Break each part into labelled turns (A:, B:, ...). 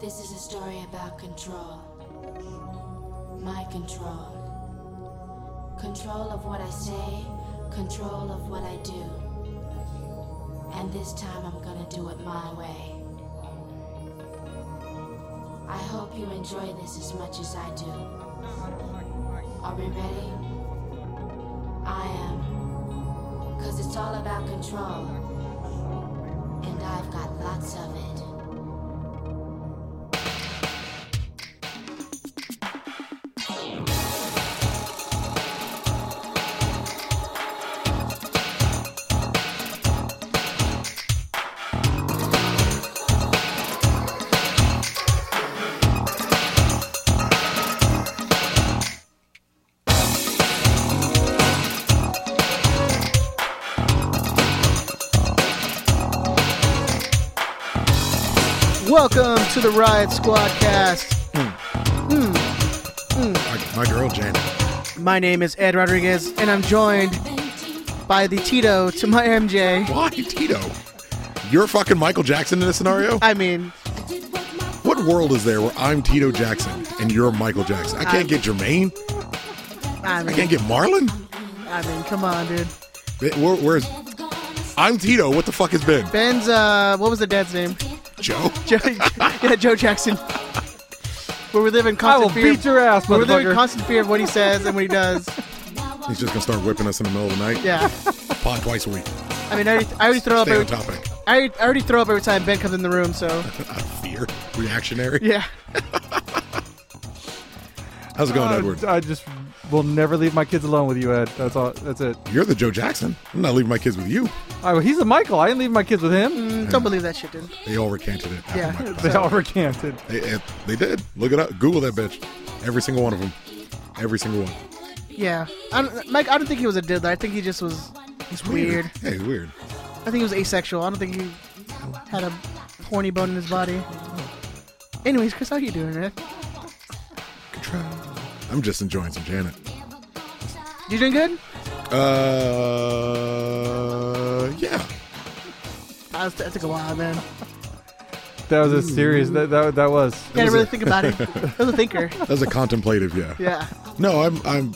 A: This is a story about control. My control. Control of what I say, control of what I do. And this time I'm gonna do it my way. I hope you enjoy this as much as I do. Are we ready? I am. Cause it's all about control. And I've got lots of it.
B: Welcome to the Riot Squadcast.
C: My, my girl Janet.
B: My name is Ed Rodriguez, and I'm joined by the Tito to my MJ.
C: Why Tito? You're fucking Michael Jackson in this scenario?
B: I mean,
C: What world is there where I'm Tito Jackson and you're Michael Jackson? I can't get Jermaine.
B: I
C: I
B: mean,
C: can't get Marlon.
B: I mean, come on, dude.
C: It- Where, where's I'm Tito? What the fuck has been
B: Ben's uh, what was the dad's name?
C: Joe?
B: Joe, yeah, Joe Jackson. Where we live in
D: I
B: constant
D: will
B: fear.
D: beat your ass,
B: where we live in
D: motherfucker.
B: constant fear of what he says and what he does.
C: He's just gonna start whipping us in the middle of the night.
B: Yeah,
C: Pod twice a week.
B: I mean, I already, I already throw up.
C: Stay on
B: Every,
C: topic.
B: I already- I already throw up every time Ben comes in the room. So
C: Out of fear. Reactionary.
B: yeah,
C: How's it going,
B: Oh,
D: I-
C: Edward?
D: Uh, I just will never leave my kids alone with you, Ed. That's all. That's it.
C: You're the Joe Jackson. I'm not leaving my kids with you.
D: I, he's a Michael. I didn't leave my kids with him.
B: Mm, don't believe that shit, dude.
C: They all recanted it. After
B: Yeah.
C: Michael
D: They
C: died.
D: all recanted.
C: They, it- they did. Look it up. Google that bitch. Every single one of them. Every single one.
B: Yeah, I don't, Mike. I don't think he was a diddler. I think he just was. He's weird.
C: Yeah, he's weird.
B: I think he was asexual. I don't think he had a horny bone in his body. Anyways, Chris, how you doing, man?
C: Control. I'm just enjoying some Janet.
B: You doing good?
C: Uh, yeah.
B: I was, that took a while, man.
D: That was a serious. That that, that was.
B: Yeah, I
C: was
B: really
C: a-
B: think about it. I was a thinker.
C: That was a contemplative, yeah.
B: Yeah,
C: No, I'm, I'm.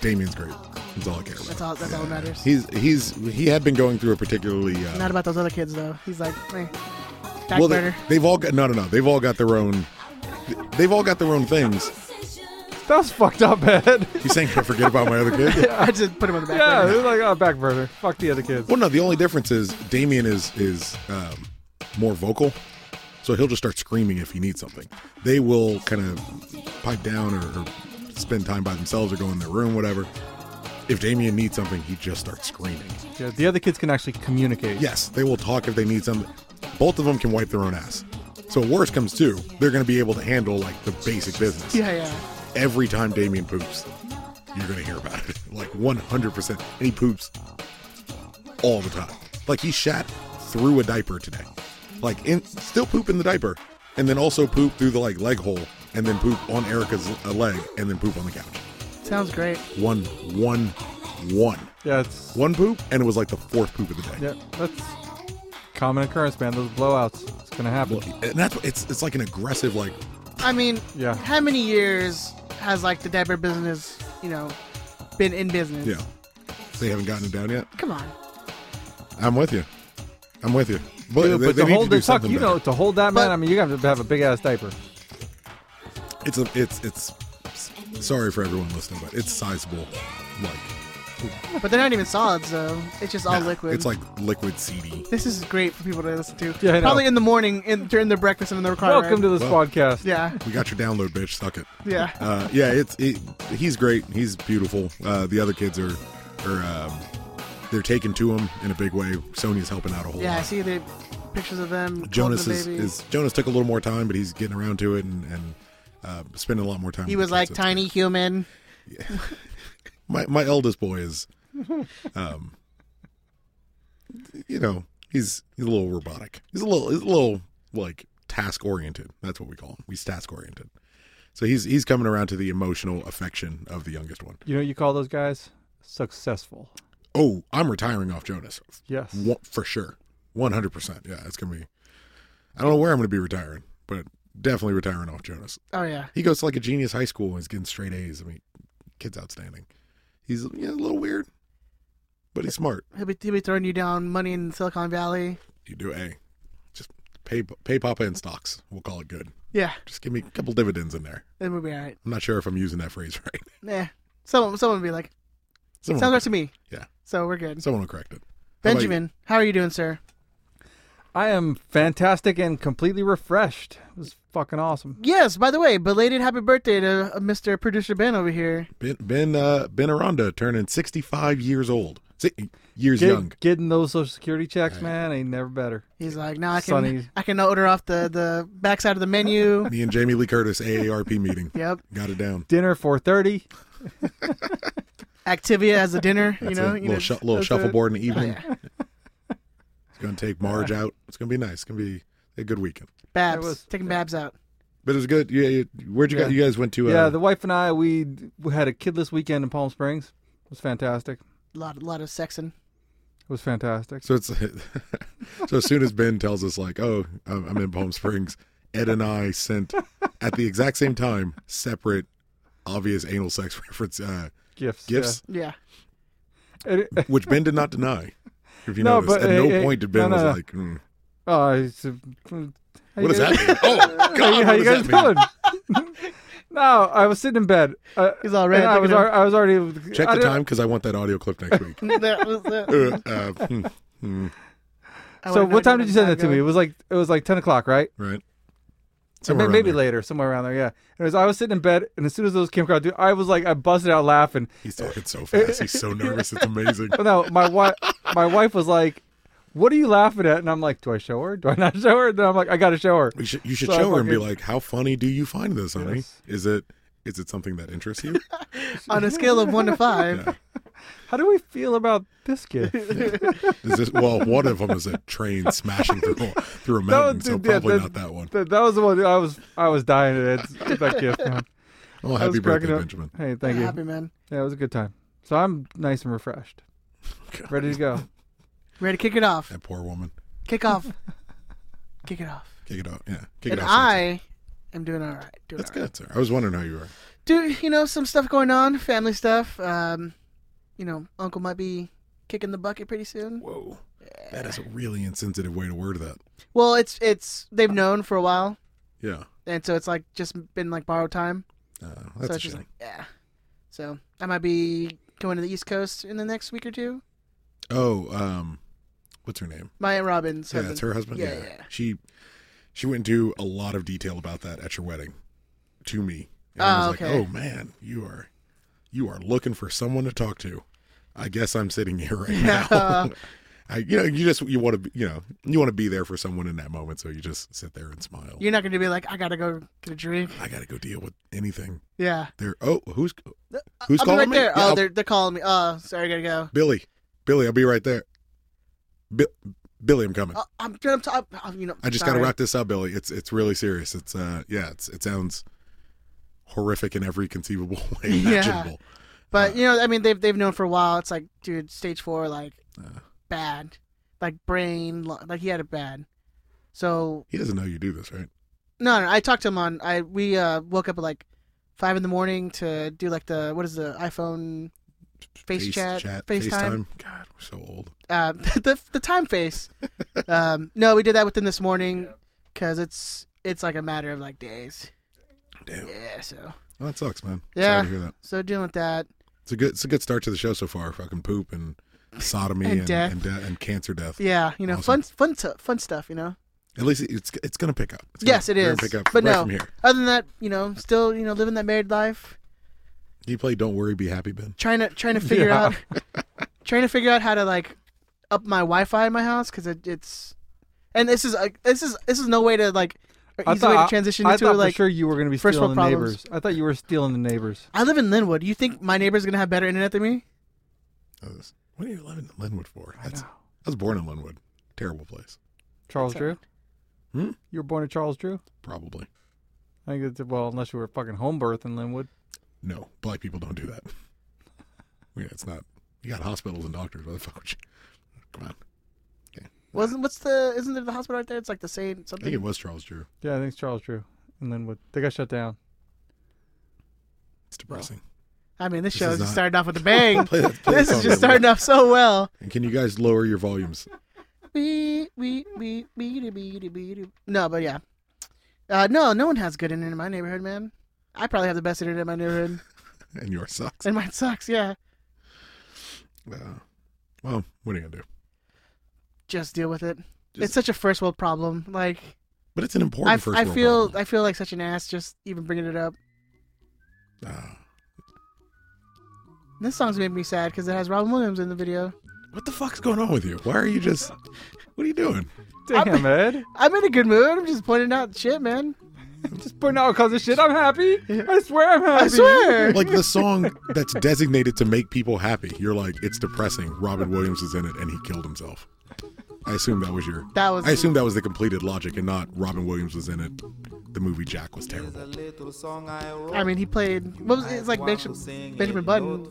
C: Damien's great. That's all I care about.
B: that's all. That's all that matters.
C: He's, he's, he had been going through a particularly. Uh,
B: Not about those other kids though. He's like, eh, back
C: well, they,
B: burner.
C: they've all got no, no, no. They've all got their own. They've all got their own things.
D: That was fucked up, Ed.
C: You saying I forget about my other kid?
B: I just put him on the back
D: yeah, it
B: burner.
D: was like oh, back burner. Fuck the other kids.
C: Well, no. The only difference is Damien is is um, more vocal, so he'll just start screaming if he needs something. They will kind of pipe down or, or spend time by themselves or go in their room, whatever. If Damien needs something, he just starts screaming.
D: Yeah, the other kids can actually communicate.
C: Yes, they will talk if they need something. Both of them can wipe their own ass. So worst comes to, they're going to be able to handle like the basic business.
B: Yeah, yeah.
C: Every time Damien poops, you're going to hear about it, like 100%. And he poops all the time. Like he shat through a diaper today. Like in, still poop in the diaper, and then also poop through the like leg hole, and then poop on Erica's uh, leg, and then poop on the couch.
B: Sounds great.
C: One, one, one,
D: Yeah, it's.
C: one poop, and it was like the fourth poop of the day.
D: Yeah, that's common occurrence, man. Those blowouts. It's gonna happen.
C: Well, and that's what- it's it's like an aggressive like
B: I mean,
D: Yeah.
B: How many years has like the diaper business, you know, been in business?
C: yeah. They haven't gotten it down yet.
B: Come on.
C: I'm with you. I'm with you. But,
D: Dude,
C: they,
D: but
C: they
D: to
C: need
D: hold
C: to do
D: it, fuck,
C: something.
D: you know,
C: better.
D: to hold that man,
B: But-
D: I mean, you have to have a big ass diaper.
C: it's a it's it's. Sorry for everyone listening, but it's sizable. Like
B: But they're not even solids though. It's just all
C: nah,
B: liquid.
C: It's like liquid CD.
B: This is great for people to listen to.
D: Yeah, I know.
B: Probably in the morning, in, during their breakfast and in their car.
D: Welcome to
B: ride.
D: this
C: Well-
D: podcast.
B: Yeah,
C: We got your download, bitch. Suck it.
B: yeah.
C: Uh, yeah, it's it, he's great. He's beautiful. Uh, the other kids are are um, they're taken to him in a big way. Sonya's helping out a whole
B: yeah, I
C: lot.
B: see the pictures of them. holding
C: Jonas
B: the
C: is,
B: baby.
C: is Jonas took a little more time, but he's getting around to it and and uh, spending a lot more time.
B: He
C: with
B: was
C: the
B: like
C: kids. It's
B: tiny human.
C: my my eldest boy is um you know he's he's a little robotic he's a little he's a little like task oriented that's what we call him he's task oriented so he's he's coming around to the emotional affection of the youngest one.
D: You know, what you call those guys successful.
C: Oh, I'm retiring off Jonas
D: Yes.
C: Wa- for sure 100% yeah it's gonna be i don't know where i'm gonna be retiring but definitely retiring off Jonas.
B: Oh yeah.
C: He goes to like a genius high school and he's getting straight A's. I mean, kid's outstanding. He's yeah, a little weird, but he's smart.
B: He'll be, he'll be throwing you down money in Silicon Valley.
C: You do A. Just pay pay Papa in stocks. We'll call it good.
B: Yeah,
C: Just give me a couple dividends in there.
B: then we'll be all right.
C: I'm not sure if I'm using that phrase right.
B: Yeah. Someone someone will be like,
C: Someone,
B: sounds right to me.
C: Yeah.
B: So we're good.
C: someone will correct it. How about you?
B: Benjamin, how are you doing, sir?
D: I am fantastic and completely refreshed. It was fucking awesome.
B: Yes. By the way, belated happy birthday to uh, Mr. Producer Ben over here.
C: Ben Ben uh, Ben Aranda turning 65 years old. Si- years
D: Get-
C: young.
D: Getting those social security checks, man, ain't never better.
B: He's like, now I can
D: Sonny.
B: I can order off the the backside of the menu.
C: Me and Jamie Lee Curtis AARP meeting.
B: yep.
C: Got it down.
D: Dinner 4:30.
B: Activia as a dinner. you
C: That's
B: know.
C: it.
B: you
C: little
B: know,
C: shu- little
D: that's
C: shuffleboard in the evening. It's gonna take Marge out. It's gonna be nice. It's gonna be a good weekend.
B: Babs
D: was-
B: taking Babs out.
C: But it was good. Yeah, you, where'd you guys?
D: Yeah.
C: You guys went to? Uh,
D: yeah, the wife and I we, d- we had a kidless weekend in Palm Springs. It was fantastic.
B: A
D: It
B: lot lot of sexing.
D: was fantastic.
C: so it's so as soon as Ben tells us like, oh, I'm, I'm in Palm Springs. Ed and I sent at the exact same time separate, obvious anal sex reference uh,
D: Gifts.
C: gifts,
B: Yeah.
D: yeah. It-
C: which Ben did not deny. If you
D: No,
C: notice,
D: but,
C: at
D: uh,
C: no
D: uh,
C: point did Ben
D: no, no,
C: was
D: no.
C: like, mm,
D: Oh, it's a,
C: "What does that mean?" Oh
D: How you,
C: God,
D: how
C: what
D: you
C: does
D: guys
C: that mean?
D: doing? no, I was sitting in bed. Uh,
B: He's all red.
D: and I was,
B: looking
D: al- I was already.
C: Check
D: I
C: the
D: didn't-
C: time because I want that audio clip next week.
B: at- That was it.
C: uh, uh, hmm, hmm,
B: I
D: So
B: would've noticed
D: what time did you send that to
B: ago.
D: me? It was like it was like ten o'clock, right?
C: right.
D: May-
C: around
D: maybe
C: there.
D: later, somewhere around there. Yeah. Anyways, I was sitting in bed, and as soon as those came across, dude, I was like, I busted out laughing.
C: He's talking so fast. He's so nervous. It's amazing.
D: But no, my wife, my wife was like, "What are you laughing at?" And I'm like, "Do I show her? Do I not show her?" Then I'm like, "I gotta show her."
C: We should, you should
D: So I
C: show her and be
D: fucking-
C: like, "How funny do you find this, honey?
D: Yes.
C: Is it is it something that interests you?"
B: on a scale of one to five.
C: Yeah.
D: How do we feel about this gift?
C: Is this, well, one of them is a train smashing through a- through a mountain, so
D: dude, yeah,
C: probably
D: that-
C: not that one.
D: that, that was the one I was I was dying at It's- that gift. Man.
C: Oh,
D: I was
C: happy birthday,
D: cracking up.
C: Benjamin!
D: Hey, thank you.
B: Happy man.
D: Yeah, it was a good time. So I'm nice and refreshed, ready to go.
B: Ready to kick it off.
C: That poor woman.
B: Kick off. kick it off.
C: Kick it off. Yeah, kick
B: and
C: it off. Santa.
B: I am doing all right. Doing
C: That's
B: all right.
C: good, sir. I was wondering how you were.
B: Do you know some stuff going on? Family stuff. Um, you know, Uncle might be kicking the bucket pretty soon.
C: Whoa, that is a really insensitive way to word that.
B: Well, it's it's they've known for a while,
C: Yeah,
B: and so it's like just been like borrowed time.
C: uh,
B: so
C: that's a
B: it's just
C: shame.
B: like yeah. So I might be going to the East Coast in the next week or two.
C: oh, um, what's her name?
B: My aunt Robin's
C: Yeah,
B: husband.
C: it's her husband.
B: Yeah,
C: Yeah,
B: yeah.
C: She she went into a lot of detail about that at your wedding to me. And
B: Oh,
C: I was
B: okay.
C: like, "Oh man, you are you are looking for someone to talk to." I guess I'm sitting here right
B: Uh-huh.
C: now. I, you know, you just you want to be, you know you want to be there for someone in that moment, so you just sit there and smile.
B: You're not going to be like, I gotta go get a drink.
C: I gotta go deal with anything.
B: Yeah.
C: There. Oh, who's who's
B: Uh, I'll be
C: calling
B: right
C: me?
B: there.
C: Yeah,
B: oh,
C: I'll-
B: they're they're calling me. Oh, sorry, I gotta go.
C: Billy, Billy, I'll be right there. Bi- Billy, I'm coming.
B: Oh, I'm trying to. I'm, you know,
C: I just
B: sorry.
C: gotta wrap this up, Billy. It's it's really serious. It's uh yeah, it's it sounds horrific in every conceivable way
B: Yeah.
C: imaginable. Uh.
B: But you know, I mean, they've they've known for a while. It's like, dude, stage four, like
C: Uh.
B: bad, like brain, lo- like he had it bad. So
C: He doesn't know you do this, right?
B: no, no, I talked to him on. I we uh, woke up at like five in the morning to do like the what is the iPhone face, chat, FaceTime,
C: God, we're so old.
B: uh, the the time face. um, no, we did that with him this morning because it's it's like a matter of like days.
C: Damn.
B: Yeah, so
C: Well, that sucks, man.
B: Yeah.
C: Sorry to hear that.
B: so dealing with that.
C: It's a good it's a good start to the show so far. Fucking poop and sodomy
B: And
C: and
B: death.
C: and, de- and cancer death.
B: Yeah, you know, fun fun t- fun stuff. You know.
C: At least it's it's gonna pick up. It's
B: Yes, it
C: gonna, we're
B: is.
C: gonna Pick up
B: but
C: right
B: no,
C: from here.
B: other than that, you know, still you know living that married life,
C: Can you play "Don't Worry, Be Happy," Ben?
B: trying to trying to figure
D: Yeah.
B: out, trying to figure out how to like up my Wi-Fi in my house because it, it's, and this is like this is this is no way to like
D: I
B: easy way to
D: thought-
B: transition
D: I, I
B: into
D: thought
B: like.
D: for sure you were going to be
B: first
D: stealing
B: world
D: the
B: problems.
D: neighbors. I thought you were stealing the neighbors.
B: I live in Linwood. You think my neighbor's gonna have better internet than me?
C: That was- Oh, What are you living in Linwood for? That's, I was born in Linwood. Terrible place,
D: Charles
B: That's
D: Drew.
C: Hmm?
D: You were born a Charles Drew.
C: probably.
D: I think it's well, unless you were fucking home birth in Linwood.
C: No, black people don't do that. yeah, it's not. You got hospitals and doctors. Why the fuck would you? Come on.
B: Wasn't what's the isn't there the hospital right there? It's like the same
C: I think
B: something.
C: it was Charles Drew.
D: Yeah, I think it's Charles Drew. and then what? They got shut down.
C: It's depressing.
B: I mean, this
C: This
B: show
C: is
B: just
C: not-
B: started off with a bang.
C: Play that- play that
B: this
C: song
B: is just
C: over.
B: starting off so well.
C: And can you guys lower your volumes?
B: We we we we we we No, but yeah. Uh, no, no one has good internet in my neighborhood, man. I probably have the best internet in my neighborhood,
C: And yours sucks.
B: and mine sucks. Yeah,
C: Uh, well, what are you gonna do?
B: just deal with it.
C: Just-
B: it's such a first world problem. Like
C: But it's an important
B: I,
C: first.
B: I
C: world
B: feel
C: problem.
B: I feel like such an ass just even bringing it up.
C: Ah.
B: This song's made me sad because it has Robin Williams in the video.
C: what the fuck's going on with you? Why are you just? What are you doing?
D: Damn, Ed.
B: I'm in a good mood. I'm just pointing out shit, man.
D: Just putting out all kinds of shit. I'm happy. I swear I'm happy.
B: I swear.
C: Like the song that's designated to make people happy. You're like, it's depressing. Robin Williams is in it, and he killed himself. I assume that was your.
B: That was-
C: I assume that was the completed logic, and not Robin Williams was in it. The movie Jack was terrible.
B: I mean, he played. What was it? it's like Benjamin, Benjamin Button,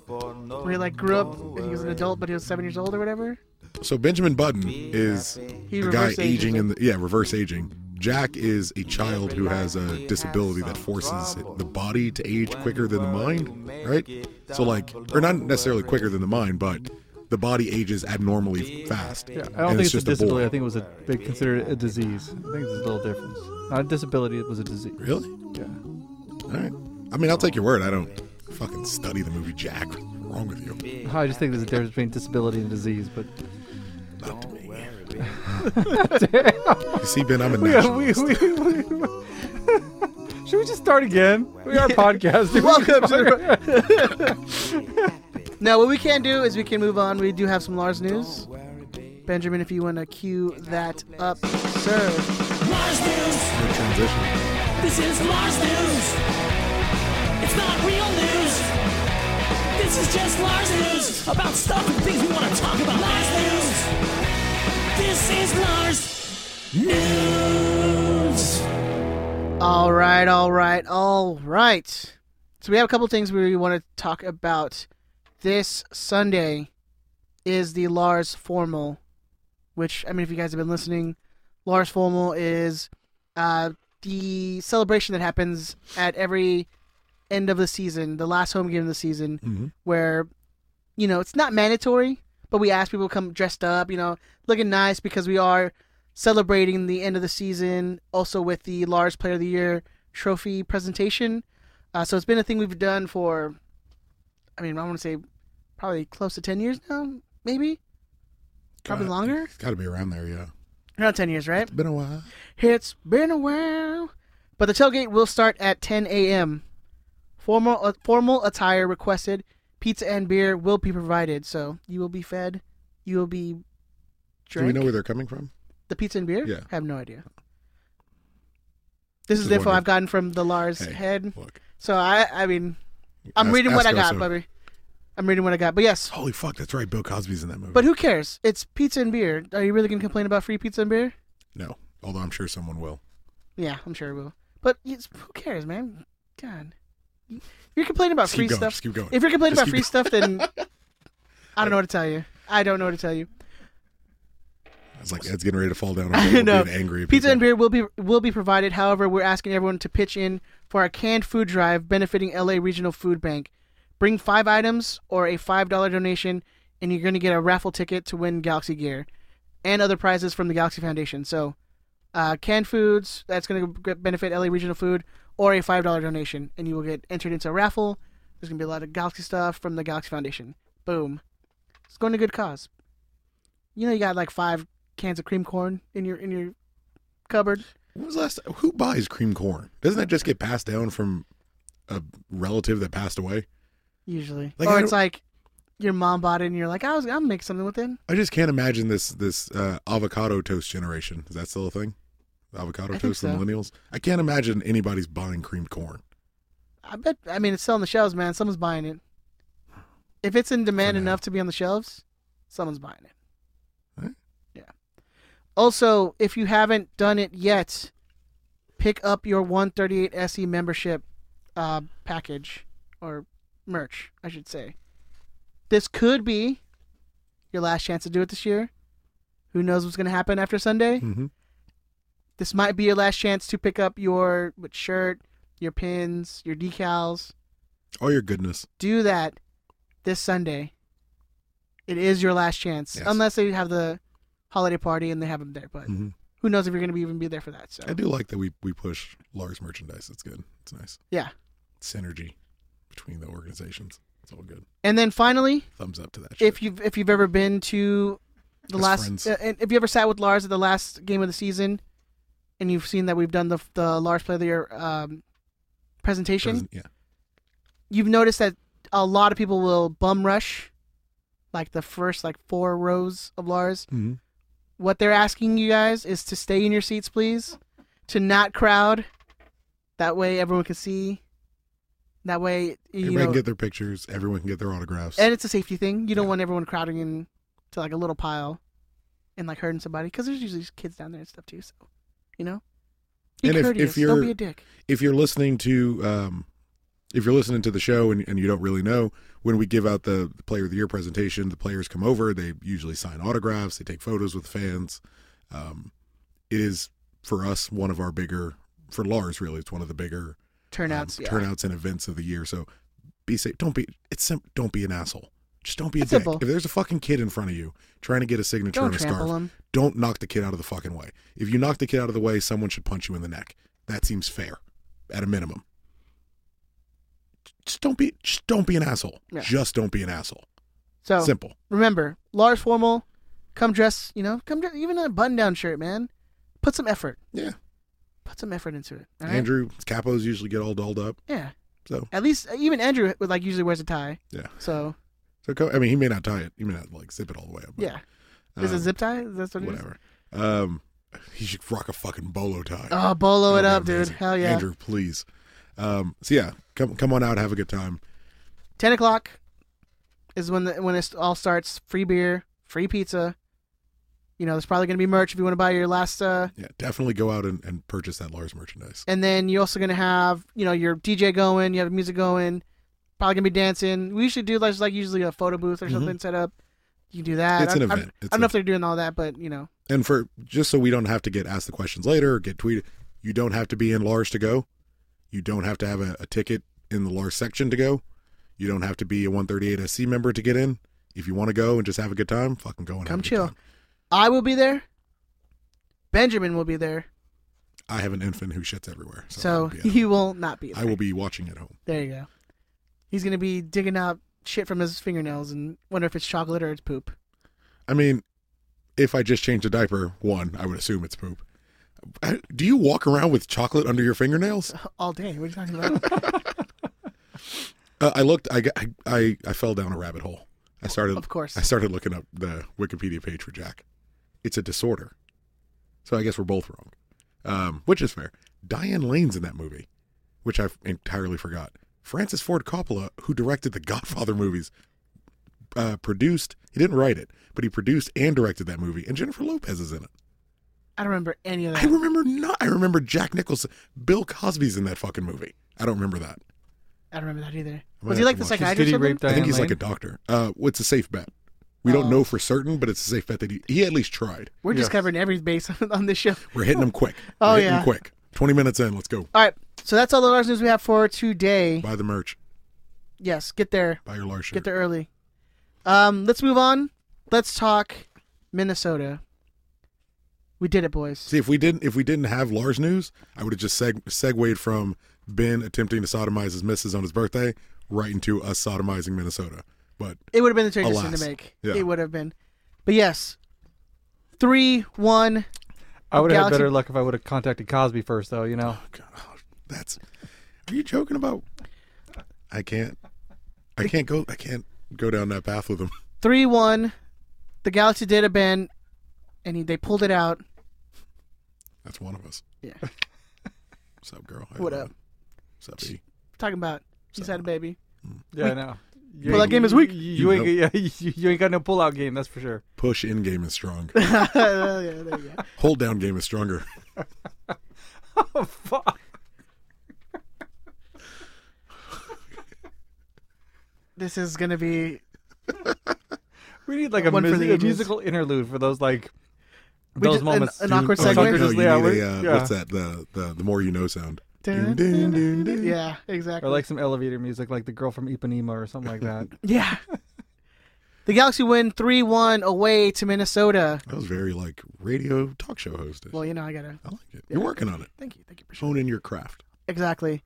B: where he like grew up and he was an adult, but he was seven years old or whatever.
C: So Benjamin Button is
B: He
C: the guy
B: reverse ages
C: aging
B: it.
C: in the yeah reverse aging. Jack is a child who has a disability that forces the body to age quicker than the mind, right? So like, or not necessarily quicker than the mind, but the body ages abnormally fast.
D: Yeah, I
C: And
D: don't think it's, a
C: boy.
D: disability. I think it was a they considered it a disease. I think there's a little difference. Not a disability. It was a disease.
C: Really?
D: Yeah.
C: All right. I mean, I'll take your word. I don't fucking study the movie Jack. What's wrong with you?
D: I just think there's a difference between disability and disease. But
C: Not to me. You see, Ben, I'm a
D: we, we,
C: nationalist.
D: we, we, should we just start again? We are podcasting.
B: Welcome to the. now, what we can do is we can move on. We do have some Lars news. Benjamin, if you want to cue that up, sir.
E: Mars News.
C: Transition.
E: This is Mars News. It's not real news. This is just Lars News about stuff and things we want to talk about. Lars News. This is Lars News.
B: All right, all right, all right. So we have a couple things we want to talk about. This Sunday is the Lars Formal, which I mean, if you guys have been listening, Lars Formal is uh, the celebration that happens at every end of the season, the last home game of the season, where you know it's not mandatory, but we ask people to come dressed up, you know, looking nice because we are celebrating the end of the season, also with the Lars Player of the Year trophy presentation. Uh, so it's been a thing we've done for, I mean, I want to say probably close to ten years now, maybe Probably
C: God,
B: longer?
C: It's got to be around there, yeah.
B: around ten years, right?
C: Been a while.
B: It's been a while. But the tailgate will start at 10 a.m. Formal uh, formal attire requested. Pizza and beer will be provided, so you will be fed. You will be.
C: Do we
B: Drink.
C: know where they're coming from?
B: the pizza and beer?
C: Yeah.
B: I have no idea. This is
C: Just
B: the info
C: wondering.
B: I've gotten from the Lars
C: Hey,
B: head.
C: Look,
B: So I, I mean, I'm
C: Ask-
B: reading what
C: ask
B: I got,
C: us.
B: Bubby. I'm reading what I got. But yes,
C: Holy fuck, that's right. Bill Cosby's in that movie.
B: but who cares? It's pizza and beer. Are you really gonna complain about free pizza and beer?
C: no, although I'm sure someone will.
B: Yeah, I'm sure it will. But it's, who cares, man? God, if you're complaining about
C: Just keep
B: free
C: going,
B: stuff.
C: just keep going.
B: If you're complaining
C: Just
B: about free
C: keep
B: stuff, then I don't know what to tell you. I don't know what to tell you.
C: I was like, Ed's getting ready to fall down.
B: I
C: I'm
B: know.
C: being angry. at
B: Pizza
C: people.
B: and beer will be will be provided. However, we're asking everyone to pitch in for our canned food drive benefiting LA Regional Food Bank. Bring five items or a five dollar donation, and you're going to get a raffle ticket to win Galaxy gear and other prizes from the Galaxy Foundation. So, uh, canned foods that's going to benefit LA Regional Food or a five dollar donation, and you will get entered into a raffle. There's going to be a lot of Galaxy stuff from the Galaxy Foundation. Boom, it's going to good cause. You know, you got like five cans of cream corn in your in your cupboard.
C: When was the last? Who buys cream corn? Doesn't that just get passed down from a relative that passed away?
B: Usually,
C: Like,
B: or
C: I
B: it's
C: don't-
B: like your mom bought it, and you're like, "I was, I'll make something with it."
C: I just can't imagine this this uh, avocado toast generation. Is that still a thing? Avocado
B: I think
C: toast,
B: so.
C: the millennials. I can't imagine anybody's buying creamed corn.
B: I bet. I mean, it's still on the shelves, man. Someone's buying it. If it's in demand
C: now.
B: enough to be on the shelves, someone's buying it.
C: Alright.
B: Yeah. Also, if you haven't done it yet, pick up your 138 SE E membership uh, package or merch, I should say. This could be Eh.
C: Hmm.
B: your last chance to do it this year. Who knows what's going to happen after Sunday?
C: Mm-hmm.
B: This might be your last chance to pick up your what, shirt, your pins, your decals.
C: Oh, your goodness.
B: Do that this Sunday. It is your last chance,
C: Yes.
B: unless they have the holiday party and they have them there. But
C: Mhm.
B: who knows if you're going to be, even be there for that? So
C: I do like that we, we push Lars merchandise. It's good. It's nice.
B: yeah.
C: Synergy between the organizations. It's all good.
B: And then finally,
C: Thumbs up to that. Shit.
B: if you've if you've ever been to the
C: As
B: last
C: friends.
B: uh, and if you ever sat with Lars at the last game of the season, and you've seen that we've done the the Lars Play of the Year um, presentation,
C: Doesn't- yeah.
B: you've noticed that a lot of people will bum rush, like the first like four rows of Lars.
C: hmm
B: What they're asking you guys is to stay in your seats, please, to not crowd. That way, everyone can see. That way, you
C: Everybody
B: know,
C: can get their pictures. Everyone can get their autographs.
B: and it's a safety thing. You don't want everyone crowding in to like a little pile and like hurting somebody because there's usually kids down there and stuff too. So, you know, be
C: And if- if
B: courteous. don't
C: you're-
B: be a dick.
C: if you're listening to um, if you're listening to the show and, and you don't really know when we give out the player of the year presentation the players come over they usually sign autographs they take photos with fans um, it is for us one of our bigger for lars really it's one of the bigger um,
B: Turnouts. yeah.
C: turnouts and events of the year so be safe don't be it's sim- don't be an asshole just don't be a
B: It's
C: dick
B: simple.
C: if there's a fucking kid in front of you trying to get a signature
B: Don't
C: on a
B: trample
C: scarf
B: him.
C: don't knock the kid out of the fucking way if you knock the kid out of the way someone should punch you in the neck that seems fair at a minimum just don't be just don't be an asshole
B: Yeah.
C: just don't be an asshole
B: So
C: simple
B: remember, Lars formal. Come dress. You know, come dress, even a button-down shirt, man. Put some effort.
C: yeah
B: Put some effort into it. all right?
C: andrew capos usually get all dolled up
B: Yeah.
C: so
B: At least uh, even Andrew would like usually wears a tie.
C: yeah
B: So
C: so co- i mean he may not tie it he may not like zip it all the way up but,
B: yeah. Is it
C: um,
B: a zip tie? That's what it is.
C: whatever um he should rock a fucking bolo tie
B: Oh, bolo it
C: That'll be
B: up, dude.
C: amazing.
B: Hell yeah.
C: andrew please um so yeah come come on out have a good time
B: Ten o'clock is when the, when it all starts. Free beer, free pizza. You know, there's probably gonna be merch if you want to buy your last. Uh,
C: yeah definitely go out and, and purchase that lars merchandise
B: and then you're also gonna have you know your DJ going, you have music going. Probably gonna be dancing. We usually do like like usually a photo booth or something set up. You can do that.
C: Mm-hmm. It's an
B: I- I-
C: event.
B: I,
C: It's
B: don't know
C: a-
B: if they're doing all that, but you know,
C: and for just so we don't have to get asked the questions later or get tweeted, you don't have to be in Lars to go. You don't have to have a, a ticket in the Lars section to go. You don't have to be a 138 SC member to get in. If you want to go and just have a good time, fucking go and
B: come
C: have a
B: chill.
C: Good time.
B: I will be there. Benjamin will be there,
C: I have an infant who shits everywhere, so,
B: so
C: yeah,
B: he will not be there.
C: I will be watching at home.
B: There you go. He's gonna be digging out shit from his fingernails and wonder if it's chocolate or it's poop.
C: I mean, if I just change a diaper, one, I would assume it's poop. I, do you walk around with chocolate under your fingernails?
B: All day. What are you talking about?
C: Uh, I looked. I, got- I I I fell down a rabbit hole. I started.
B: Of course.
C: I started looking up the Wikipedia page for Jack. It's a disorder. So I guess we're both wrong, um, which is fair. Diane Lane's in that movie, which I've entirely forgot. Francis Ford Coppola, who directed the Godfather movies, uh, produced. He didn't write it, but he produced and directed that movie. And Jennifer Lopez is in it.
B: I don't remember any of
C: I
B: that.
C: remember not. I remember Jack Nicholson. Bill Cosby's in that fucking movie. I don't remember that.
B: I don't remember that either.
C: I'm
B: Was
C: gonna
B: he like
C: have to
B: the
C: watch this.
B: psychiatrist?
D: Did
B: or
D: he
B: something?
D: rape
C: I think
D: Diane
C: he's like a
D: Lane?
C: doctor. Uh, what's a safe bet? We
B: Oh.
C: don't know for certain, but it's a safe bet that he, he at least tried.
B: We're just
D: Yes.
B: covering every base on, on this show.
C: We're hitting him quick.
B: Oh,
C: We're hitting
B: yeah.
C: him quick. Twenty minutes in, let's go.
B: All right. So that's all the large news we have for today.
C: Buy the merch.
B: Yes, get there.
C: Buy your large shirt.
B: Get there early. Um, let's move on. Let's talk Minnesota. We did it, boys.
C: See if we didn't if we didn't have Lars news, I would have just seg- segued from Ben attempting to sodomize his missus on his birthday right into us sodomizing Minnesota. But
B: It would have been the tricky decision
C: Alas.
B: to make.
C: Yeah.
B: It would have been. But yes. Three, one.
D: I would have had
B: Galaxy-
D: better luck if I would have contacted Cosby first, though. You know,
C: God, that's are you joking about? I can't. I can't go. I can't go down that path with him.
B: three one. The Galaxy did a bend, and he, they pulled it out.
C: That's one of us.
B: Yeah,
C: What's up, girl? I
B: What
C: love
B: up?
C: it. E. What's up, B?
B: talking about he's had a baby.
D: yeah, I know. You
B: Well, that
D: ain't-
B: game is weak.
D: You, you ain't, yeah, you, you ain't got no pullout game, that's for sure.
C: Push in game is strong.
B: Yeah, there you go.
C: Hold down game is stronger.
D: Oh fuck!
B: This is gonna be
D: We need like a,
B: One for
D: mus-
B: the
D: a
B: ages.
D: musical interlude for those like
B: We
D: those
B: did an-
D: moments.
B: an
D: do-
B: awkward
D: Oh,
B: segue?
D: Tucker
C: No,
D: just-
C: you
D: yeah,
C: need
D: we-
C: a, uh,
D: yeah.
C: what's that? The, the the more you know sound.
B: Dun,
C: Dun, dun, dun, dun.
B: Yeah, exactly.
D: Or like some elevator music, like the girl from Ipanema or something like that.
B: yeah. The Galaxy win 3 1 away to Minnesota.
C: That was very like radio talk show host.
B: Well, you know, I gotta.
C: I like it. You're working on it.
B: Thank you. Thank you. Appreciate
C: Hone in your craft.
B: it. Exactly.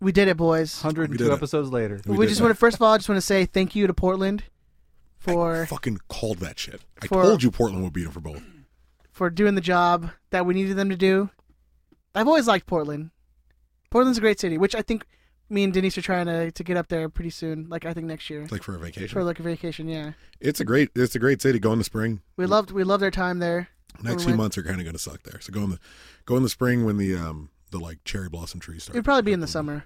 B: We did it, boys.
C: We did
D: 102
C: it.
D: episodes later.
C: We
B: We,
C: did
B: just
C: it.
B: want to, first of all, I just want to say thank you to Portland for
C: Fucking called that shit. I
B: for-
C: told you Portland would beat them for both.
B: for doing the job that we needed them to do. I've always liked Portland. Portland's a great city, which I think me and Denise are trying to, to get up there pretty soon. Like I think next year
C: It's like for a vacation.
B: for like a vacation. Yeah,
C: It's a great it's a great city. Go in the spring.
B: we loved we loved our time there.
C: Next
B: We
C: few
B: went-
C: months are kind of going to suck there. So go in the go in the spring when the um the like cherry blossom trees start.
B: It'd probably be in the summer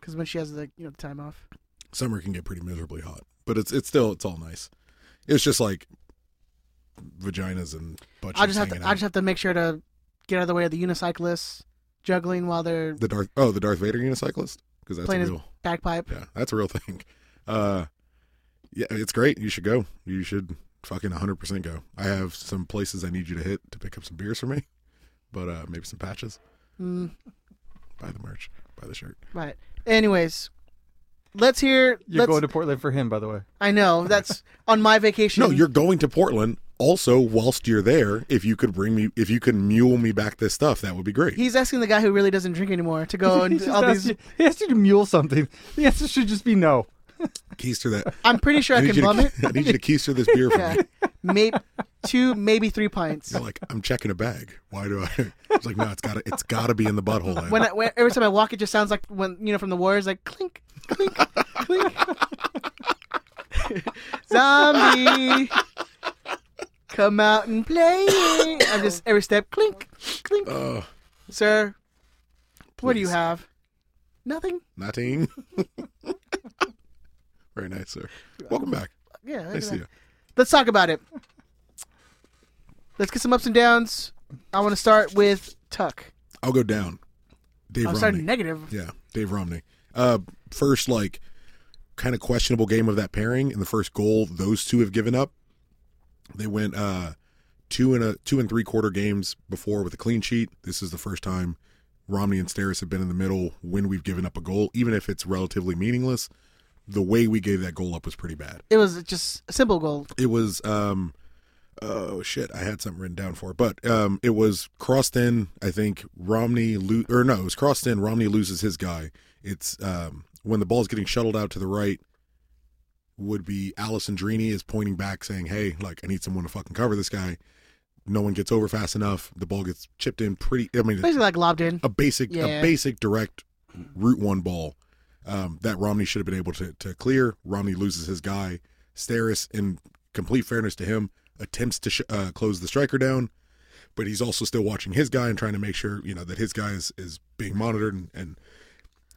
B: because when she has the you know the time off.
C: Summer can get pretty miserably hot, but it's it's still it's all nice. It's just like vaginas and butt.
B: I just have
C: cheeks
B: to
C: hanging
B: I
C: out.
B: just have to make sure to get out of the way of the unicyclists juggling while they're
C: the Darth oh the Darth Vader unicyclist because that's a
B: Playing his-
C: real
B: bagpipe.
C: yeah that's a real thing. Uh, yeah, it's great. You should go. You should fucking 100% go. I have some places I need you to hit to pick up some beers for me, but uh maybe some patches.
B: Mm,
C: Buy the merch. Buy the shirt.
B: right. Anyways, let's hear.
D: You're
B: let's-
D: going to Portland for him, by the way.
B: I know that's on my vacation.
C: No, you're going to Portland. Also, whilst you're there, if you could bring me, if you could mule me back this stuff, that would be great.
B: He's asking the guy who really doesn't drink anymore to go
D: he,
B: and
D: just
B: all
D: asked
B: these.
D: you, he asked you to mule something. The answer should just be no.
C: Keister that.
B: I'm pretty sure
C: I
B: I
C: need,
B: can
C: you
B: bum
C: to,
B: it.
C: I need you to keister this beer for
B: Yeah,
C: me.
B: maybe two, maybe three pints.
C: You're like, I'm checking a bag. Why do I? It's like, no, it's gotta, it's gotta be in the butthole. Then.
B: When, I, when every time I walk, it just sounds like when you know from the wars, like clink, clink, clink. Zombie, come out and play. I'm just every step clink, clink.
C: Oh,
B: Sir, what do you
C: please.
B: have? Nothing.
C: Nothing. Very nice, sir. Welcome back.
B: Yeah. look at
C: Nice to see
B: that.
C: you.
B: let's talk about it. Let's get some ups and downs. I want to start with Tuck.
C: I'll go down. Dave
B: I'm
C: Romney.
B: starting negative.
C: Yeah, Dave Romney. Uh, first like kind of questionable game of that pairing, and the first goal those two have given up. They went uh, two and a two and three quarter games before with a clean sheet. This is the first time Romney and Steris have been in the middle when we've given up a goal, even if it's relatively meaningless. The way we gave that goal up was pretty bad.
B: It was just a simple goal.
C: It was um oh shit, I had something written down for it. But um it was crossed in, I think Romney lo- or no, it was crossed in, Romney loses his guy. It's um when the ball's getting shuttled out to the right would be Allison Drini is pointing back saying, Hey, like I need someone to fucking cover this guy. No one gets over fast enough. The ball gets chipped in pretty I mean
B: Basically, like lobbed in.
C: a basic a
B: Yeah.
C: basic direct route one ball um, that Romney should have been able to, to clear. Romney loses his guy. Steris, in complete fairness to him, attempts to sh- uh, close the striker down, but he's also still watching his guy and trying to make sure you know that his guy is, is being monitored and, and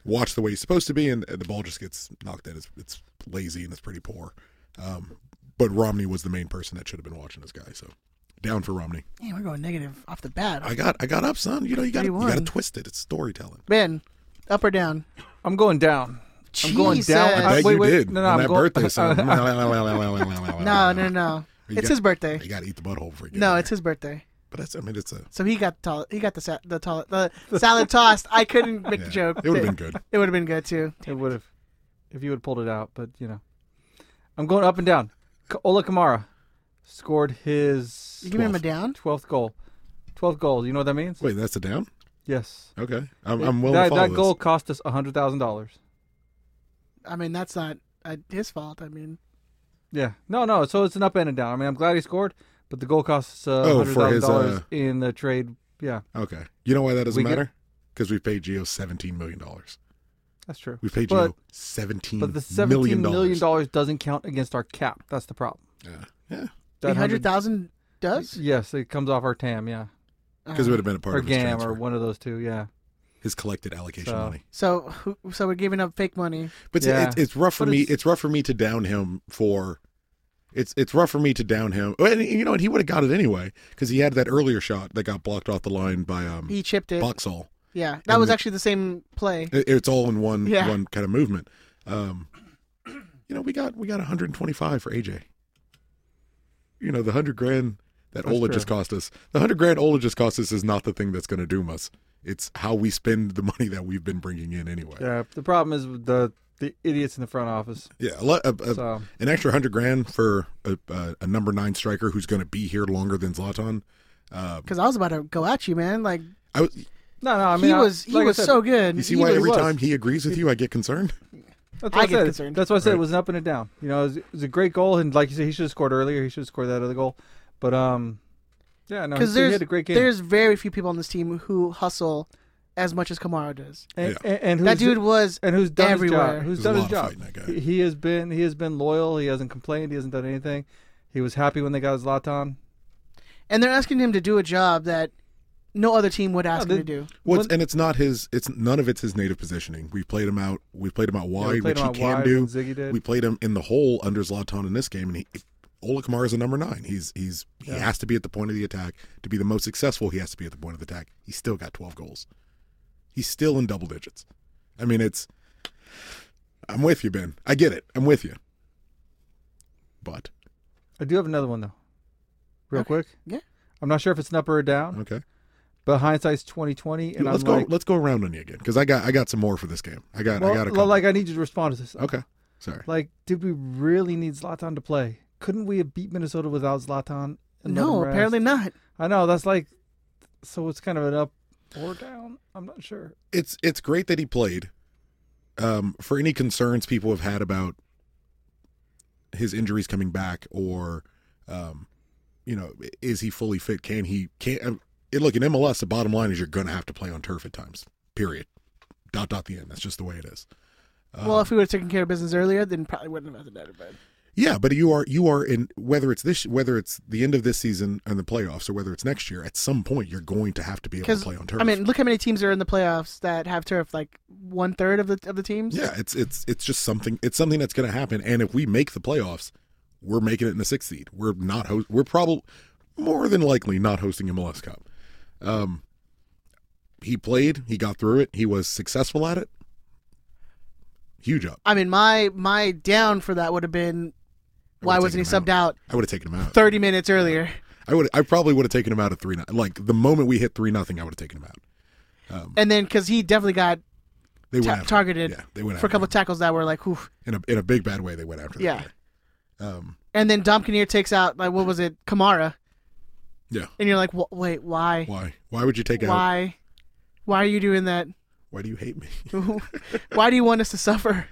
C: watched the way he's supposed to be. And, and the ball just gets knocked in. It's, it's lazy and it's pretty poor. Um, but Romney was the main person that should have been watching this guy. So down for Romney.
B: Man, we're going negative off the bat.
C: I got I got up, son. You know you got you got
B: 31.
C: to twist it. It's storytelling.
B: ben, up or down?
D: I'm going down. I'm going
B: Jesus.
D: down.
C: I
D: Uh,
C: bet
D: wait,
C: you
D: wait,
C: did
D: no, no,
C: on
D: I'm
C: that
D: going-
C: birthday. Son.
B: No,
C: no,
B: no, no.
C: You
B: It's
C: got-
B: his birthday.
C: You got to eat the butthole before you get
B: No,
C: there.
B: it's his birthday.
C: But that's I mean it's a
B: So he got the tall, he got the sa- the tall, the salad tossed. I couldn't make
C: yeah,
B: the joke.
C: It would have been good.
B: It would have been good too.
D: It would have, if you had pulled it out. But you know, I'm going up and down. K- Ola Kamara scored his
B: You give him a
D: 12th
B: down.
D: twelfth goal. Twelfth goal. You know what that means?
C: Wait, that's a down.
D: Yes.
C: Okay, I'm, I'm willing
D: that
C: to follow
D: that
C: this.
D: goal cost us hundred thousand dollars.
B: I mean, that's not uh, his fault. I mean,
D: Yeah. No, no. So it's an up and a down. I mean, I'm glad he scored, but the goal costs uh,
C: Oh,
D: hundred
C: for
D: thousand
C: his,
D: dollars
C: uh,
D: in the trade. Yeah,
C: Okay, you know why that doesn't
D: We get-
C: matter? Because we paid Geo seventeen million dollars.
D: that's true.
C: We paid
D: But-
C: Geo seventeen
D: But the
C: million
D: seventeen million dollars doesn't count against our cap. That's the problem.
C: Yeah, yeah,
B: three
D: That
B: hundred thousand does. Uh-huh.
D: Yes, it comes off our TAM. Yeah,
C: because it would have been a part
D: or
C: of his
D: GAM
C: transfer,
D: or one of those two. Yeah.
C: his collected allocation
D: So-
C: money.
B: So, who- so we're giving up fake money.
C: But it's-
D: Yeah.
C: it's, it's rough for
D: But
C: me. It's,
D: it's-
C: rough for me to down him for. It's it's rough for me to down him. And you know, and he would have got it anyway because he had that earlier shot that got blocked off the line by um
B: He chipped it.
C: Boxall.
B: Yeah, that
C: And
B: was
C: the-
B: actually the same play.
C: It, it's all in one
B: Yeah.
C: one kind of movement. Um, you know, we got we got 125 for AJ. You know, the hundred grand that Ola just cost us. The hundred grand Ola just cost us is not the thing that's going to doom us. It's how we spend the money that we've been bringing in anyway.
D: Yeah, the problem is with the the idiots in the front office.
C: Yeah, a lot, a, a-
D: So-
C: an extra hundred grand for a, a, a number nine striker who's going to be here longer than Zlatan. Uh,
B: Because I was about to go at you, man. Like
C: I, was-
D: No, no, I mean
B: he
D: I-
B: was, he
D: like I
B: was
D: said,
B: so good.
C: you see
D: He
C: why
D: really
C: every
D: was.
C: time he agrees with you, I get concerned.
D: That's
B: I
D: what I,
B: get
D: said.
B: concerned.
D: That's what I said.
C: Right.
D: It was an up and a down. You know, it was, it was a great goal, and like you said, he should have scored earlier. He should have scored that other goal. But um, yeah, no, he,
B: Because
D: he
B: there's
D: had a great game.
B: there's very few people on this team who hustle as much as Kamara does.
D: and,
C: Yeah.
D: and, and
B: That
D: who's-
B: dude was
D: and who's done his
B: everywhere.
D: job? Who's
C: There's a
D: done
C: lot of
D: his job?
C: fight in that guy.
D: He, he has been he has been loyal. He hasn't complained. He hasn't done anything. He was happy when they got Zlatan.
B: and they're asking him to do a job that no other team would ask
D: No,
B: him to
D: they-
B: do.
C: Well, it's, and it's not his. It's none of it's his native positioning. We played him out. We played him out wide,
D: played
C: which
D: him
C: he
D: out
C: can
D: wide
C: do.
D: when Ziggy did.
C: We played him in the hole under Zlatan in this game, and he, Ola Kamara is a number nine. He's he's he has to be at the point of the attack to be the most successful. He has to be at the point of the attack. He's still got twelve goals. He's still in double digits. I mean, it's. I'm with you, Ben. I get it. I'm with you. But
D: I do have another one though, real quick.
B: yeah.
D: I'm not sure if it's an up or a down,
C: okay,
D: but hindsight's 2020, and
C: let's
D: I'm
C: go.
D: like,
C: let's go around on you again because I got I got some more for this game. I got I
D: well,
C: got a
D: well,
C: couple.
D: like I need you to respond to this.
C: okay, sorry.
D: Like, did we really need Zlatan to play? Couldn't we have beat Minnesota without Zlatan? and let him
B: No,
D: rest?
B: apparently not.
D: I know that's like, so it's kind of an up or down. I'm not sure.
C: it's it's great that he played. Um, for any concerns people have had about his injuries coming back, or um, you know, is he fully fit? Can he? Can um, it, look in MLS? The bottom line is you're going to have to play on turf at times. Period. Dot dot the end. That's just the way it is. Oh.
B: well, if we would have taken care of business earlier, then probably wouldn't have had that. But
C: Yeah, but you are you are in whether it's this whether it's the end of this season and the playoffs, or whether it's next year. At some point, you're going to have to be able to
B: because
C: play on turf.
B: I mean, look how many teams are in the playoffs that have turf. Like one third of the of the teams.
C: Yeah, it's it's it's just something. It's something that's going to happen. And if we make the playoffs, we're making it in the sixth seed. We're not. Ho- we're probably more than likely not hosting MLS Cup. Um, he played. He got through it. He was successful at it. Huge up.
B: I mean, my my down for that would have been
C: I
B: why
C: would've
B: wasn't he
C: taken him
B: subbed out
C: I would have taken him out.
B: thirty minutes earlier?
C: I would. I probably would have taken him out at three. no- Like the moment we hit three nothing, I would have taken him out. Um,
B: And then because he definitely got
C: They went
B: ta-
C: after him.
B: targeted
C: Yeah, they went
B: for
C: after
B: a couple
C: him.
B: of tackles that were like, oof.
C: in a in a big bad way. They went after. that
B: Yeah.
C: guy. Um,
B: And then Dom Kinnear takes out like what was it, Kamara,
C: Yeah.
B: and you're like, "Wha- wait, why,
C: Why? Why would you take out?
B: why, why are you doing that?
C: Why do you hate me?
B: why do you want us to suffer?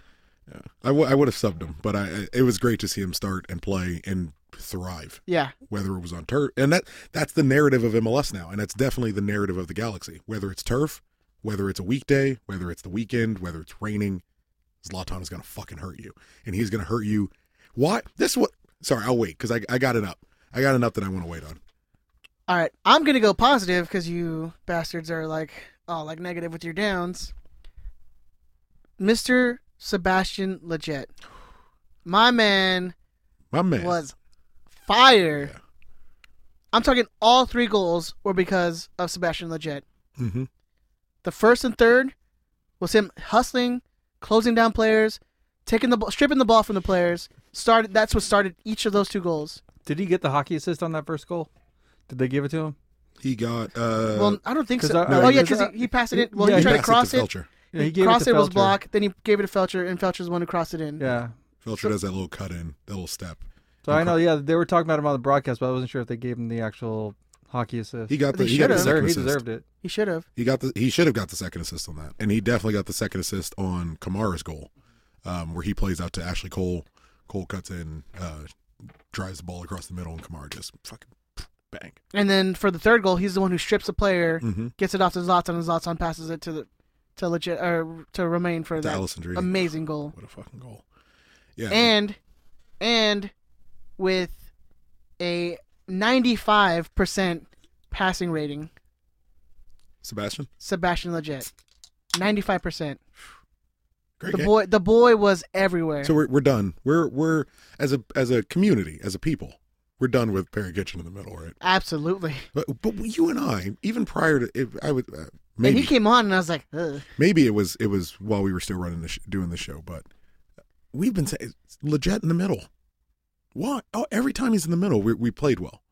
C: I, w- I would have subbed him, but I, I- it was great to see him start and play and thrive,
B: Yeah,
C: whether it was on turf. And that that's the narrative of MLS now, and that's definitely the narrative of the Galaxy. Whether it's turf, whether it's a weekday, whether it's the weekend, whether it's raining, Zlatan is gonna fucking hurt you, and he's gonna hurt you. Why? This what? Sorry, I'll wait because I I got it up. I got enough that I want to wait on.
B: All right, I'm gonna go positive because you bastards are like all like negative with your downs. Mister Sebastian Leggett, my man
C: My man.
B: was fire.
C: Yeah.
B: I'm talking all three goals were because of Sebastian Leggett.
C: hmm
B: The first and third was him hustling, closing down players, taking the ball, stripping the ball from the players. Started. That's what started each of those two goals.
D: Did he get the hockey assist on that first goal? Did they give it to him?
C: He got. uh
B: well, I don't think
D: 'cause
B: so.
D: I- no,
B: oh yeah,
D: because
B: because
D: I-
B: he, he passed it in. Well,
D: yeah,
B: he
D: he
B: tried to
C: passed
B: cross
C: to
B: it.
C: Felcher.
D: Yeah, he
B: He
D: gave
B: cross
D: it
B: it,
D: to
B: was
D: Felcher.
B: blocked. Then he gave it to Felcher, and Felcher's the one who crossed it in.
D: Yeah.
C: Felcher does that little cut in, that little step.
D: So I know. Yeah, they were talking about him on the broadcast, but I wasn't sure if they gave him the actual hockey assist.
C: He got the.
B: They
C: He got the
B: should've.
C: second
D: deserved, he
C: assist.
D: deserved it.
B: He should have.
C: He got the he should have got the second assist on that, and he definitely got the second assist on Kamara's goal, um, where he plays out to Ashley Cole. Cole cuts in, uh, drives the ball across the middle, and Kamara just fucking bang.
B: And then for the third goal, he's the one who strips the player,
C: Mhm.
B: gets it off to Zlatan, and Zlatan passes it to the to legit or to Romain for that
C: Allison Dreedy.
B: amazing goal.
C: What a fucking goal! Yeah,
B: And and with a 95 percent passing rating,
C: Sebastian,
B: Sebastian Legit, 95 percent.
C: great
B: The
C: game.
B: boy, the boy was everywhere.
C: So we're we're done. We're we're as a as a community, as a people, we're done with Perry Kitchen in the middle, right?
B: Absolutely.
C: But but you and I, even prior to, it, I would uh,
B: And
C: maybe
B: he came on, and I was like, Ugh.
C: maybe it was it was while we were still running the sh- doing the show, but we've been saying legit in the middle. Why? Oh, every time he's in the middle, we we played well.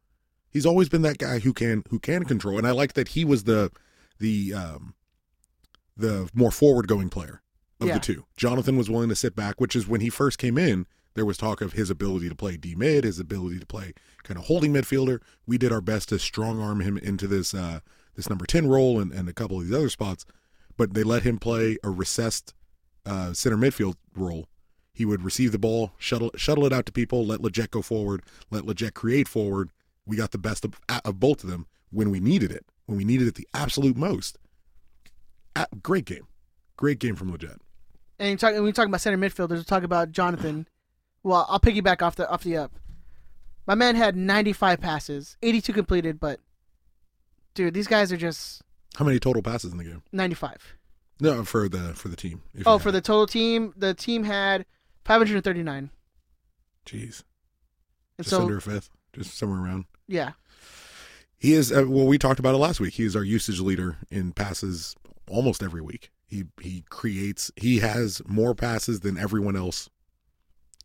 C: He's always been that guy who can who can control, and I like that he was the the um the more forward going player of
B: Yeah.
C: the two. Jonathan was willing to sit back, which is when he first came in. There was talk of his ability to play D mid, his ability to play kind of holding midfielder. We did our best to strong arm him into this uh, this number ten role and, and a couple of these other spots, but they let him play a recessed uh, center midfield role. He would receive the ball, shuttle shuttle it out to people, let Leggett go forward, let Leggett create forward. We got the best of, of both of them when we needed it, when we needed it the absolute most. A Ah, great game, great game from Leggett.
B: and you talk, when we talk about center midfielders, we talk about Jonathan. Well, I'll piggyback off the off the up. My man had 95 passes, 82 completed, but dude, these guys are just
C: How many total passes in the game?
B: 95.
C: No, for the for the team. if
B: Oh,
C: you
B: for
C: have
B: the total team, the team had 539.
C: it. jeez,
B: And
C: just
B: so
C: under a fifth, just somewhere around.
B: yeah,
C: He is uh, well. We talked about it last week. He is our usage leader in passes almost every week. He he creates. He has more passes than everyone else.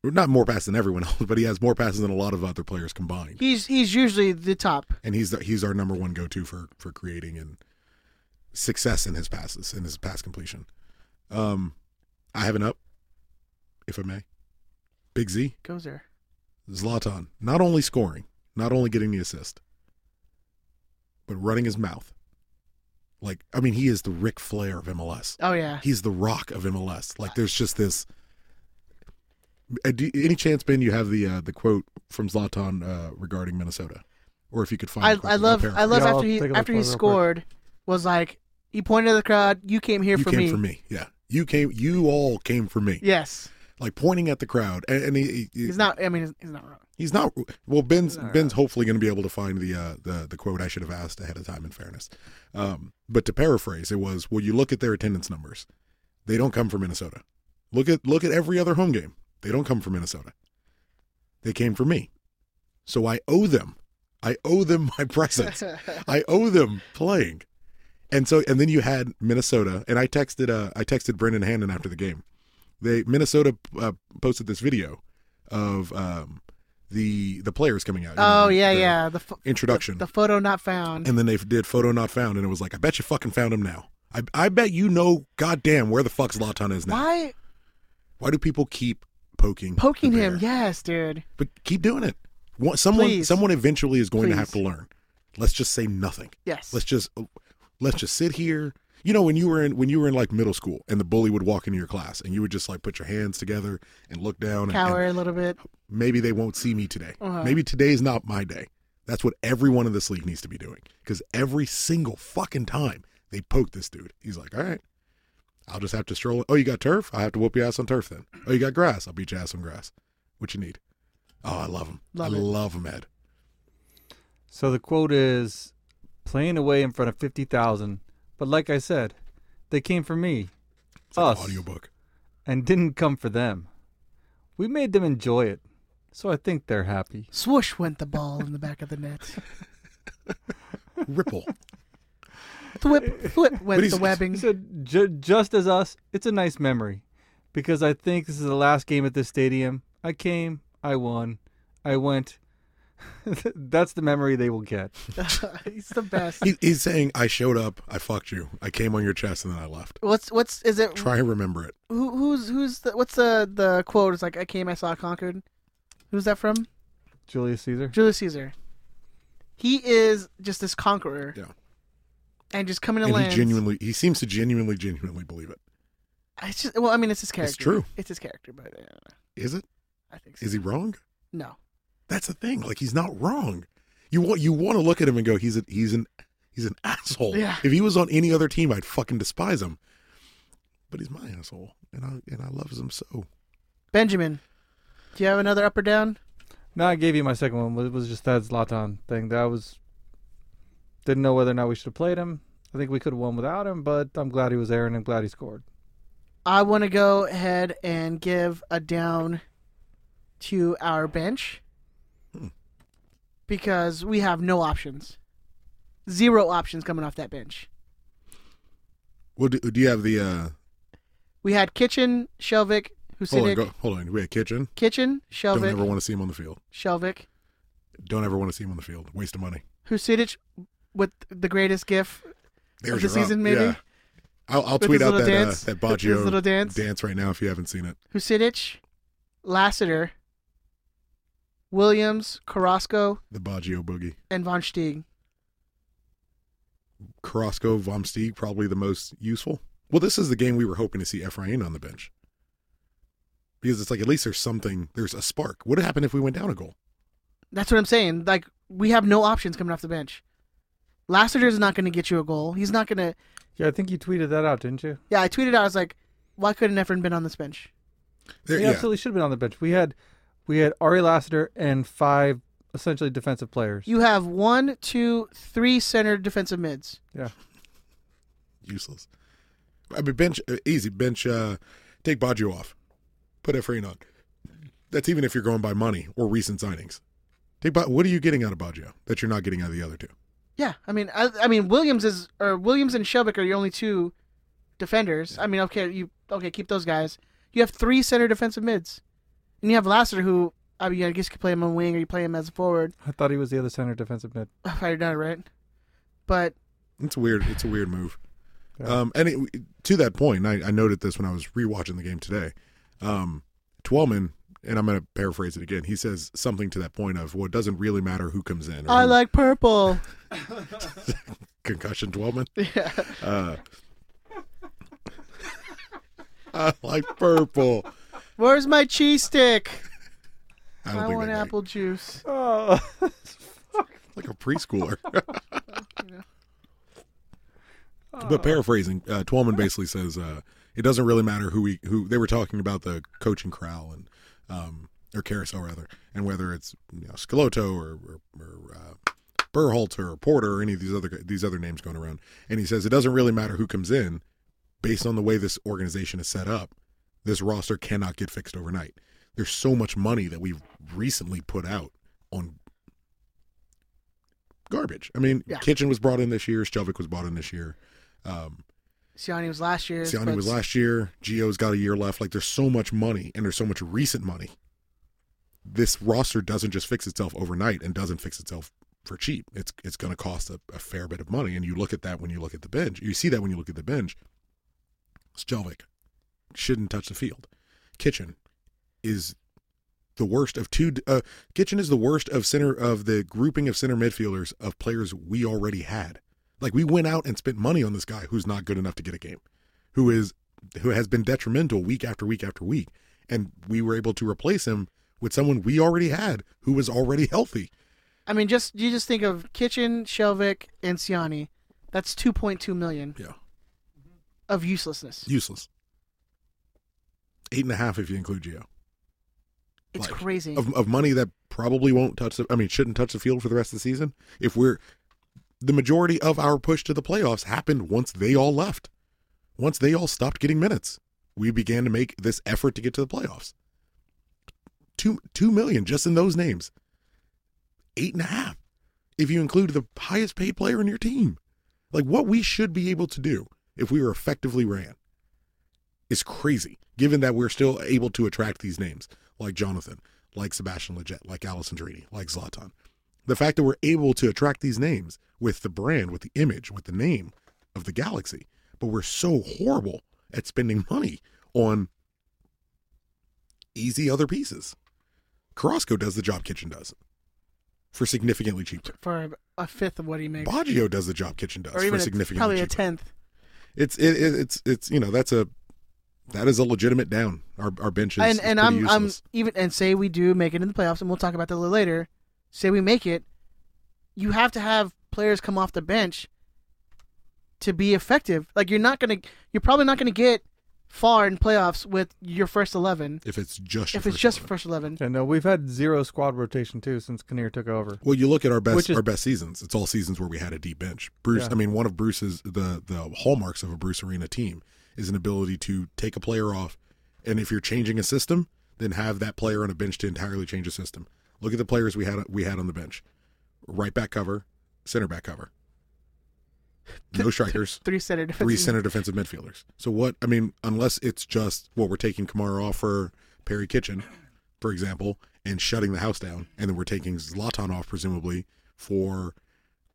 C: Or Not more passes than everyone else, but he has more passes than a lot of other players combined.
B: he's he's usually the top.
C: And he's the, he's our number one go to for for creating and success in his passes in his pass completion. Um, I have an up, if I may. Big Z.
B: Goes there.
C: Zlatan not only scoring, not only getting the assist, but running his mouth. Like, I mean, he is the Ric Flair of MLS.
B: Oh yeah.
C: He's the rock of MLS. Like, there's just this. Uh, do- Any chance, Ben, you have the uh, the quote from Zlatan uh, regarding Minnesota, or if you could find?
B: I,
C: the quote,
B: I
C: I'll
B: love
C: paraphrase.
B: I love
D: Yeah, I'll
B: after he
D: take a look
B: after
D: for
B: he
D: it real quick.
B: scored was like he pointed at the crowd. You came here
C: you
B: for
C: came
B: me.
C: for me. Yeah, you came. You all came for me.
B: Yes,
C: Like pointing at the crowd, and, and he, he-
B: he's not. I mean, he's, he's not wrong.
C: He's not well. Ben's Ben's hopefully going to be able to find the uh, the the quote I should have asked ahead of time. In fairness, um, but to paraphrase, it was: Well, you look at their attendance numbers; they don't come from Minnesota. Look at look at every other home game; they don't come from Minnesota. They came for me, so I owe them. I owe them my presence. I owe them playing. And so, and then you had Minnesota, and I texted uh, I texted Brendan Hannon after the game. They Minnesota uh, posted this video of um, the the players coming out. you know,
B: Oh yeah,
C: the
B: yeah. The pho-
C: Introduction,
B: the photo not found.
C: and then they did photo not found, and it was like, I bet you fucking found him now. I I bet you know, goddamn, where the fuck Zlatan is now.
B: Why
C: Why do people keep poking the
B: poking him?
C: bear?
B: Yes, dude.
C: but keep doing it. One- Someone
B: Please.
C: someone eventually is going to have to
B: Please.
C: learn. Let's just say nothing.
B: Yes.
C: let's just let's just sit here you know when you were in when you were in like middle school and the bully would walk into your class and you would just like put your hands together and look down and,
B: Cower
C: and
B: a little bit.
C: maybe they won't see me today
B: Uh-huh.
C: maybe today's not my day that's what everyone in this league needs to be doing because every single fucking time they poke this dude he's like all right i'll just have to stroll oh you got turf i have to whoop your ass on turf then oh you got grass i'll beat your ass on grass what you need oh i love him
B: Love
C: i
B: it.
C: love him ed
D: So the quote is playing away in front of 50,000. But like I said, they came for me,
C: it's like
D: Us.
C: an audiobook
D: and didn't come for them. We made them enjoy it. So I think they're happy.
B: Swoosh went the ball in the back of the net.
C: ripple
B: Thwip, thwip went
C: he's-
B: the
D: He
B: webbing.
D: said, "Ju- just as us, it's a nice memory because I think this is the last game at this stadium. I came, I won, I went. That's the memory they will get.
B: He's the best.
C: He, he's saying, I showed up, I fucked you, I came on your chest, and then I left.
B: What's what's is it?
C: Try and remember it.
B: Who, who's who's the, what's the the quote? It's like I came, I saw, I conquered. Who's that from?
D: Julius Caesar.
B: Julius Caesar. He is just this conqueror.
C: Yeah.
B: And just coming to
C: and
B: land.
C: he genuinely, he seems to genuinely, genuinely believe it.
B: It's just well, I mean, it's his character.
C: true.
B: It's his character, but uh,
C: Is it?
B: I think so.
C: Is he wrong?
B: no.
C: That's the thing. Like he's not wrong. You want you want to look at him and go, he's a, he's an he's an asshole.
B: Yeah.
C: If he was on any other team, I'd fucking despise him. But he's my asshole, and I and I love him so.
B: Benjamin, do you have another up or down?
D: No, I gave you my second one. It was just that Zlatan thing. That was didn't know whether or not we should have played him. I think we could have won without him, but I'm glad he was there and I'm glad he scored.
B: I want to go ahead and give a down to our bench
C: Hmm.
B: because we have no options. Zero options coming off that bench.
C: Well, do, do you have the? uh
B: We had Kitchen, Shelvick,
C: Hold on,
B: Husidic.
C: go, hold on. We had Kitchen.
B: Kitchen,
C: Don't ever
B: Shelvick,
C: want to see him on the field.
B: Shelvick,
C: Don't ever want to see him on the field. Waste of money.
B: Husidic with the greatest gif
C: There's
B: the
C: your up.
B: season, maybe?
C: Yeah. I'll, I'll
B: With
C: tweet
B: his
C: out
B: little
C: that uh,
B: dance.
C: that
B: With his
C: Baggio
B: little dance.
C: right now if you haven't seen it.
B: Husidic, Lassiter, Williams, Carrasco,
C: The Baggio boogie.
B: and Von Stieg.
C: Carrasco, Vomsteeg, probably the most useful. Well, this is the game we were hoping to see Efrain on the bench because it's like at least there's something. There's a spark. What would happen if we went down a goal?
B: That's what I'm saying. Like we have no options coming off the bench. Lassiter's not going to get you a goal. He's not going to.
D: Yeah, I think you tweeted that out, didn't you?
B: Yeah, I tweeted out. I was like, why couldn't Efren been on this bench?
C: There,
D: He
C: yeah,
D: absolutely should have been on the bench. We had we had Ari Lassiter and five essentially defensive players.
B: You have one, two, three center defensive mids.
D: yeah.
C: useless. I mean, bench uh, easy. Bench. Uh, take Baggio off. Put Efrain on. That's even if you're going by money or recent signings. Take ba- what are you getting out of Baggio that you're not getting out of the other two?
B: Yeah, I mean, I, I mean Williams is or Williams and Shelbick are your only two defenders. I mean, okay, you okay keep those guys. You have three center defensive mids, and you have Lassiter, who I mean, I guess you could play him on wing or you play him as a forward.
D: I thought he was the other center defensive mid.
B: If I done it right, but
C: It's weird. It's a weird move.
D: Yeah.
C: Um, and it, to that point, and I, I noted this when I was rewatching the game today. Um, Twelman, and I'm going to paraphrase it again. He says something to that point of, "Well, it doesn't really matter who comes in." or
B: I
C: who-
B: like purple.
C: concussion, Twelman.
B: yeah.
C: Uh, I like purple.
B: Where's my cheese stick?
C: I, don't
B: I
C: think
B: want
C: they make-
B: apple juice.
D: Oh,
C: like a preschooler. but paraphrasing, uh, Twelman basically says uh, it doesn't really matter who we who they were talking about the coaching crowd and um, or carousel rather, and whether it's you know Scalotto or or, or uh, Burhalter or Porter or any of these other these other names going around, and he says it doesn't really matter who comes in, based on the way this organization is set up, this roster cannot get fixed overnight. There's so much money that we've recently put out on garbage. I mean,
B: Yeah.
C: Kitchen was brought in this year. Shelvick was brought in this year. Um,
B: Siani was last year.
C: Siani was last year. Geo's got a year left. Like, there's so much money, and there's so much recent money. This roster doesn't just fix itself overnight, and doesn't fix itself for cheap. It's it's going to cost a, a fair bit of money, and you look at that when you look at the bench. You see that when you look at the bench. Stelvik shouldn't touch the field. Kitchen is the worst of two. Uh, Kitchen is the worst of center of the grouping of center midfielders of players we already had. Like we went out and spent money on this guy who's not good enough to get a game, who is who has been detrimental week after week after week, and we were able to replace him with someone we already had who was already healthy.
B: I mean, just you just think of Kitchen, Shelvick, and Siani. That's 2.2 million
C: Yeah,
B: of uselessness.
C: useless. Eight and a half if you include Geo.
B: It's
C: like,
B: crazy.
C: of, of money that probably won't touch the i mean shouldn't touch the field for the rest of the season if we're the majority of our push to the playoffs happened once they all left once they all stopped getting minutes we began to make this effort to get to the playoffs two two million just in those names eight and a half if you include the highest paid player in your team like what we should be able to do if we were effectively ran is crazy, given that we're still able to attract these names like Jonathan, like Sebastian Leggett, like Allison Drini, like Zlatan. The fact that we're able to attract these names with the brand, with the image, with the name of the galaxy, but we're so horrible at spending money on easy other pieces. Carrasco does the job Kitchen does for significantly cheaper.
B: for a fifth of what he makes,
C: Baggio does the job Kitchen does
B: or
C: for
B: even a,
C: significantly
B: probably a
C: cheaper
B: tenth.
C: it's it, it, it's it's you know that's a that is a legitimate down. Our our bench is
B: and
C: is
B: and
C: pretty
B: I'm
C: useless.
B: I'm even and say we do make it in the playoffs, and we'll talk about that a little later. Say we make it, you have to have players come off the bench to be effective. Like you're not gonna, you're probably not gonna get far in playoffs with your first eleven
C: if it's just your
B: if it's
C: first
B: just
C: eleven.
B: first eleven.
D: yeah. No, we've had zero squad rotation too since Kinnear took over.
C: well, you look at our best
D: Which is-
C: our best seasons. It's all seasons where we had a deep bench. Bruce,
D: Yeah.
C: I mean, one of Bruce's the the hallmarks of a Bruce Arena team is an ability to take a player off, and if you're changing a system, then have that player on a bench to entirely change a system. Look at the players we had we had on the bench: right back cover, center back cover, no strikers.
B: Three center defense.
C: three center defensive midfielders. So what? I mean, unless it's just well, we're taking Kamara off for Perry Kitchen, for example, and shutting the house down, and then we're taking Zlatan off presumably for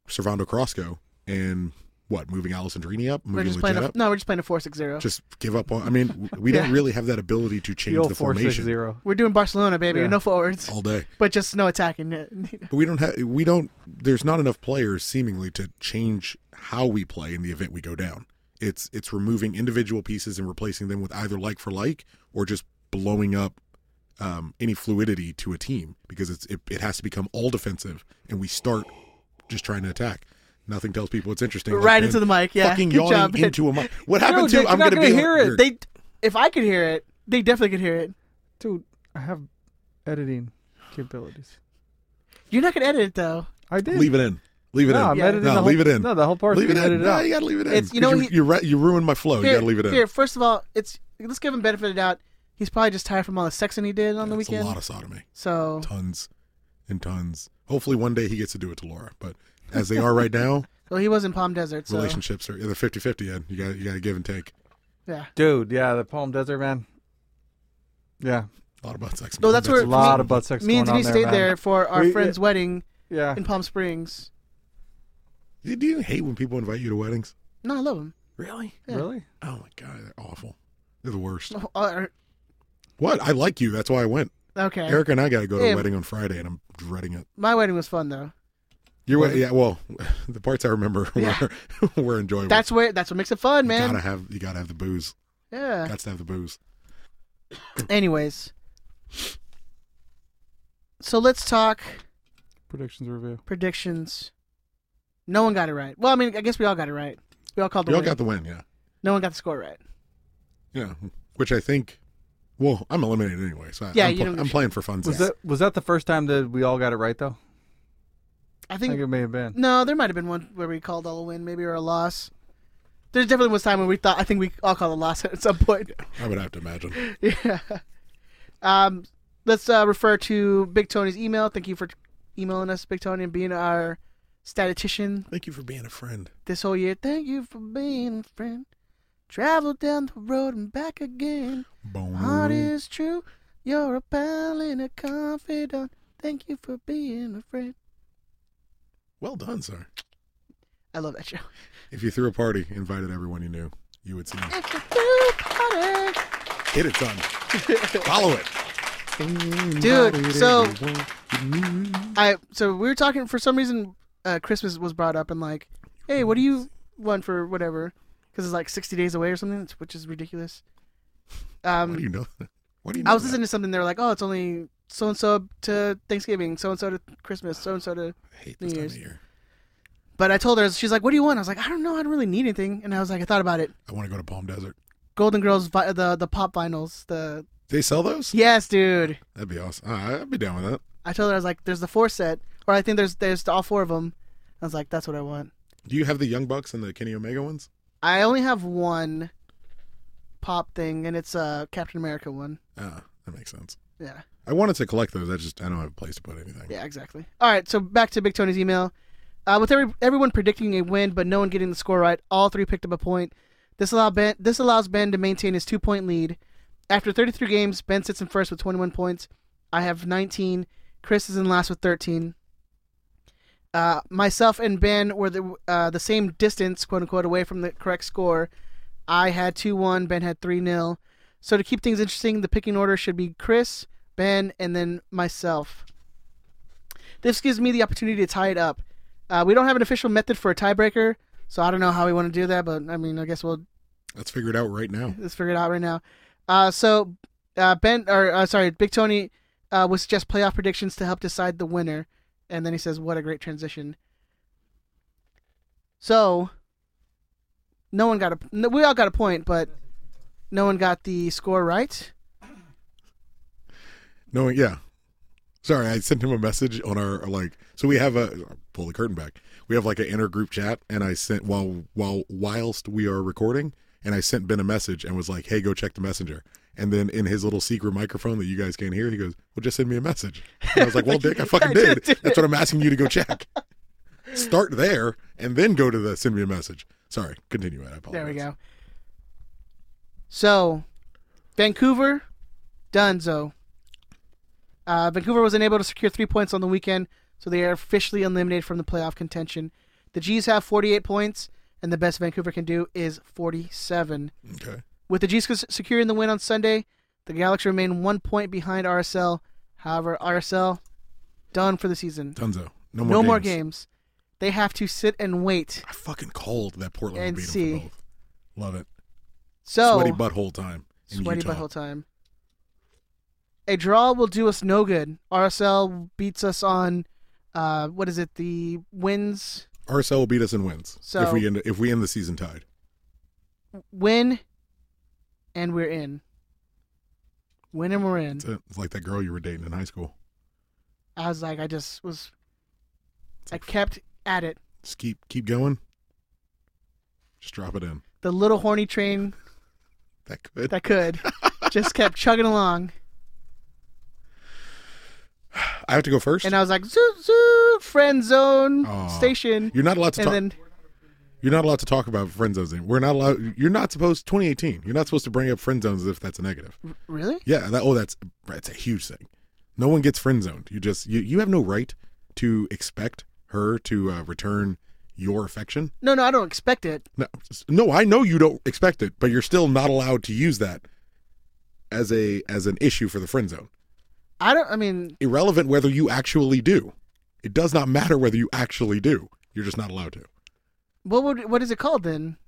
C: Servando Carrasco and what moving Alessandrini up,
B: We're
C: moving
B: just playing
C: Legette
B: a,
C: up.
B: no, we're just playing a four six zero.
C: Just give up on. I mean, we don't
D: Yeah.
C: really have that ability to
D: The
C: change
D: old
C: the
D: four six
C: formation
D: zero.
B: We're doing Barcelona, baby.
D: Yeah.
B: No forwards,
C: all day.
B: but just no attacking.
C: But we don't have we don't there's not enough players seemingly to change how we play in the event we go down. It's it's removing individual pieces and replacing them with either like for like or just blowing up um, any fluidity to a team because it's it, it has to become all defensive and we start just trying to attack. Nothing tells people it's interesting. like
B: Right
C: Ben
B: into the mic, yeah.
C: Fucking
B: Good
C: yawning
B: job, Ben.
C: into a mic. What happened
D: Dude,
C: to
D: you're
C: I'm
D: not
C: gonna, be
D: gonna hear
C: on-
D: it.
B: They, if I could hear it, they definitely could hear it.
D: Dude, I have editing capabilities.
B: You're not gonna edit it though.
D: I did.
C: leave it in. Leave it
D: no,
C: in.
D: I'm
B: Yeah.
D: editing
C: No,
D: the whole,
C: leave it in.
D: No, the whole part.
C: leave it in.
D: edited
C: No,
D: out.
C: you gotta leave it in.
B: It's- you know,
C: you,
B: he-
C: you're right. You ruined my flow. Oh, you gotta leave it in.
B: Here, first of all, it's let's give him benefit of doubt. He's probably just tired from all the sexing he did on the
C: It's a
B: weekend.
C: lot of sodomy.
B: so
C: tons and tons. Hopefully, one day he gets to do it to Laura. But as they are right now,
B: well, he was in Palm Desert. So
C: relationships are they're 50 50, and you got you got to give and take.
B: yeah.
D: Dude, yeah, the Palm Desert, man. Yeah,
C: A lot about sex. and
B: No, that's
C: condoms.
B: where-
D: a lot of butt sex
B: Me and
D: going on
B: Denise stayed
D: man.
B: there for our
D: We-
B: friend's wedding
D: Yeah,
B: in Palm Springs.
C: Do you- Do you hate when people invite you to weddings?
B: No, I love him.
C: Really?
B: Yeah.
D: really?
C: Oh my god, they're awful. They're the worst.
B: Oh, uh,
C: What? I like you. That's why I went.
B: Okay,
C: Erica and I got to go to
B: Yeah.
C: a wedding on Friday, and I'm dreading it.
B: my wedding was fun though.
C: Your wedding? Yeah. Well, the parts I remember were
B: Yeah.
C: were enjoyable.
B: That's where that's what makes it fun,
C: you
B: man.
C: gotta have you gotta have the booze.
B: Yeah.
C: Gots to have the booze.
B: Anyways, so let's talk
D: Predictions review.
B: predictions. No one got it right. Well, I mean, I guess we all got it right. We all called the
C: Y'all
B: win.
C: got the win. Yeah.
B: no one got the score right.
C: Yeah, which I think. Well, I'm eliminated anyway, so I,
B: Yeah,
C: I'm,
B: you
C: pl-
B: don't get
C: I'm
B: shit.
C: playing for fun.
D: Was that was that the first time that we all got it right though?
B: I
D: I
B: think
D: think it may have been.
B: No, there might have been one where we called all a win, maybe or a loss. There definitely was time when we thought I think we all called a loss at some point.
C: I would have to imagine.
B: Yeah. Um, let's uh, refer to Big Tony's email. Thank you for emailing us, Big Tony, and being our statistician
C: Thank you for being a friend.
B: this whole year. Thank you for being a friend. Travel down the road and back again.
C: Boom.
B: Heart
C: Mm-hmm.
B: is true. You're a pal and a confidant. Thank you for being a friend.
C: Well done, sir.
B: I love that show.
C: If you threw a party, invited everyone you knew, you would sing.
B: It's a good party.
C: Hit it, son. Follow it.
B: dude so i so we were talking for some reason uh, christmas was brought up and like hey what do you want for whatever because it's like 60 days away or something it's- which is ridiculous
C: Why do
B: um
C: you know that? Why do you know
B: i was
C: that?
B: listening to something they were like oh it's only so and so to thanksgiving so and so to christmas so and so to
C: I hate this
B: New
C: time
B: Year's.
C: of year.
B: but i told her she's like what do you want i was like i don't know i don't really need anything and i was like i thought about it
C: I want to go to Palm Desert.
B: golden girls vi- the the pop vinyls the
C: They sell those?
B: yes dude
C: That'd be awesome. Uh, I'd be down with that.
B: i told her i was like there's the four set or i think there's there's all four of them i was like that's what i want
C: Do you have the Young Bucks and the Kenny Omega ones?
B: I only have one pop thing, and it's a Captain America one.
C: Ah, that makes sense.
B: Yeah,
C: I wanted to collect those. I just I don't have a place to put anything.
B: yeah, exactly. All right, so back to Big Tony's email. Uh, with every, everyone predicting a win, but no one getting the score right, all three picked up a point. This allow Ben. This allows Ben to maintain his two-point lead. After 33 games, Ben sits in first with 21 points. I have 19. Chris is in last with 13. Uh, myself and Ben were the uh, the same distance, quote unquote, away from the correct score. I had two one. Ben had three 0 So to keep things interesting, the picking order should be Chris, Ben, and then myself. This gives me the opportunity to tie it up. Uh, we don't have an official method for a tiebreaker, so I don't know how we want to do that. But I mean, I guess we'll
C: Let's figure it out right now.
B: let's figure it out right now. Uh, so uh, Ben, or uh, sorry, Big Tony uh, would suggest playoff predictions to help decide the winner, and then he says, "What a great transition." So no one got a. no- We all got a point, but no one got the score right.
C: No, yeah. Sorry, I sent him a message on our like. So we have a pull the curtain back. We have like an inner group chat, and I sent while while whilst we are recording, and I sent Ben a message and was like, "Hey, go check the messenger." And then in his little secret microphone that you guys can't hear, he goes, "Well, just send me a message." And I was like, "Well, Dick, I fucking did. That's what I'm asking you to go check. Start there, and then go to the send me a message." Sorry, continue it. I apologize.
B: There we go. So Vancouver, Dunzo. Uh, Vancouver was unable to secure three points on the weekend, so they are officially eliminated from the playoff contention. The G's have 48 points, and the best Vancouver can do is 47.
C: Okay.
B: With the G's cons- securing the win on Sunday, the Galaxy remain one point behind RSL. However, RSL done for the season.
C: Dunzo. No more
B: No
C: games.
B: more games. They have to sit and wait.
C: I fucking called that Portland
B: And
C: would beat 'em
B: see.
C: for both. Love it.
B: So
C: Sweaty butthole time. In
B: Oh. sweaty
C: Utah.
B: butthole time. A draw will do us no good. RSL beats us on, uh, what is it? The wins,
C: RSL will beat us in wins if
B: So-
C: we end if we end the season tied.
B: win, and we're in. Win and we're in.
C: That's it. It's like that girl you were dating in high school.
B: I was like, I just was, I kept at it.
C: Just keep keep going. Just drop it in.
B: The little horny train
C: That could.
B: that could just kept chugging along,
C: I have to go first.
B: and um, I was like, zoot zoot, friend zone
C: Aw.
B: station,
C: You're not allowed to
B: and
C: talk.
B: then
C: You're not allowed to talk about friend zones. anymore. We're not allowed. You're not supposed. 2018. You're not supposed to bring up friend zones as if that's a negative.
B: really,
C: Yeah. That. Oh, that's that's a huge thing. No one gets friend zoned. You just you you have no right to expect her to uh, return your affection.
B: no, no, I don't expect it.
C: No, no, I know you don't expect it, but you're still not allowed to use that as a as an issue for the friend zone.
B: I don't. I mean,
C: Irrelevant whether you actually do. It does not matter whether you actually do. You're just not allowed to.
B: what would what is it called then?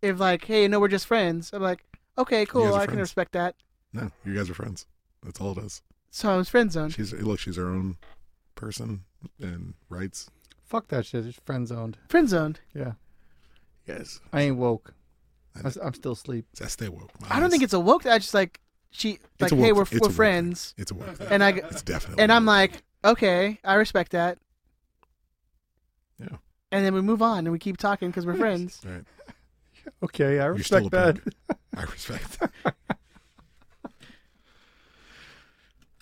B: If like, hey, no, we're just friends. I'm like, okay,
C: guys
B: cool,
C: are
B: I can
C: friends.
B: respect that.
C: No, you guys are friends. That's all it is.
B: So I was friend zoned.
C: She's look, she's her own person and rights.
D: Fuck that shit. It's friend zoned.
B: Friend zoned.
D: Yeah.
C: Yes,
D: I ain't woke. I, am still asleep.
C: I stay woke.
B: I don't think it's a woke. I just like she like, hey, we're we're friends,
C: It's a woke. thing.
B: and I g-
C: it's definitely.
B: and I'm
C: woke.
B: like, okay, I respect that.
C: Yeah.
B: And then we move on and we keep talking because we're friends.
C: All right.
D: Okay, I
C: You're still
D: respect
C: a
D: that.
C: pig. I respect.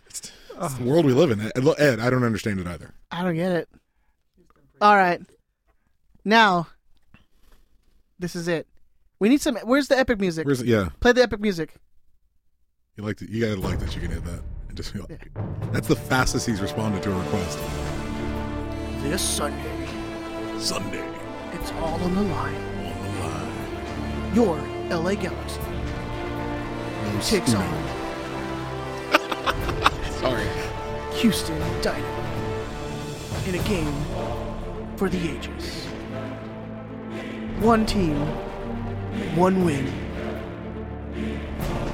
C: it's, it's the world we live in. Ed, look, Ed, I don't understand it either.
B: I don't get it. All right, now this is it. We need some. Where's the epic music?
C: Where's yeah?
B: Play the epic music.
C: You like that? You gotta like that. You can hit that. And just feel like, that's the fastest he's responded to a request.
B: This Sunday,
C: Sunday
B: it's all on the line.
C: on the line.
B: Your LA Galaxy.
C: No
B: takes
C: scooting.
B: on
C: Sorry.
B: Houston Dynamo in a game for the ages. One team, one win.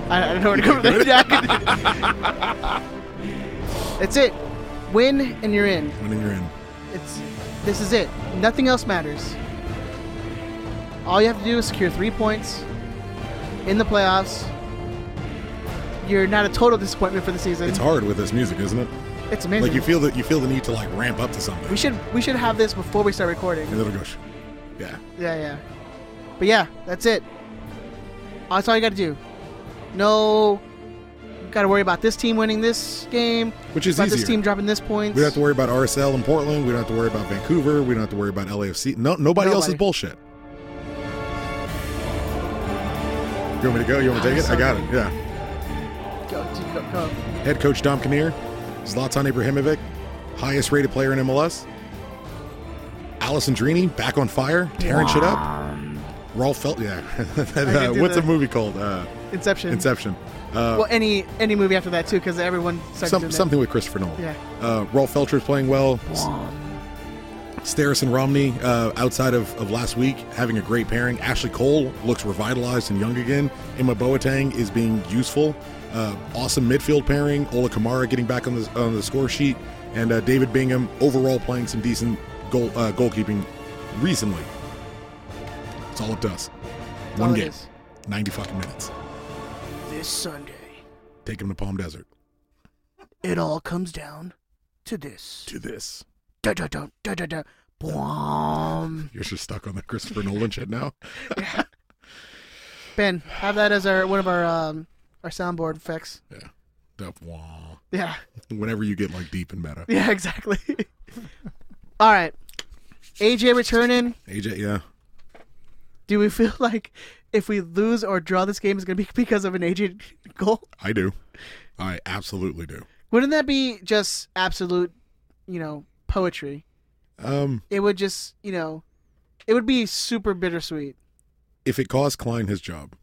B: I, I don't know where to go with that. That's it. Win and you're in.
C: When you're in.
B: It's this is it. Nothing else matters. All you have to do is secure three points in the playoffs. You're not a total disappointment for the season.
C: It's hard with this music, isn't it?
B: It's amazing.
C: Like you feel that you feel the need to like ramp up to something,
B: We should we should have this before we start recording.
C: and it'll go. Sh- yeah.
B: Yeah, yeah. But yeah, that's it. That's all you got to do. No, got to worry about this team winning this game.
C: Which is
B: about
C: easier.
B: this team dropping this points.
C: We don't have to worry about RSL in Portland. We don't have to worry about Vancouver. We don't have to worry about LAFC. No, nobody, else is
B: Nobody.
C: bullshit. You want me to go? You want me to take it? I got it. Yeah.
B: Go, dude, go, go.
C: Head coach Dom Kinnear, Zlatan Ibrahimovic, highest rated player in MLS. Allison Drini back on fire, tearing shit up. Rolf Felt, yeah.
B: can do
C: What's
B: the-
C: a movie called? Uh,
B: Inception.
C: Inception. Uh,
B: Well, any any movie after that too, because everyone starts
C: some,
B: doing that.
C: something with Christopher Nolan.
B: Yeah.
C: Uh, Rolf Felcher's playing well. S- Starris and Romney, uh, outside of, of last week, having a great pairing. Ashley Cole looks revitalized and young again. Emma Boateng is being useful. Uh, awesome midfield pairing. Ola Kamara getting back on the on the score sheet, and uh, David Bingham overall playing some decent goal uh, goalkeeping recently. It's all up to us.
B: That's all
C: One
B: it
C: game,
B: is.
C: ninety fucking minutes.
B: This Sunday,
C: Take him to Palm Desert.
B: it all comes down to this.
C: Do this.
B: Da da da da da da. Boom.
C: You're just stuck on the Christopher Nolan shit now.
B: Ben, have that as our one of our um our soundboard effects.
C: Yeah. Dup, wah.
B: Yeah.
C: Whenever you get like deep in meta.
B: Yeah, exactly. All right. AJ returning.
C: AJ, yeah.
B: Do we feel like if we lose or draw this game is going to be because of an AJ goal?
C: I do. I absolutely do.
B: Wouldn't that be just absolute, you know, poetry?
C: Um,
B: It would just, you know, it would be super bittersweet.
C: if it costs Klein his job,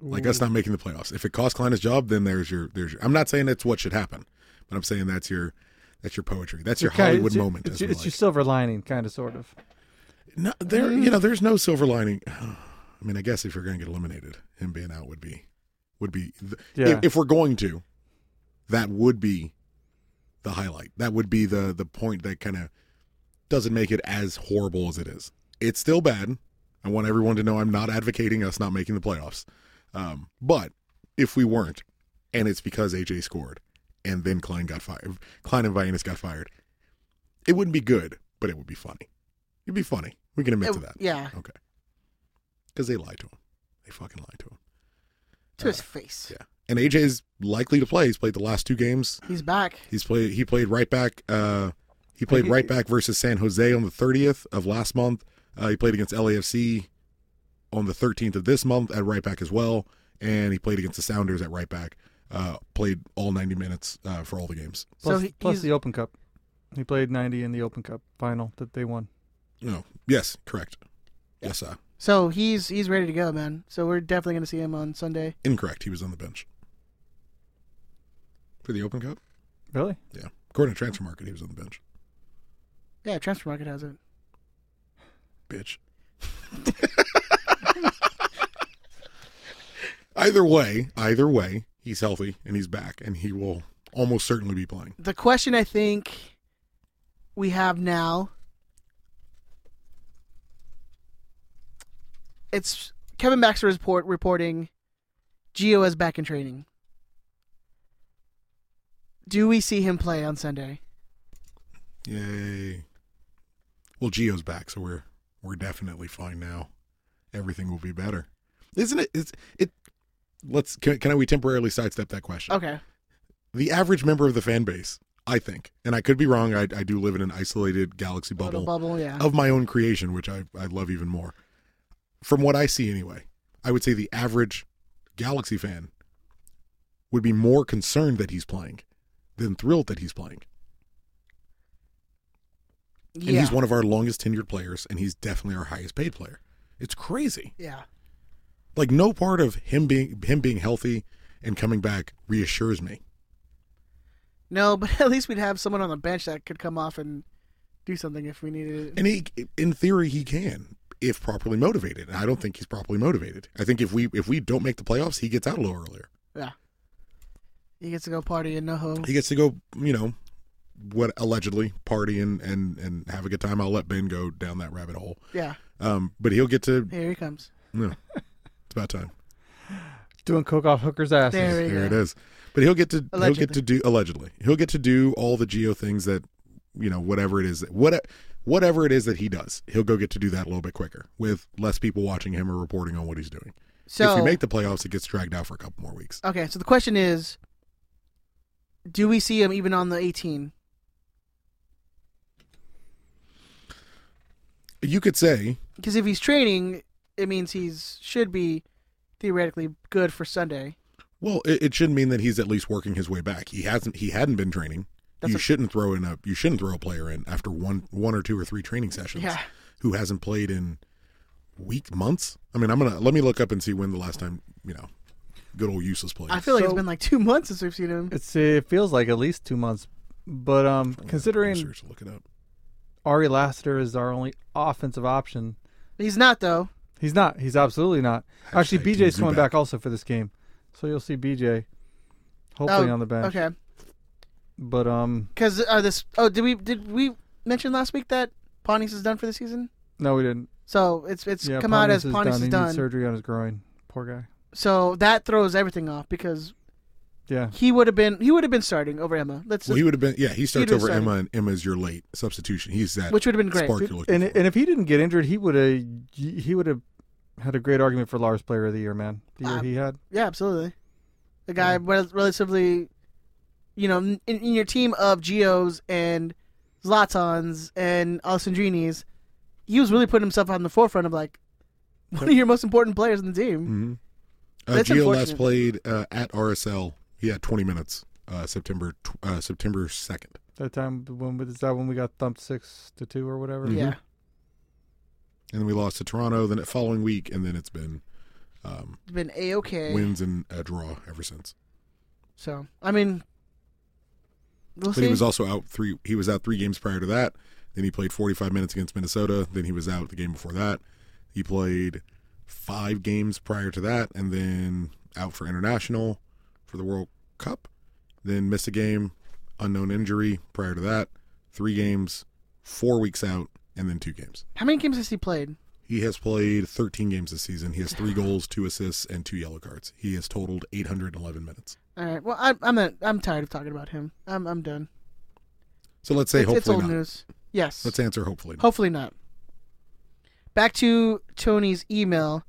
C: like us not making the playoffs, if it costs Klein his job, then there's your there's. Your, I'm not saying that's what should happen, but I'm saying that's your that's your poetry. That's your
D: Okay, it's
C: Hollywood
D: your-
C: moment.
D: It's,
C: as
D: your-
C: we
D: it's your
C: like.
D: silver lining, kind of, sort of.
C: No, there, you know, there's no silver lining. I mean, I guess if you're going to get eliminated, him being out would be, would be. The,
D: Yeah.
C: if, if we're going to, that would be the highlight. That would be the the point that kind of doesn't make it as horrible as it is. It's still bad. I want everyone to know I'm not advocating us not making the playoffs. Um, but if we weren't, and it's because AJ scored, and then Klein got fired, Klein and Vianis got fired, it wouldn't be good, but it would be funny. It'd be funny. We can admit
B: It-
C: to that.
B: yeah.
C: Okay. Because they lied to him. They fucking lied to him.
B: To his face.
C: Yeah. And AJ's likely to play. He's played the last two games.
B: He's back.
C: He's played. He played right back. Uh, he played right back versus San Jose on the 30th of last month. Uh, he played against LAFC on the 13th of this month at right back as well, and he played against the Sounders at right back. Uh, played all 90 minutes uh, for all the games.
D: Plus,
B: so he,
D: plus
B: he's,
D: the Open Cup. He played 90 in the Open Cup final that they won.
C: No, yes, correct. Yes, uh,
B: so he's he's ready to go, man. So we're definitely gonna see him on Sunday.
C: incorrect. He was on the bench for the Open Cup.
D: Really?
C: Yeah, according to Transfer Market, he was on the bench.
B: Yeah, transfer market has it.
C: bitch. either way, either way, he's healthy and he's back and he will almost certainly be playing.
B: The question I think we have now it's Kevin Baxter report reporting Gio is back in training. Do we see him play on Sunday?
C: Yay. Well, Geo's back, so we're we're definitely fine now. Everything will be better. Isn't it it's it let's can, can we temporarily sidestep that question?
B: Okay.
C: The average member of the fan base, I think, and I could be wrong, I, I do live in an isolated galaxy
B: Little
C: bubble. Oh,
B: bubble, yeah.
C: of my own creation, which I, I love even more. From what I see, anyway, I would say the average Galaxy fan would be more concerned that he's playing than thrilled that he's playing. And
B: yeah.
C: he's one of our longest tenured players, and he's definitely our highest paid player. It's crazy.
B: yeah.
C: Like no part of him being him being healthy and coming back reassures me.
B: No, but at least we'd have someone on the bench that could come off and do something if we needed it.
C: And he, in theory, he can if properly motivated. And I don't think he's properly motivated. I think if we if we don't make the playoffs, he gets out a little earlier.
B: Yeah. He gets to go party in NoHo.
C: he gets to go you know what allegedly party and and and have a good time i'll let ben go down that rabbit hole
B: Yeah.
C: um but he'll get to
B: Here he comes.
C: no it's about time
D: Doing coke off hookers' ass.
B: There we
C: there it
B: go.
C: is but he'll get to he'll get
B: Allegedly.
C: to do allegedly he'll get to do all the geo things that you know whatever it is that what whatever it is that he does he'll go get to do that a little bit quicker with less people watching him or reporting on what he's doing
B: So
C: if we make the playoffs it gets dragged out for a couple more weeks
B: Okay, so the question is do we see him even on the 18?
C: you could say
B: Because if he's training, it means he's should be theoretically good for Sunday.
C: Well, it, it should mean that he's at least working his way back. He hasn't. He hadn't been training.
B: That's
C: you
B: a-
C: shouldn't throw in a. You shouldn't throw a player in after one, one or two or three training sessions.
B: Yeah.
C: Who hasn't played in week months? I mean, I'm gonna let me look up and see when the last time you know, good old useless player.
B: I feel like it's
D: So-
B: been like two months since we've seen him.
D: It's, it feels like at least two months. But um,
C: Yeah,
D: considering
C: uh, research, look it up.
D: Ari Lassiter is our only offensive option,
B: He's not though.
D: he's not. He's absolutely not. Actually,
C: Hashtag
D: BJ's
C: team
D: coming
C: Zubac.
D: back also for this game, so you'll see BJ hopefully
B: oh,
D: on the bench.
B: Okay,
D: But um,
B: because uh, this. Oh, did we did we mention last week that Pontius is done for the season?
D: no, we didn't.
B: So it's it's
D: yeah,
B: come out
D: Pontius
B: as Pontius
D: He
B: is
D: needs
B: done.
D: Surgery on his groin. Poor guy.
B: So that throws everything off because
D: Yeah.
B: he would have been he would have been starting over Emma. Let's
C: Well, he would have been. Yeah, he starts
B: been
C: over
B: starting.
C: Emma, and Emma's your late substitution. He's that,
B: which would have been great.
C: spark you're looking
D: And
C: for.
D: and if he didn't get injured, he would have he would have had a great argument for Lars Player of the Year, man. The year
B: Uh,
D: he had.
B: Yeah, absolutely. The guy rel- relatively, you know, in, in your team of Geos and Zlatans and Alessandrinis, he was really putting himself on the forefront of like one of your most important players in the team.
C: Mhm. Uh,
B: That's
C: Gio last
B: unfortunate.
C: played uh, at RSL. He had 20 minutes uh, September tw- uh, September second.
D: That time when is that when we got thumped six to two or whatever?
C: Mm-hmm.
B: Yeah.
C: And then we lost to Toronto. Then the following week, and then it's been um,
B: It's been a okay.
C: wins and a draw ever since.
B: So I mean, we'll
C: But
B: see.
C: he was also out three. He was out three games prior to that. Then he played 45 minutes against Minnesota. Then he was out the game before that. He played five games prior to that, and then out for international for the World Cup. Then missed a game, unknown injury prior to that. Three games, four weeks out, and then two games.
B: How many games has he played?
C: He has played 13 games this season. He has three goals, two assists, and two yellow cards. He has totaled 811 minutes.
B: All right. Well, I, I'm not, I'm tired of talking about him. I'm I'm done.
C: So let's say
B: it's, it's
C: hopefully
B: old
C: not.
B: news. Yes.
C: Let's answer hopefully. Not.
B: Hopefully not. Back to Tony's email.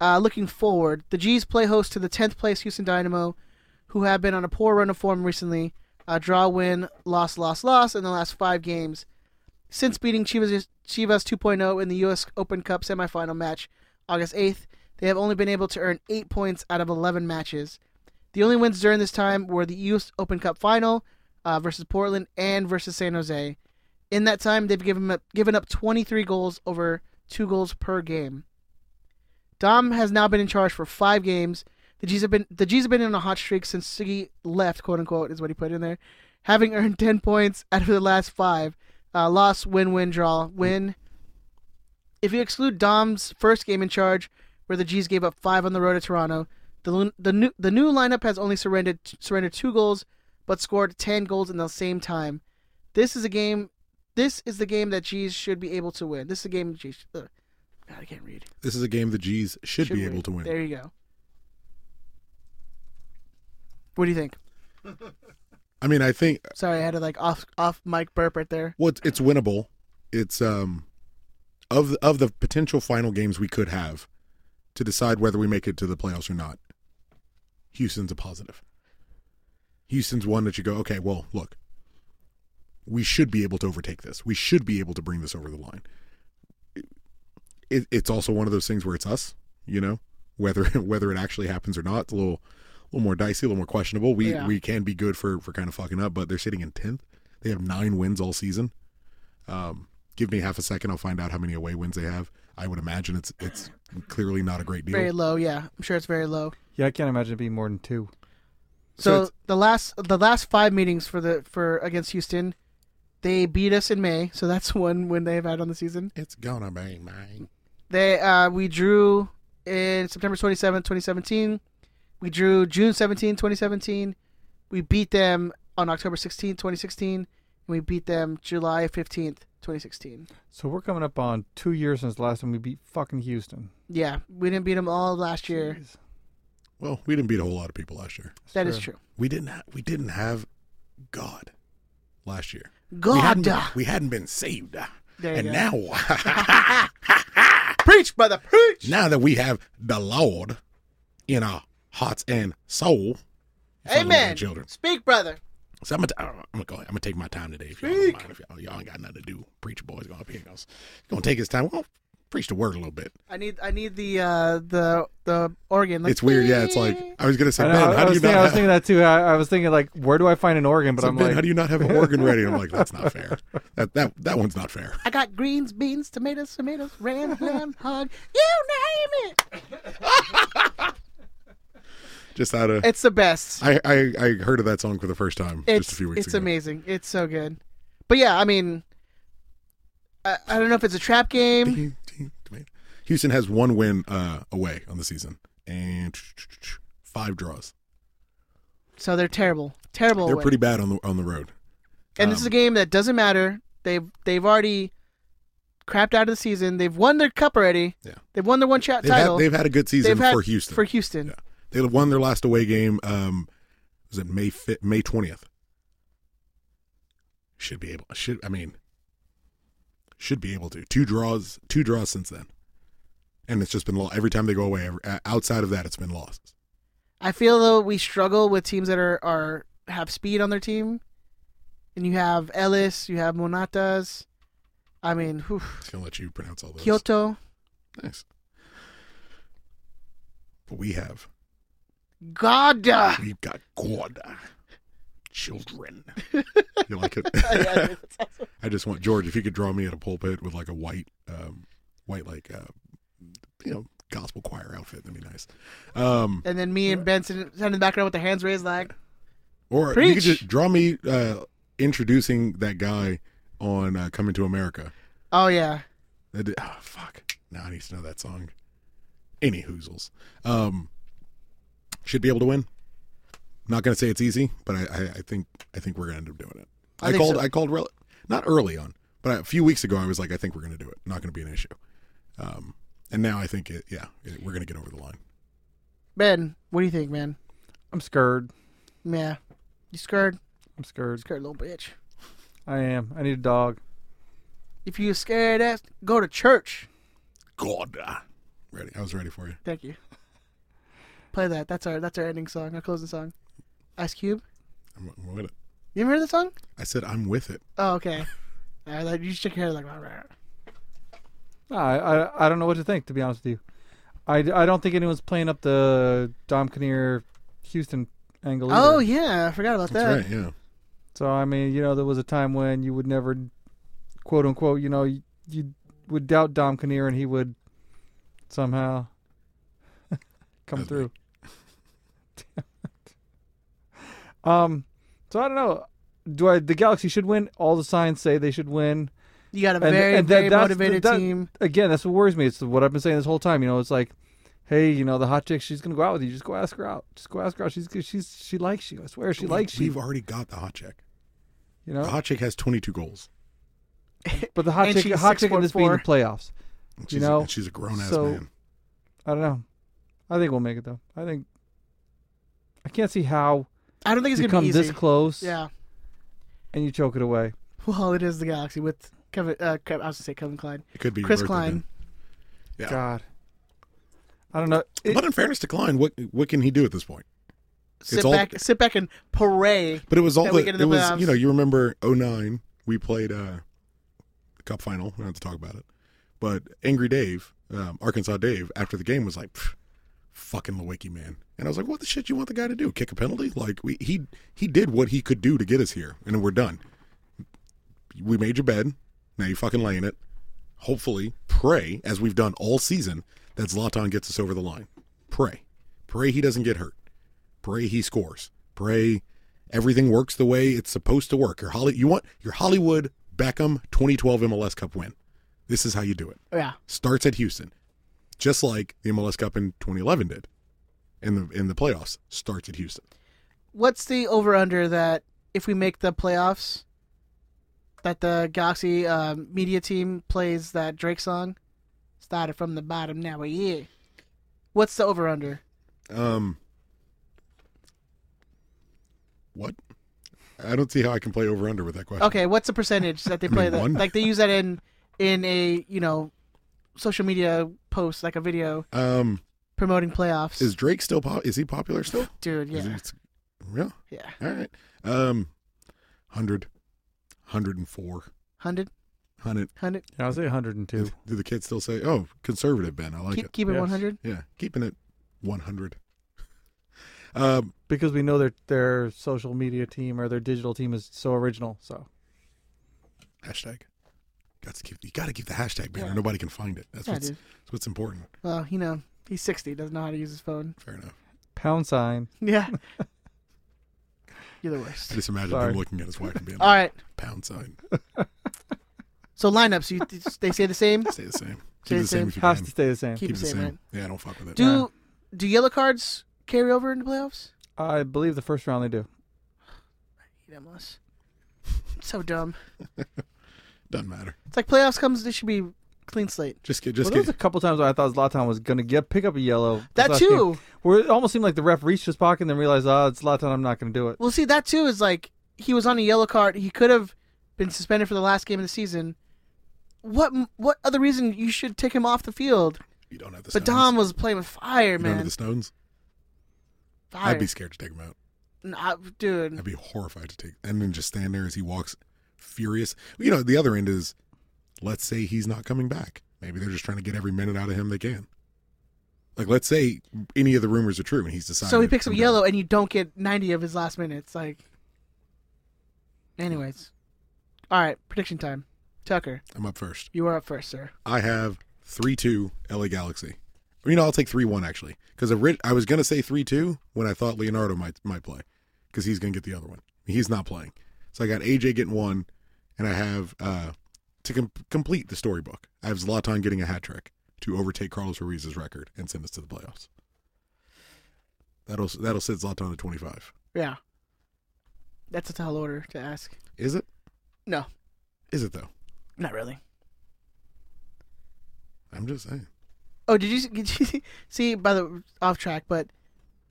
B: Uh, looking forward, the G's play host to the 10th place Houston Dynamo, who have been on a poor run of form recently. Uh, draw, win, loss, loss, loss in the last five games. Since beating Chivas, Chivas 2.0 in the U.S. Open Cup semifinal match August 8th, they have only been able to earn 8 points out of 11 matches. The only wins during this time were the U.S. Open Cup final uh, versus Portland and versus San Jose. In that time, they've given up, given up 23 goals over two goals per game. Dom has now been in charge for five games. The G's have been the G's have been in a hot streak since Siggy left, quote unquote, is what he put in there, having earned 10 points out of the last five. Uh, loss, win, win, draw, win. If you exclude Dom's first game in charge, where the G's gave up five on the road to Toronto, the lu- the new the new lineup has only surrendered surrendered two goals, but scored 10 goals in the same time. This is a game. This is the game that G's should be able to win. This is a game G's. Ugh. God, I can't read.
C: This is a game the G's should, be
B: Should
C: able
B: win.
C: to win.
B: There you go. What do you think?
C: I mean, I think
B: Sorry, I had to like off off mic burp right there.
C: well, it's, it's winnable. It's um of the, of the potential final games we could have to decide whether we make it to the playoffs or not. Houston's a positive. Houston's one that you go, okay, well, look, we should be able to overtake this. We should be able to bring this over the line. It, it's also one of those things where it's us, you know, whether whether it actually happens or not. It's a little, little more dicey, a little more questionable. We
B: Yeah.
C: we can be good for for kind of fucking up, but they're sitting in tenth. They have nine wins all season. Um, give me half a second, I'll find out how many away wins they have. I would imagine it's it's clearly not a great deal.
B: Very low. Yeah, I'm sure it's very low.
D: Yeah, I can't imagine it being more than two.
C: So
B: So, the last the last five meetings for the for against Houston, they beat us in May. So that's one win they've had on the season.
C: It's gonna be mine.
B: They uh, we drew in September 27, 2017. We drew June 17, 2017. We beat them on October 16, 2016, and we beat them July 15th, 2016.
D: So we're coming up on two years since the last time we beat fucking Houston.
B: Yeah, we didn't beat them all last year.
D: Jeez.
C: Well, we didn't beat a whole lot of people last year.
B: That is
D: Sure.
B: true.
C: We didn't ha- we didn't have God last year. we hadn't,
B: God,
C: been, we hadn't been saved.
B: There you
C: and
B: go.
C: now
B: preach, brother, preach.
C: now that we have the Lord in our hearts and soul. Hallelujah,
B: Amen.
C: Children.
B: Speak, brother.
C: So I'm gonna, t- I'm gonna go. I'm gonna take my time today. If y'all don't mind, if y'all, y'all ain't got nothing to do, preacher boy's gonna be here. He's gonna take his time. We're gonna preach the word a little bit.
B: I need I need the uh the the organ. Like,
C: It's weird. Yeah, it's like I was gonna say,
D: I, know,
C: man,
D: I,
C: how do
D: was
C: you
D: thinking, I
C: not?
D: was
C: Have,
D: thinking that too. I, I was thinking like, where do I find an organ? But
C: so,
D: I'm
C: Ben,
D: like,
C: how do you not have an organ ready? I'm like, that's not fair. That that that one's not fair.
B: I got greens, beans, tomatoes, tomatoes, ram, lamb, hog. You name it.
C: Just out of.
B: It's the best.
C: I, I I heard of that song for the first time
B: it's
C: just a few weeks
B: it's
C: ago.
B: amazing. It's so good. But yeah, I mean, I, I don't know if it's a trap game.
C: Houston has one win uh, away on the season and five draws.
B: So they're terrible, terrible.
C: They're
B: away.
C: pretty bad on the on the road. Um,
B: and this is a game that doesn't matter. They've they've already crapped out of the season. They've won their cup already.
C: Yeah.
B: They've won their one shot
C: They've had,
B: title.
C: they've had a good season
B: They've had-
C: for Houston.
B: For Houston.
C: Yeah. They won their last away game. Um, was it May 5th, May twentieth? Should be able. Should I mean? Should be able to two draws. Two draws since then, and it's just been lost every time they go away. Every, uh, outside of that, it's been losses.
B: I feel though we struggle with teams that are, are have speed on their team, and you have Ellis, you have Monatas. I mean, whew,
C: Just gonna let you pronounce all those.
B: Kyoto,
C: Nice. But we have
B: God.
C: we've got God. children. you like it? I just want George. If you could draw me at a pulpit with like a white, um, white like, uh, you know, gospel choir outfit, that'd be nice. Um,
B: And then me and Benson in the background with their hands raised, like,
C: or you could
B: Preach.
C: just draw me uh, introducing that guy on uh, Coming to America.
B: "Oh yeah,
C: That did, oh, fuck. Now I need to know that song. Any hoozles. Um, should be able to win. Not gonna say it's easy, but I, I, I think I think we're gonna end up doing it.
B: I
C: I,
B: think
C: called
B: so.
C: I called rel- not early on, but a few weeks ago I was like I think we're gonna do it. Not gonna be an issue. Um, and now I think it, yeah it- we're gonna get over the line.
B: Ben, what do you think, man?
D: I'm scared.
B: Yeah, you scared,
D: I'm scared.
B: scared little bitch.
D: I am. I need a dog.
B: If you scared ass, go to church.
C: God, ah. ready? I was ready for you.
B: Thank you. Play that. That's our that's our ending song. Our closing song. Ice Cube.
C: I'm, I'm with it.
B: You ever heard the song?
C: I said I'm with it.
B: Oh, okay. I like you shook your head like. "Rah, rah, rah."
D: No, I, I I don't know what to think. To be honest with you, I, I don't think anyone's playing up the Dom Kinnear, Houston angle. either.
B: Oh yeah, I forgot about
C: That's
B: that.
C: right. Yeah.
D: So I mean, you know, there was a time when you would never, quote unquote, you know, you, you would doubt Dom Kinnear and he would somehow come
C: That's
D: through. um, so I don't know. Do I? The Galaxy should win. All the signs say they should win.
B: You got a
D: And-
B: very
D: and that-
B: very
D: that's-
B: motivated
D: that-
B: team.
D: Again, that's what worries me. It's what I've been saying this whole time. You know, it's like, hey, you know, the hot chick, she's gonna go out with you. Just go ask her out. Just go ask her out. She's she's she likes you. I swear, she
C: We-
D: likes
C: We've
D: you.
C: already got the hot chick.
D: You know,
C: The hot chick has 22 goals.
D: but the hot
B: and
D: chick,
B: she's
D: hot chick, in this being the
B: 6'4".
D: playoffs.
C: And
D: You
C: she's,
D: know,
C: and she's a grown ass
D: so-
C: man.
D: I don't know. I think we'll make it though. I think I can't see how
B: I don't think it's
D: you
B: gonna
D: come
B: be easy.
D: this close
B: Yeah.
D: and you choke it away.
B: Well, it is the Galaxy with Kevin. Uh, Kev- I was gonna say Kevin Klein.
C: It could be your
B: Chris
C: birthday
B: Klein.
C: Yeah.
D: God, I don't know.
C: then.
D: It-
C: But in fairness to Klein, what what can he do at this point?
B: Sit
C: It's all-
B: back. Sit back and pray.
C: But it was all
B: That
C: the,
B: we get in
C: it
B: the
C: was
B: playoffs.
C: you know you remember 09, we played uh, the cup final. We don't have to talk about it. But Angry Dave, um, Arkansas Dave, after the game was like, "Pff, "Fucking Lewicki man," and I was like, "What the shit you want the guy to do? Kick a penalty? Like we, he he did what he could do to get us here, and we're done. We made your bed. Now you fucking laying it. Hopefully, pray as we've done all season that Zlatan gets us over the line. Pray, pray he doesn't get hurt. Pray he scores. Pray everything works the way it's supposed to work. Your Holly, you want your Hollywood Beckham 2012 MLS Cup win. This is how you do it.
B: Oh, Yeah.
C: Starts at Houston, just like the MLS Cup in 2011 did, in the in the playoffs. Starts at Houston.
B: What's the over under that if we make the playoffs, that the Galaxy um, media team plays that Drake song, started from the bottom now we're here. What's the over under?
C: Um, what? I don't see how I can play over under with that question.
B: Okay, what's the percentage that they
C: mean,
B: play that?
C: one.
B: Like they use that in in a you know social media post like a video
C: Um,
B: promoting playoffs.
C: is Drake still pop? Is he popular still?
B: Dude,
C: Is
B: yeah,
C: he- yeah.
B: yeah,
C: All right. Um, 100, 104,
B: hundred,
C: 100.
B: hundred.
D: yeah, I'll say 102.
C: Do, do the kids still say, "Oh, conservative Ben"? I like
B: keep
C: it.
B: keep it
D: Yes.
B: one hundred.
C: Yeah, keeping it 100. um,
D: because we know their their social media team or their digital team is so original. So
C: hashtag. Got to keep. You got to keep the hashtag banner. Nobody can find it. That's
B: Yeah,
C: what's
B: dude.
C: that's what's important.
B: Well, you know he's sixty, doesn't know how to use his phone.
C: Fair enough.
D: pound sign.
B: Yeah, you're the
C: I
B: worst.
C: just imagine
D: Sorry.
C: him looking at his wife and being
B: All right.
C: like, "Pound sign."
B: So lineups, you, they say the same.
C: Stay the same.
B: Stay
C: Keep
B: the
C: it the same
B: same.
C: if you
D: Has
C: can.
D: to stay the same.
B: Keep,
C: Keep
B: the
C: it the
B: same.
C: same.
B: Right?
C: Yeah, I don't fuck with it.
B: Do do yellow cards carry over into playoffs?
D: I believe the first round they do.
B: Hate MLS. So dumb.
C: Doesn't matter.
B: It's like playoffs comes. This should be clean slate.
C: Just get.
D: Well,
C: Just
D: there was a
C: get.
D: couple times where I thought Zlatan was gonna get pick up a yellow.
B: That
D: Last
B: too.
D: game, where it almost seemed like the ref reached his pocket and then realized, ah, it's Zlatan. I'm not gonna do it.
B: Well, see, that too is like he was on a yellow card. He could have been suspended for the last game of the season. What what other reason you should take him off the field?
C: You don't have the.
B: But
C: Stones.
B: Dom was playing with fire,
C: you don't have
B: man.
C: the Stones.
B: Fire.
C: I'd be scared to take him out.
B: Nah, dude.
C: I'd be horrified to take and then just stand there as he walks furious. You know, the other end is let's say he's not coming back. Maybe they're just trying to get every minute out of him they can. Like let's say any of the rumors are true and he's decided.
B: So he picks up
C: I'm
B: yellow, and you don't get ninety of his last minutes. Like, Anyways, all right, prediction time. Tucker,
C: I'm up first.
B: you are up first, sir.
C: I have 3 2 LA Galaxy. Or, you know, I'll take 3 1 actually. Because I was going to say 3 2 when I thought Leonardo might, might play because he's going to get the other one. He's not playing. So I got AJ getting one, and I have, uh, to com- complete the storybook, I have Zlatan getting a hat trick to overtake Carlos Ruiz's record and send us to the playoffs. That'll that'll sit Zlatan at 25.
B: Yeah, that's a tall order to ask.
C: Is it?
B: No,
C: Is it though?
B: not really.
C: I'm just saying.
B: Oh, did you did you see by the off track? But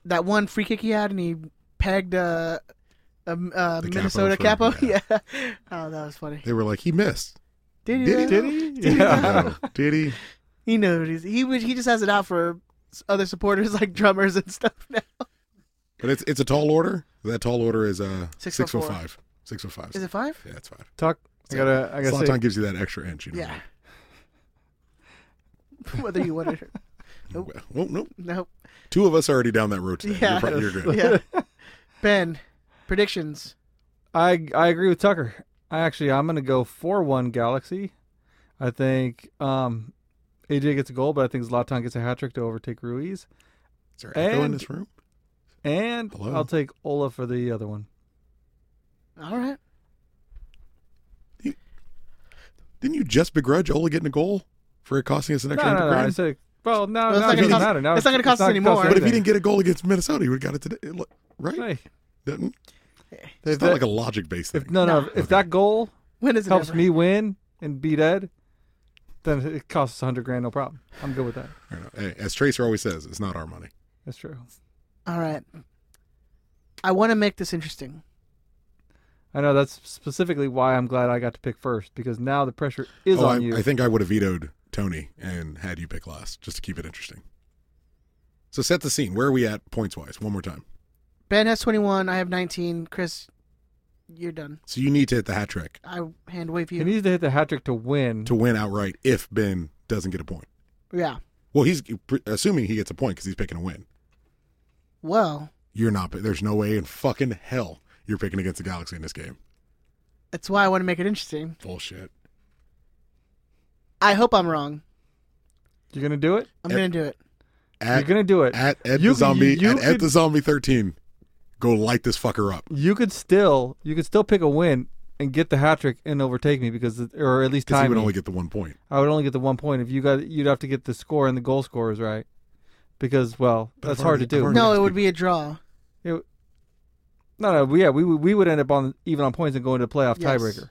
B: that one free kick he had, and he pegged a, a, a
C: The
B: Minnesota
C: capo
B: capo.
C: for-
B: Yeah. Oh, that was funny.
C: They were like, he missed.
B: Did he?
C: Did he?
B: though?
D: Did he? Yeah.
C: No. Did he?
B: He knows. He would. He just has it out for s- other supporters like drummers and stuff now.
C: But it's it's a tall order. That tall order is uh
B: Six
C: six,
B: foot
C: foot
B: four.
C: five. Six foot five.
B: Is it five?
C: Yeah, it's five.
D: Talk. I gotta. I gotta
C: Zlatan
D: say.
C: gives you that extra inch. You know?
B: Yeah. Whether you want it, or-
C: Well, well, nope.
B: nope.
C: Two of us are already down that road today.
B: Yeah.
C: You're, pro- you're good.
B: Yeah. Ben, predictions.
D: I I agree with Tucker. I actually I'm gonna go four one Galaxy. I think um, AJ gets a goal, but I think Zlatan gets a hat trick to overtake Ruiz.
C: Is there echo in
D: And-
C: this room?
D: And
C: Hello?
D: I'll take Ola for the other one.
B: All right.
C: Didn't you just begrudge Ola getting a goal for it costing us an
D: No,
C: extra
D: no, no. I
C: grand?
D: said, well,
B: Well,
D: now,
B: it's
D: now
B: not gonna
D: it doesn't
B: cost-
D: matter. Now
B: it's not gonna cost us anymore.
D: costing
C: but if he
D: anything.
C: didn't get a goal against Minnesota, he would have got it today, Look, right?
D: Hey,
C: Didn't?
D: if
C: It's not
D: that-
C: like a logic based thing.
D: if, no, no.
B: Nah.
D: If that goal
B: When is it
D: helps
B: ever?
D: me win and beat Ed, then it costs a hundred grand, no problem. I'm good with that.
C: I don't know. Hey, As Tracer always says, it's not our money.
D: That's true.
B: All right. I want to make this interesting.
D: I know that's specifically why I'm glad I got to pick first because now the pressure is
C: oh,
D: on
C: I,
D: you.
C: I think I would have vetoed Tony and had you pick last just to keep it interesting. So set the scene. Where are we at points wise? One more time.
B: Ben has 21. I have 19. Chris, you're done.
C: So you need to hit the hat trick
B: I hand wave
D: he
B: you.
D: needs to hit the hat trick to win.
C: to win outright if Ben doesn't get a point.
B: Yeah.
C: Well, he's assuming he gets a point because he's picking a win.
B: Well,
C: You're not. There's no way in fucking hell you're picking against the Galaxy in this game.
B: that's why I want to make it interesting.
C: Bullshit.
B: I hope I'm wrong.
D: You're gonna do it.
B: I'm
C: Yep.
B: going to do it.
C: At,
D: You're gonna do it.
C: at Ed
D: You
C: the
D: could-
C: Zombie
D: you
C: at Ed
D: could-
C: the Zombie 13. Go light this fucker up.
D: you could still you could still pick a win and get the hat trick and overtake me because or at least
C: Because
D: time
C: he would
D: me.
C: only get the one point.
D: I would only get the one point if you got you'd have to get the score and the goal scorers right because well
C: But
D: that's
C: I've
D: hard to
C: already- I've
D: do.
C: already-
D: No,
B: No, it
C: ask
B: would be a draw.
D: no, yeah, we would- we would end up on even on points and go into playoff
B: Yes.
D: tiebreaker.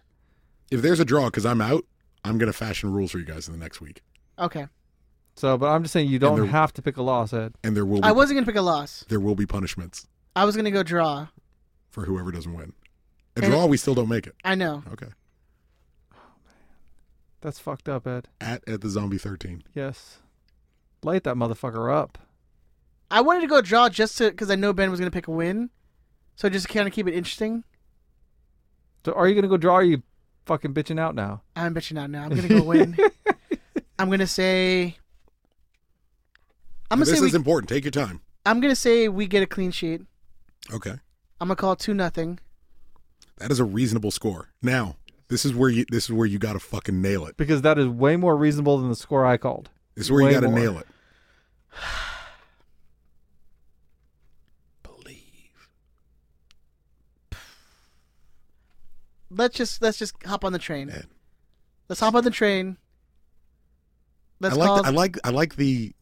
C: If there's a draw because I'm out, I'm gonna fashion rules for you guys in the next week,
B: Okay.
D: So, but I'm just saying you don't
C: there-
D: have to pick a loss, Ed.
C: and there will be,
B: I wasn't going to pick a loss.
C: there will be punishments
B: I was going to go draw.
C: for whoever doesn't win. A
B: And-
C: draw, we still don't make it.
B: I know.
C: Okay.
D: That's fucked up, Ed.
C: At Ed the Zombie 13.
D: Yes, light that motherfucker up.
B: I wanted to go draw just to because I know Ben was going to pick a win, so just to kind of keep it interesting.
D: So, are you gonna go draw? Or are you fucking bitching out now?
B: I'm bitching out now. I'm going to go win. I'm going to say. I'm going to
C: this
B: say we.
C: is important. Take your time.
B: I'm going to say we get a clean sheet.
C: Okay.
B: I'm going to call two nothing.
C: That is a reasonable score. Now, this is where you this is where you gotta fucking nail it.
D: Because that is way more reasonable than the score I called.
C: This is where
D: Way
C: you gotta
D: more.
C: nail it. Believe.
B: Let's just let's just hop on the train.
C: Ed.
B: Let's hop on the train.
C: I
B: Let's
C: like
B: call.
C: the, I like I like the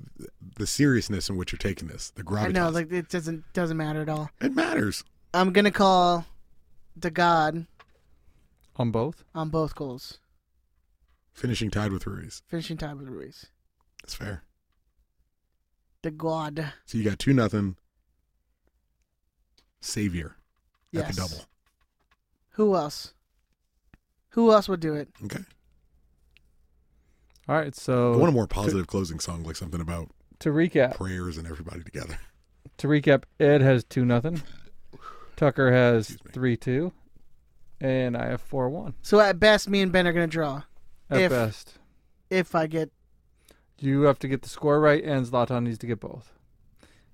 C: the seriousness in which you're taking this. The gravitas.
B: I know, like it doesn't doesn't matter at all.
C: it matters.
B: I'm gonna call the God
D: On both?
B: on both goals.
C: Finishing tied with Ruiz.
B: Finishing time with Ruiz.
C: That's fair.
B: The God.
C: So you got two nothing. Savior
B: Yes.
C: at the double.
B: Who else? Who else would do it?
C: Okay.
D: All right,
B: Oh.
C: I want a
D: so
C: more positive closing song, like something about
D: to recap,
C: prayers and everybody together.
D: to recap, Ed has two nothing, Tucker has
C: Excuse me.
D: three two, and I have four one
B: So at best, me and Ben are gonna draw
D: at
B: If-
D: best.
B: if I get.
D: You have to get the score right, and Zlatan needs to get both.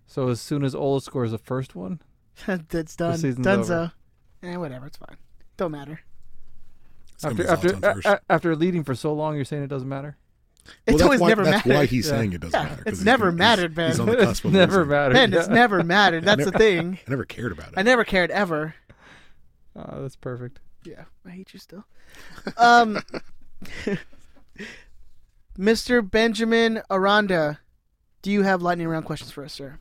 D: So as soon as Ola scores the first one,
B: That's done.
D: season's
B: Dunzo.
D: over.
B: Eh, whatever. It's fine. Don't matter.
C: It's gonna be
D: After
C: his
D: after
C: all-time first.
D: a- a- after leading for so long, you're saying it doesn't matter.
B: It's
C: that's
B: always
C: why,
B: never
C: That's
B: mattered.
C: why he's
D: Yeah.
C: saying it doesn't
B: Yeah,
C: matter.
B: it's
C: 'cause he's-
B: never
C: he's-
B: mattered,
C: He's
B: Ben.
C: on the cusp of
D: Never
C: losing.
D: mattered.
B: Ben, it's
D: Yeah.
B: never mattered. That's the thing.
C: I never cared about it.
B: I never cared ever.
D: Oh, that's perfect.
B: Yeah, I hate you still. Um, Mr. Benjamin Aranda, do you have lightning round questions for us, sir?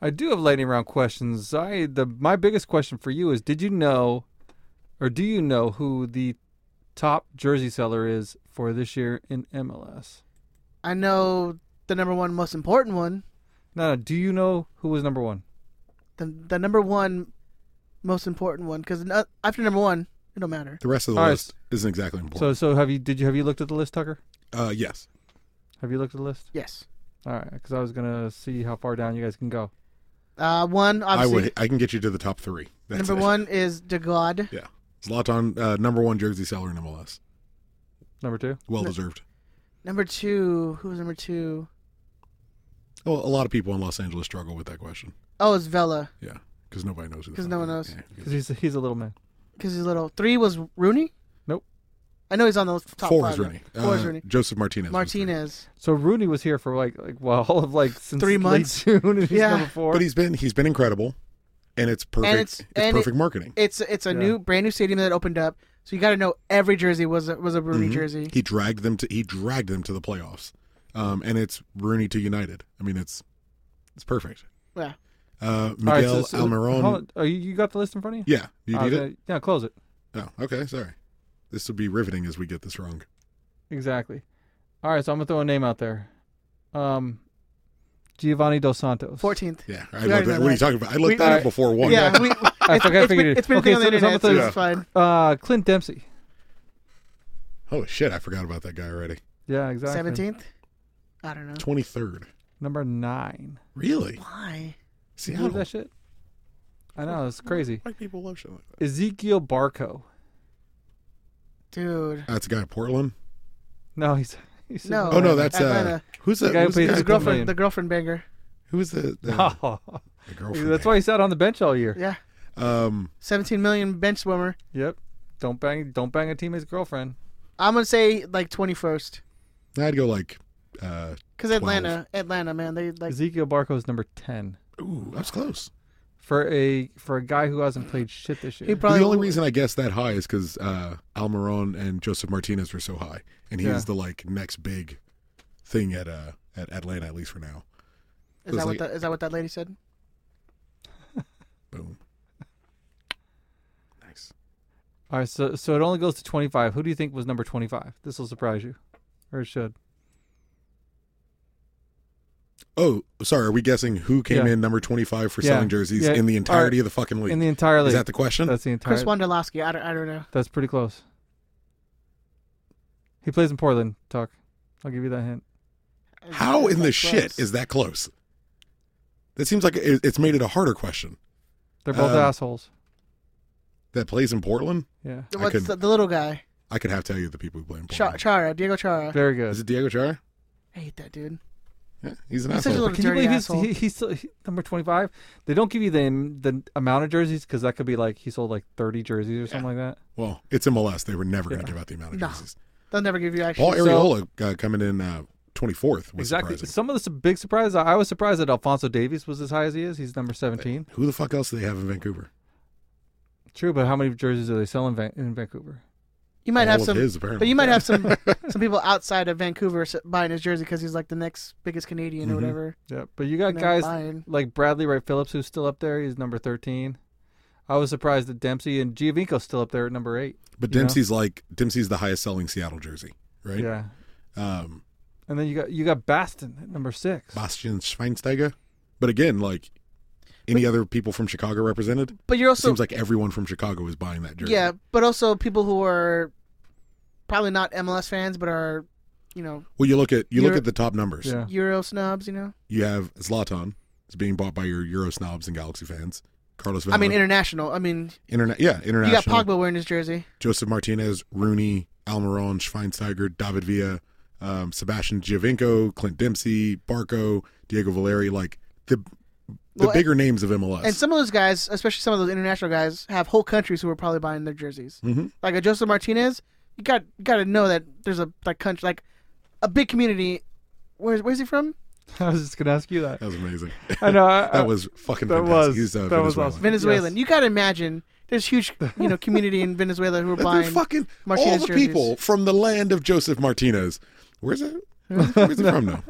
D: I do have lightning round questions. I the my biggest question for you is: Did you know, or do you know who the top jersey seller is for this year in MLS?
B: I know the number one most important one,
D: No, no. Do you know who was number one?
B: the the number one most important one, because after number one, it don't matter.
C: the rest of the
D: All right.
C: list isn't exactly
D: So,
C: important.
D: so have you? Did you have you looked at the list, Tucker?
C: uh, yes.
D: Have you looked at the list?
B: Yes.
D: All right, because I was gonna see how far down you guys can go.
B: Uh, one
C: I
B: obviously.
C: would. I can get you to the top three. That's
B: number
C: it.
B: one is De God.
C: Yeah. Zlatan, uh, number one jersey seller in MLS.
D: Number two.
C: Well deserved.
B: Number two, who was number two?
C: Well, a lot of people in Los Angeles struggle with that question.
B: Oh, it's Vela
C: Yeah, because nobody knows who. the
B: 'Cause
C: fuck
B: no
C: he
B: one
C: is.
B: knows.
C: Yeah.
D: Because he's he's a little man.
B: because he's little. Three was Rooney.
D: Nope.
B: I know he's on the top
C: Four
B: five.
C: is Rooney.
B: Four
C: Uh,
B: is Rooney.
C: Joseph Martinez. was three.
B: Martinez.
D: So Rooney was here for like like well all of like since
B: Three
D: late
B: months.
D: June and he's
B: Yeah.
D: number four.
C: But he's been he's been incredible, and it's perfect.
B: it's-
C: it's,
B: and it-
C: perfect marketing.
B: It's it's a
D: Yeah.
B: new brand new stadium that opened up, so you got to know every jersey was a, was a Rooney
C: Mhm.
B: jersey.
C: He dragged them to he dragged them to the playoffs, um, and it's Rooney to United. I mean, it's it's perfect.
B: Yeah.
C: Uh,
D: All right,
C: Miguel
D: so- so-
C: Almiron.
D: hold on. Oh, you, you got the list in front of you?
C: Yeah, you
D: Uh,
C: need
D: the-
C: it.
D: Yeah, close it.
C: Oh, okay. Sorry. This will be riveting as we get this wrong.
D: Exactly. All right, so I'm gonna throw a name out there. Um, Giovanni Dos Santos.
B: Fourteenth.
C: Yeah, I
B: We
C: looked
B: already
C: that.
B: know
C: What are you
B: that.
C: talking about? I looked
B: We-
C: that
D: all
C: up
D: right.
C: before one.
B: Yeah, we,
D: I
B: it's,
D: forgot. I
B: it's
D: figured
B: been,
D: it.
B: it's been a
D: Okay,
B: thing on
D: so
B: the
D: there's
B: internet, so
D: something-
B: it's fine.
D: Uh, Clint Dempsey.
C: Oh shit! I forgot about that guy already.
D: Yeah, exactly.
B: Seventeenth. I don't know
C: Twenty third.
D: Number nine.
C: Really?
B: why.
D: Can you believe
C: Seattle.
D: that shit? I know it's crazy.
C: Why do people love shit like that?
D: Ezekiel Barco.
B: Dude.
C: That's a guy in Portland.
D: No, he's he's
B: No.
C: Oh no, that's uh,
B: Atlanta.
C: who's
D: The
C: the,
D: guy who
C: who's
D: plays
C: the,
D: his
B: The
C: guy,
D: girl-
B: girlfriend,
D: million.
B: the girlfriend banger.
C: who's the, the, the girlfriend?
D: that's why he sat on the bench all year.
B: Yeah,
C: Um,
B: seventeen million bench swimmer.
D: Yep. Don't bang don't bang a teammate's girlfriend.
B: I'm gonna say like twenty first,
C: I'd go like. Uh,
B: cause Atlanta, Atlanta, man, they like
D: Ezekiel Barco's number ten.
C: ooh, that's close.
D: For a for a guy who hasn't played shit this
B: he
D: year.
B: probably
C: the only reason I guess that high is because uh, Almiron and Joseph Martinez were so high, and he's
D: Yeah.
C: the like next big thing at uh at Atlanta at least for now.
B: is that
C: was
B: what
C: like-
B: that, is that what that lady said?
C: Boom. Nice.
D: All right, so so it only goes to twenty five. Who do you think was number twenty five? This will surprise you. Or it should.
C: Oh, sorry. Are we guessing who came
D: Yeah.
C: in number twenty five for
D: Yeah.
C: selling jerseys
D: Yeah.
C: in the entirety
D: Alright.
C: of the fucking league?
D: In the entire league.
C: Is that the question?
D: That's the entire
B: Chris Wondolowski. I don't, I don't know.
D: That's pretty close. He plays in Portland, Tuck. I'll give you that hint.
C: How in the
B: That's
C: shit
B: close.
C: is that close? That seems like it, it's made it a harder question.
D: They're both
C: Um,
D: assholes.
C: That plays in Portland.
D: Yeah.
C: I
B: What's
C: couldn't-
B: the, the little guy?
C: I could have to tell you the people who play in
B: Cha-
C: Portland.
B: Chara, Diego Chara.
D: Very good.
C: Is it Diego Chara?
B: I hate that dude.
C: Yeah, he's an
B: He's such a
C: asshole.
B: little
D: Can you
B: dirty
D: believe he's,
B: asshole.
D: he, he's still, he- number 25? They don't give you the the amount of jerseys because that could be like he sold like 30 jerseys or something like that.
C: Well, it's MLS. They were never going
D: Yeah.
C: to give out the amount of
B: No.
C: jerseys.
B: They'll never give you actually.
C: Paul Areola uh, coming in uh, 24th was
D: exactly.
C: surprising.
D: Some of the su- big surprises. I I was surprised that Alfonso Davies was as high as he is. He's number 17.
C: Who the fuck else do they have in Vancouver?
D: True, but how many jerseys are they selling Van- in Vancouver?
B: you might
C: All
B: have
C: of
B: some,
C: his, apparently.
B: but you might have some some people outside of Vancouver s- buying his jersey because he's like the next biggest Canadian or
C: Mhm.
B: whatever.
D: Yeah, but you
B: you
D: got
B: know,
D: guys
B: buying.
D: like Bradley Wright Phillips who's still up there. He's number 13. I was surprised that Dempsey and Giovinco's still up there at number eight.
C: But
D: you know?
C: Dempsey's like Dempsey's the highest selling Seattle jersey, right?
D: Yeah,
C: Um,
D: and then you got you got Baston at number six.
C: Bastian Schweinsteiger. But again, like any other people from Chicago represented,
B: But you're
C: it
B: also
C: seems like everyone from Chicago is buying that jersey.
B: yeah, but also people who are probably not MLS fans but are you know
C: Well, you look at you look
B: You're-
C: at the top numbers.
D: Yeah,
B: Euro snobs. You know,
C: You have Zlatan is being bought by your Euro snobs and Galaxy fans. Carlos Vela.
B: I mean international. I mean
C: interna-
B: you
C: yeah,
B: got
C: Uh-huh. international.
B: Pogba wearing his jersey.
C: Joseph Martinez, Rooney, Almiron, Schweinsteiger, David Villa, um, Sebastian Giovinco, Clint Dempsey, Barco, Diego Valeri. Like the the
B: Well,
C: bigger names of MLS.
B: And some of those guys, especially some of those international guys, have whole countries who are probably buying their jerseys. Mm-hmm. Like a Joseph Martinez, you got you got to know that there's a like country like a big community. Where's where's he from?
D: I was just gonna ask you that.
C: that was amazing.
D: I know. I, I-
C: that was fucking
D: that
C: fantastic.
D: was-
C: He's, uh,
D: that was
C: Venezuelan.
D: awesome.
B: Venezuelan.
D: Yes.
B: You got to imagine there's huge you know community in Venezuela who are
C: They're
B: buying
C: fucking
B: Martinez
C: all the
B: jerseys.
C: people from the land of Joseph Martinez. Where's it? Where's it from now?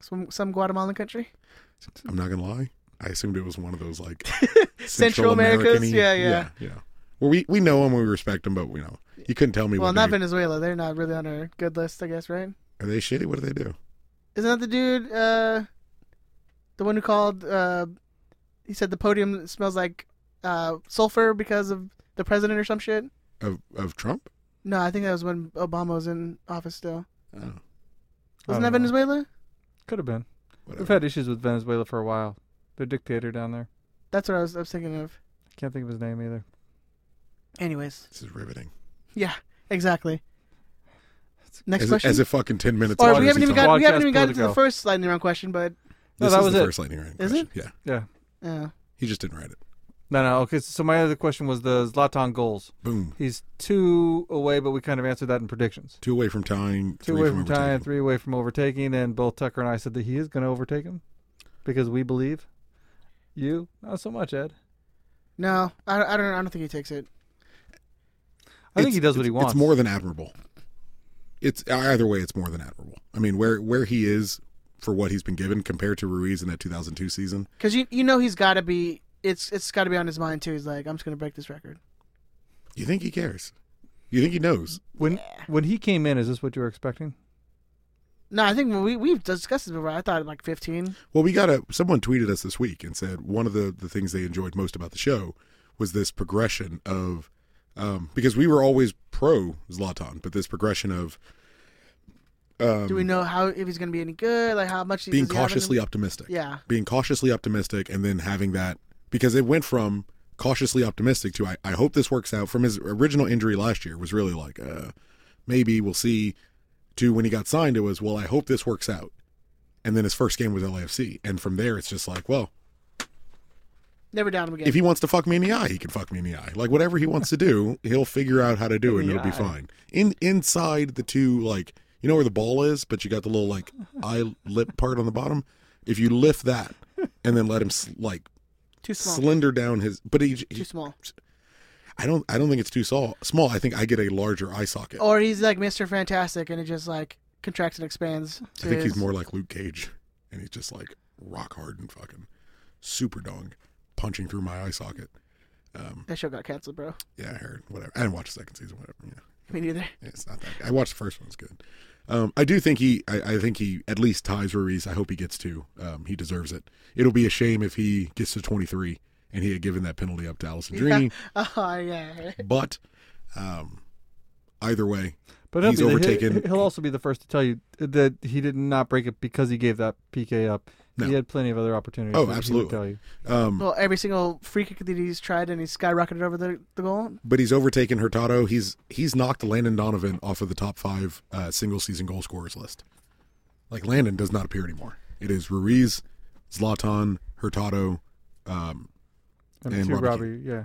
B: some, some Guatemalan country,
C: I'm not gonna lie. I assumed it was one of those like
B: Central Americas.
C: American-y-
B: Yeah, yeah.
C: yeah. Well, we we know him, we respect him, but we know you couldn't tell me.
B: Well,
C: what
B: not
C: they,
B: Venezuela. They're not really on our good list, I guess, right?
C: are they shitty? What do they do?
B: Isn't that the dude, uh, the one who called, uh, he said the podium smells like, uh, sulfur because of the president or some shit?
C: Of of Trump?
B: No, I think that was when Obama was in office still.
C: Oh,
B: Wasn't
D: I
B: that
D: don't know.
B: Venezuela?
D: Could have been. We've
C: whatever.
D: had issues with Venezuela for a while. The dictator down there.
B: That's what I was, I was thinking of.
D: I can't think of his name either.
B: Anyways,
C: This is riveting.
B: yeah, exactly. Next
C: As,
B: question.
C: as if fucking ten minutes.
B: or
C: of
B: we haven't
C: Jersey
B: even
C: Song-
B: got we haven't
D: Podcast
B: even gotten to the
D: Politico.
B: first lightning round question, but
D: No,
C: This
D: that
C: is
D: was
C: the
D: it.
C: first lightning round.
B: Is
C: question. Yeah,
D: Yeah.
B: uh,
C: he just didn't write it.
D: No, no. Okay. So my other question was the Zlatan goals.
C: Boom.
D: He's two away, but we kind of answered that in predictions.
C: Two away from tying.
D: Two
C: three
D: away from
C: overtaking.
D: tying, three away from overtaking, and both Tucker and I said that he is going to overtake him because we believe. You not so much, Ed.
B: no, I, I don't I don't think he takes it.
D: I think
C: It's-
D: he does what
C: it's-
D: he wants.
C: It's more than admirable. It's either way, it's more than admirable. I mean, where where he is for what he's been given compared to Ruiz in that 2002 season,
B: Cause you you know he's got to be it's it's got to be on his mind too. He's like I'm just gonna break this record.
C: you think he cares? You think he knows?
D: when when he came in. Is this what you were expecting?
B: No, I think when we we've discussed this before. I thought like 15.
C: Well, we got a someone tweeted us this week and said one of the the things they enjoyed most about the show was this progression of um, because we were always pro Zlatan, but this progression of um,
B: Do we know how if he's going to be any good? Like how much
C: being
B: does he have in him?
C: cautiously optimistic.
B: Yeah.
C: Being cautiously optimistic and then having that because it went from cautiously optimistic to I, I hope this works out from his original injury last year was really like uh maybe we'll see to when he got signed it was well I hope this works out and then his first game was LAFC and from there it's just like well
B: Never down him again.
C: if he wants to fuck me in the eye he can fuck me in the eye like whatever he wants to do he'll figure out how to do it and
D: In the
C: it'll be
D: eye.
C: fine in inside the two like you know where the ball is but you got the little like eye lip part on the bottom if you lift that and then let him s- like
B: too small.
C: slender down his but he, he-
B: too small.
C: i don't i don't think it's too small small i think i get a larger eye socket
B: Or he's like Mr. Fantastic and it just like contracts and expands.
C: i think he's more like luke cage and he's just like rock hard and fucking super dong punching through my eye socket
B: That show got canceled, bro.
C: yeah i heard whatever i didn't watch the second season whatever yeah
B: Me neither.
C: It's not that. Good. I watched the first one; it's good. Um, I do think he. I, I think he at least ties Ruiz. I hope he gets to. Um, he deserves it. It'll be a shame if he gets to 23 and he had given that penalty up to Allison Drini.
B: Oh yeah.
C: But um, either way,
D: But he'll
C: He's
D: be the-
C: overtaken.
D: He'll, he'll also be the first to tell you that he did not break it because he gave that PK up.
C: No.
D: He had plenty of other opportunities.
C: Oh,
D: that he would
C: absolutely.
D: Tell you.
C: um,
B: Well, every single free kick that he's tried and he's skyrocketed over the, the goal.
C: but he's overtaken Hurtado. He's he's knocked Landon Donovan off of the top five uh, single season goal scorers list. Like Landon does not appear anymore. It is Ruiz, Zlatan, Hurtado, um,
D: And,
C: And
D: two
C: Robbie
D: Robbie, yeah.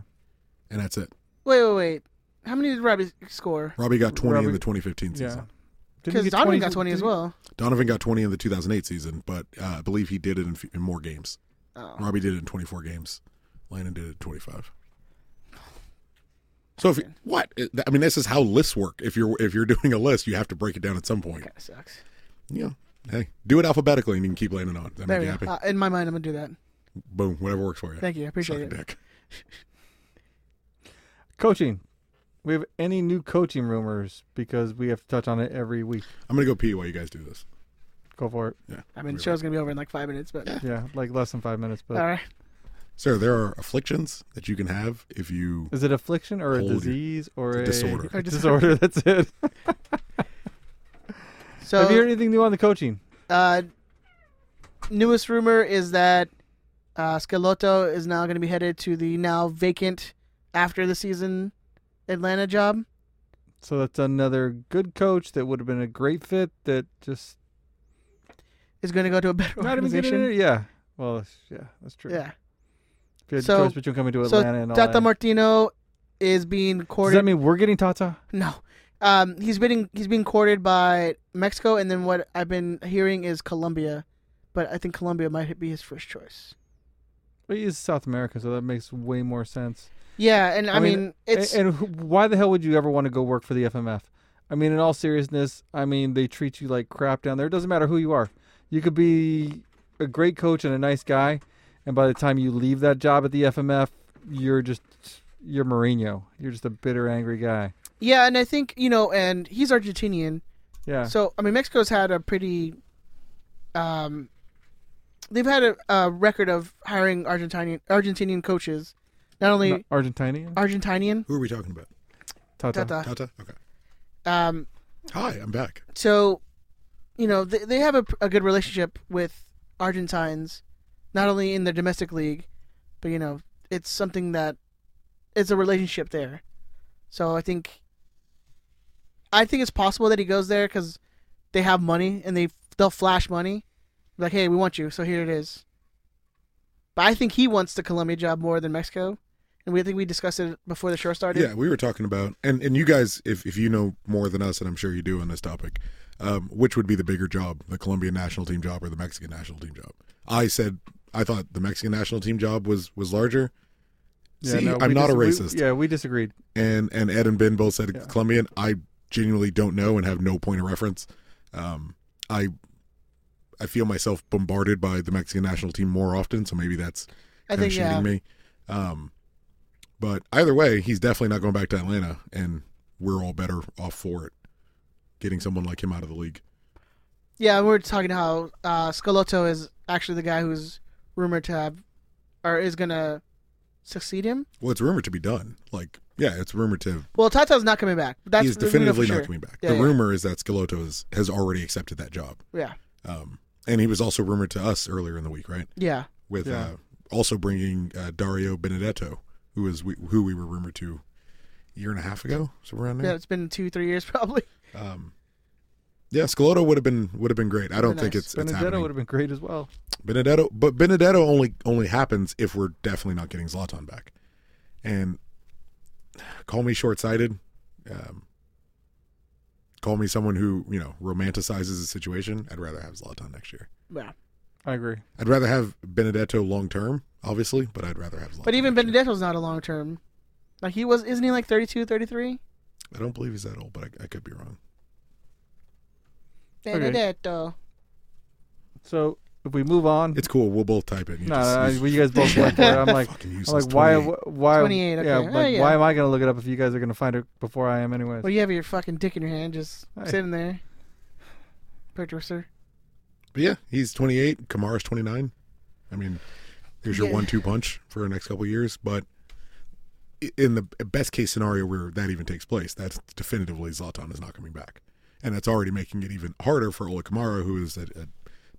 C: and that's it.
B: Wait, wait, wait. How many did Robbie score?
C: Robbie got 20 in
D: Robbie-
C: the 2015 season.
D: Yeah. Didn't
B: Because
D: he get
B: Donovan got 20
D: did
B: as
D: he-
B: well.
C: Donovan got 20 in the 2008 season, but uh, I believe he did it in, f- in more games.
B: Oh,
C: Robbie did it in 24 games. Landon did it in 25. So if what It- I mean, this is how lists work. If you're if you're doing a list, you have to break it down at some point.
B: That sucks.
C: Yeah. Hey, do it alphabetically, and you can keep landing on.
B: There
C: That make
B: we
C: you
B: go.
C: happy.
B: Uh, in my mind, I'm gonna do that.
C: Boom. Whatever works for you.
B: Thank you. I appreciate
C: Suck a
B: it.
C: dick.
D: Coaching. We have any new coaching rumors because we have to touch on it every week.
C: I'm gonna go pee while you guys do this.
D: Go for it.
C: Yeah.
B: I mean, the show's gonna be over in like five minutes, but
D: Yeah, like less than five minutes. But
B: all right.
C: Sarah, there are afflictions that you can have if you
D: is it affliction or a
C: Hold your-
D: disease or a,
C: It's a disorder.
B: Or just-
D: Disorder. That's it.
B: So
D: have you heard anything new on the coaching?
B: Uh, newest rumor is that uh, Scalotto is now going to be headed to the now vacant after the season Atlanta job.
D: So that's another good coach that would have been a great fit. That just
B: Is going to go to a better
D: not even good.
B: organization.
D: at it. Yeah. Well, that's- yeah, that's true.
B: Yeah.
D: If you had
B: So-
D: a choice between coming to
B: So
D: Atlanta and all
B: Tata
D: that,
B: Martino is being
D: does
B: courted.
D: that mean we're getting Tata?
B: no, um, he's being he's being courted by Mexico, and then what I've been hearing is Colombia, but I think Colombia might be his first choice.
D: Well, He is South America, so that makes way more sense.
B: Yeah, and I, mean, it's
D: and, who- why the hell would you ever want to go work for the FMF? I mean, in all seriousness, I mean they treat you like crap down there. It doesn't matter who you are. You could be a great coach and a nice guy, and by the time you leave that job at the FMF, you're just you're Mourinho. You're just a bitter, angry guy.
B: yeah, and I think you know, and he's Argentinian,
D: Yeah.
B: so I mean, Mexico's had a pretty, um, they've had a, a record of hiring Argentinian Argentinian coaches, not only
D: Not Uh, Argentinian.
B: Argentinian.
C: Who are we talking about?
D: Tata.
B: Oh, Tata.
C: Tata? Okay.
B: Um,
C: Hi, I'm back.
B: so you know they, they have a, a good relationship with argentines not only in their domestic league but you know it's something that it's a relationship there so i think i think it's possible that he goes there because they have money and they they'll flash money like hey we want you so here it is but i think he wants the colombia job more than mexico and we I think we discussed it before the show started
C: Yeah, we were talking about, and, and you guys, if, if you know more than us, and I'm sure you do on this topic, um, which would be the bigger job, the Colombian national team job or the Mexican national team job? I said I thought the Mexican national team job was was larger,
D: Yeah,
C: See,
D: no,
C: I'm
D: we
C: not a
D: dis- we-
C: racist.
D: yeah, we disagreed.
C: and and Ed and Ben both said Colombian. I genuinely don't know and have no point of reference. Um, I I feel myself bombarded by the Mexican national team more often, so maybe that's
B: I
C: kind of
B: think,
C: shading
B: yeah.
C: me. Um, but either way, he's definitely not going back to Atlanta, and we're all better off for it. Getting someone like him out of the league.
B: Yeah, we were talking how uh, Scalotto is actually the guy who's rumored to have, or is gonna succeed him.
C: Well, it's rumored to be done. Like, yeah, it's rumored to.
B: Well, Tata's not coming back. That's
C: he's
B: we know
C: definitively
B: for
C: not
B: sure.
C: coming back.
B: Yeah,
C: the
B: yeah,
C: rumor is that Scalotto is, has already accepted that job,
B: Yeah,
C: um, and he was also rumored to us earlier in the week, right?
B: yeah,
C: with
D: Yeah.
C: uh, also bringing uh, Dario Benedetto, who was we, who we were rumored to a year and a half ago, so around
B: yeah.
C: there.
B: It's been two, three years probably.
C: Yeah, um, yeah Scalotto would have been would have been great. I don't
B: been
C: think
B: nice.
C: it's, it's
D: Benedetto
C: happening.
D: would have been great as well.
C: Benedetto, but Benedetto only only happens if we're definitely not getting Zlatan back. And call me short sighted, um, call me someone who you know romanticizes the situation. I'd rather have Zlatan next year.
B: Yeah,
D: I agree.
C: I'd rather have Benedetto long term, obviously, but I'd rather have Zlatan.
B: but even
C: next year.
B: Benedetto's not a long term. Like he was, isn't he like 32, 33?
C: I don't believe he's that old, but I, I could be wrong.
D: Okay.
B: Benedetto.
D: So if we move on,
C: It's cool. We'll both type it. You
D: no,
C: just-
D: nah,
C: you-
D: you guys both went for it. I'm like,
C: Fucking
D: I'm
C: useless.
D: like, why,
C: 28.
D: why,
B: 28,
D: yeah,
B: okay.
D: like,
B: Oh, yeah.
D: why am I gonna look it up if you guys are gonna find it before I am, anyways?
B: Well, you have your fucking dick in your hand, just
D: Hey.
B: sitting there, producer.
C: But yeah, he's 28. Kamara's 29. I mean, there's your
B: Yeah.
C: one-two punch for the next couple of years. But i- in the best case scenario where that even takes place, that's definitively Zlatan is not coming back, and that's already making it even harder for Ola Kamara, who is a, a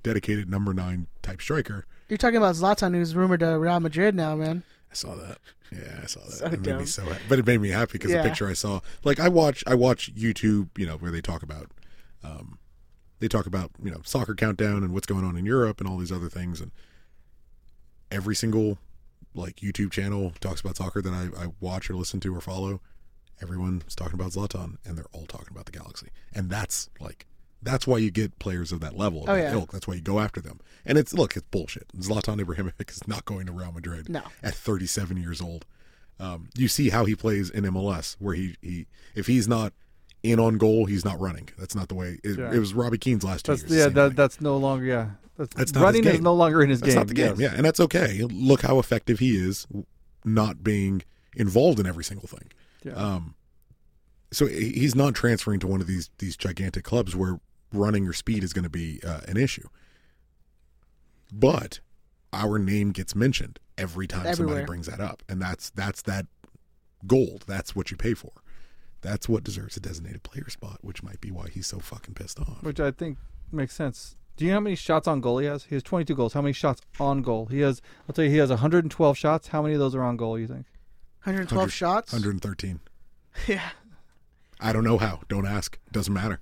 C: dedicated number nine type striker.
B: You're talking about Zlatan, who's rumored to Real Madrid now, man.
C: I saw that. Yeah, I saw that.
B: So
C: it made me
B: dumb.
C: so happy. But it made me happy because
B: Yeah.
C: the picture I saw, like I watch, I watch YouTube, you know, where they talk about, um, they talk about you know soccer countdown and what's going on in Europe and all these other things, and every single like YouTube channel talks about soccer that I, I watch or listen to or follow. Everyone's talking about Zlatan, and they're all talking about the Galaxy, and that's like that's why you get players of that level, of
B: Oh,
C: that
B: yeah.
C: ilk. That's why you go after them. And it's look, it's bullshit. Zlatan Ibrahimovic is not going to Real Madrid
B: No.
C: at 37 years old. Um, you see how he plays in MLS, where he, he if he's not in on goal, he's not running. That's not the way. It,
D: Yeah.
C: it was Robbie Keane's last two
D: that's
C: years. the
D: yeah,
C: same
D: that,
C: thing.
D: that's no longer yeah. That's,
C: That's not his
D: running is
C: game.
D: no longer in his
C: That's
D: game.
C: not the game.
D: yes.
C: Yeah, and that's okay. Look how effective he is, not being involved in every single thing.
D: Yeah.
C: Um, so he- he's not transferring to one of these these gigantic clubs where running or speed is going to be uh, an issue. But our name gets mentioned every time somebody
B: Everywhere.
C: brings that up, and that's that's that gold. That's what you pay for. That's what deserves a designated player spot, which might be why he's so fucking pissed off.
D: which I think makes sense. Do you know how many shots on goal he has? He has 22 goals. How many shots on goal? He has. I'll tell you, he has 112 shots. How many of those are on goal? You think?
B: 112
C: 100
B: shots.
C: 113.
B: Yeah.
C: I don't know how. Don't ask. Doesn't matter.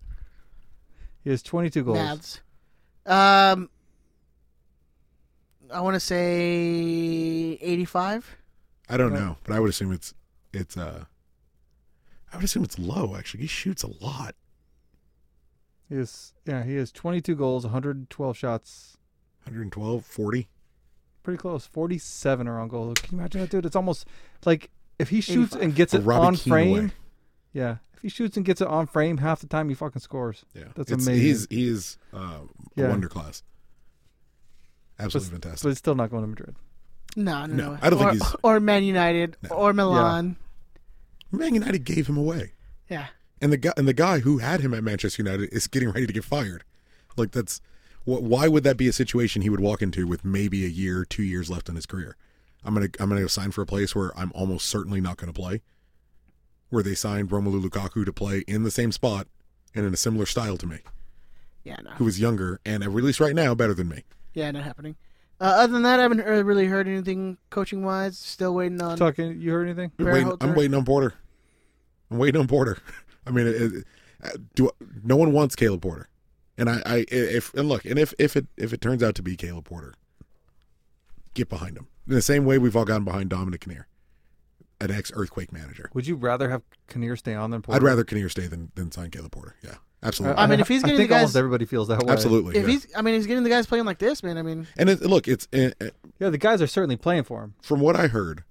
D: He has 22 goals.
B: Mavs. Um, I want to say 85.
C: I don't know, but I would assume it's it's uh I would assume it's low actually. He shoots a lot.
D: He is yeah, he has 22 goals, 112 shots.
C: 112, 40.
D: Pretty close. 47 are on goal. Can you imagine that, dude? It's almost like if he shoots and gets it
C: Robbie
D: on
C: Keane
D: frame.
C: away.
D: Yeah, if he shoots and gets it on frame, half the time he fucking scores.
C: Yeah.
D: that's
C: It's-
D: amazing.
C: He's he is uh,
D: Yeah.
C: a wonder class.
D: but,
C: Absolutely
D: but
C: fantastic.
D: he's still not going to Madrid.
B: No, no, no.
C: No, I don't
B: or,
C: think he's-
B: Or Man United or Milan.
C: Man United gave him away.
B: Yeah.
C: And the guy and the guy who had him at Manchester United is getting ready to get fired. Like that's wh- why would that be a situation he would walk into with maybe a year, two years left in his career? I'm gonna I'm gonna go sign for a place where I'm almost certainly not gonna play. Where they signed Romelu Lukaku to play in the same spot and in a similar style to me,
B: Yeah, no.
C: who was younger and at least right now better than me.
B: Yeah, not happening. Uh, other than that, I haven't heard- really heard anything coaching wise. Still waiting on.
D: Talking, you heard anything?
C: I'm waiting, I'm
B: Berhalter.
C: waiting on Porter. I'm waiting on Porter. I mean, it, it, uh, do no one wants Caleb Porter, and I, I if and look, and if if it if it turns out to be Caleb Porter, get behind him in the same way we've all gotten behind Dominic Kinnear, an ex earthquake manager.
D: Would you rather have Kinnear stay on than Porter?
C: I'd rather Kinnear stay than than sign Caleb Porter. Yeah, absolutely,
B: I mean, if he's
D: I
B: getting
D: think
B: the guys-
D: almost everybody feels that way.
C: absolutely.
B: if
C: yeah.
B: he's, I mean, he's getting the guys playing like this, man. I mean,
C: and it, look, it's uh, uh,
D: Yeah, the guys are certainly playing for him.
C: from what I heard,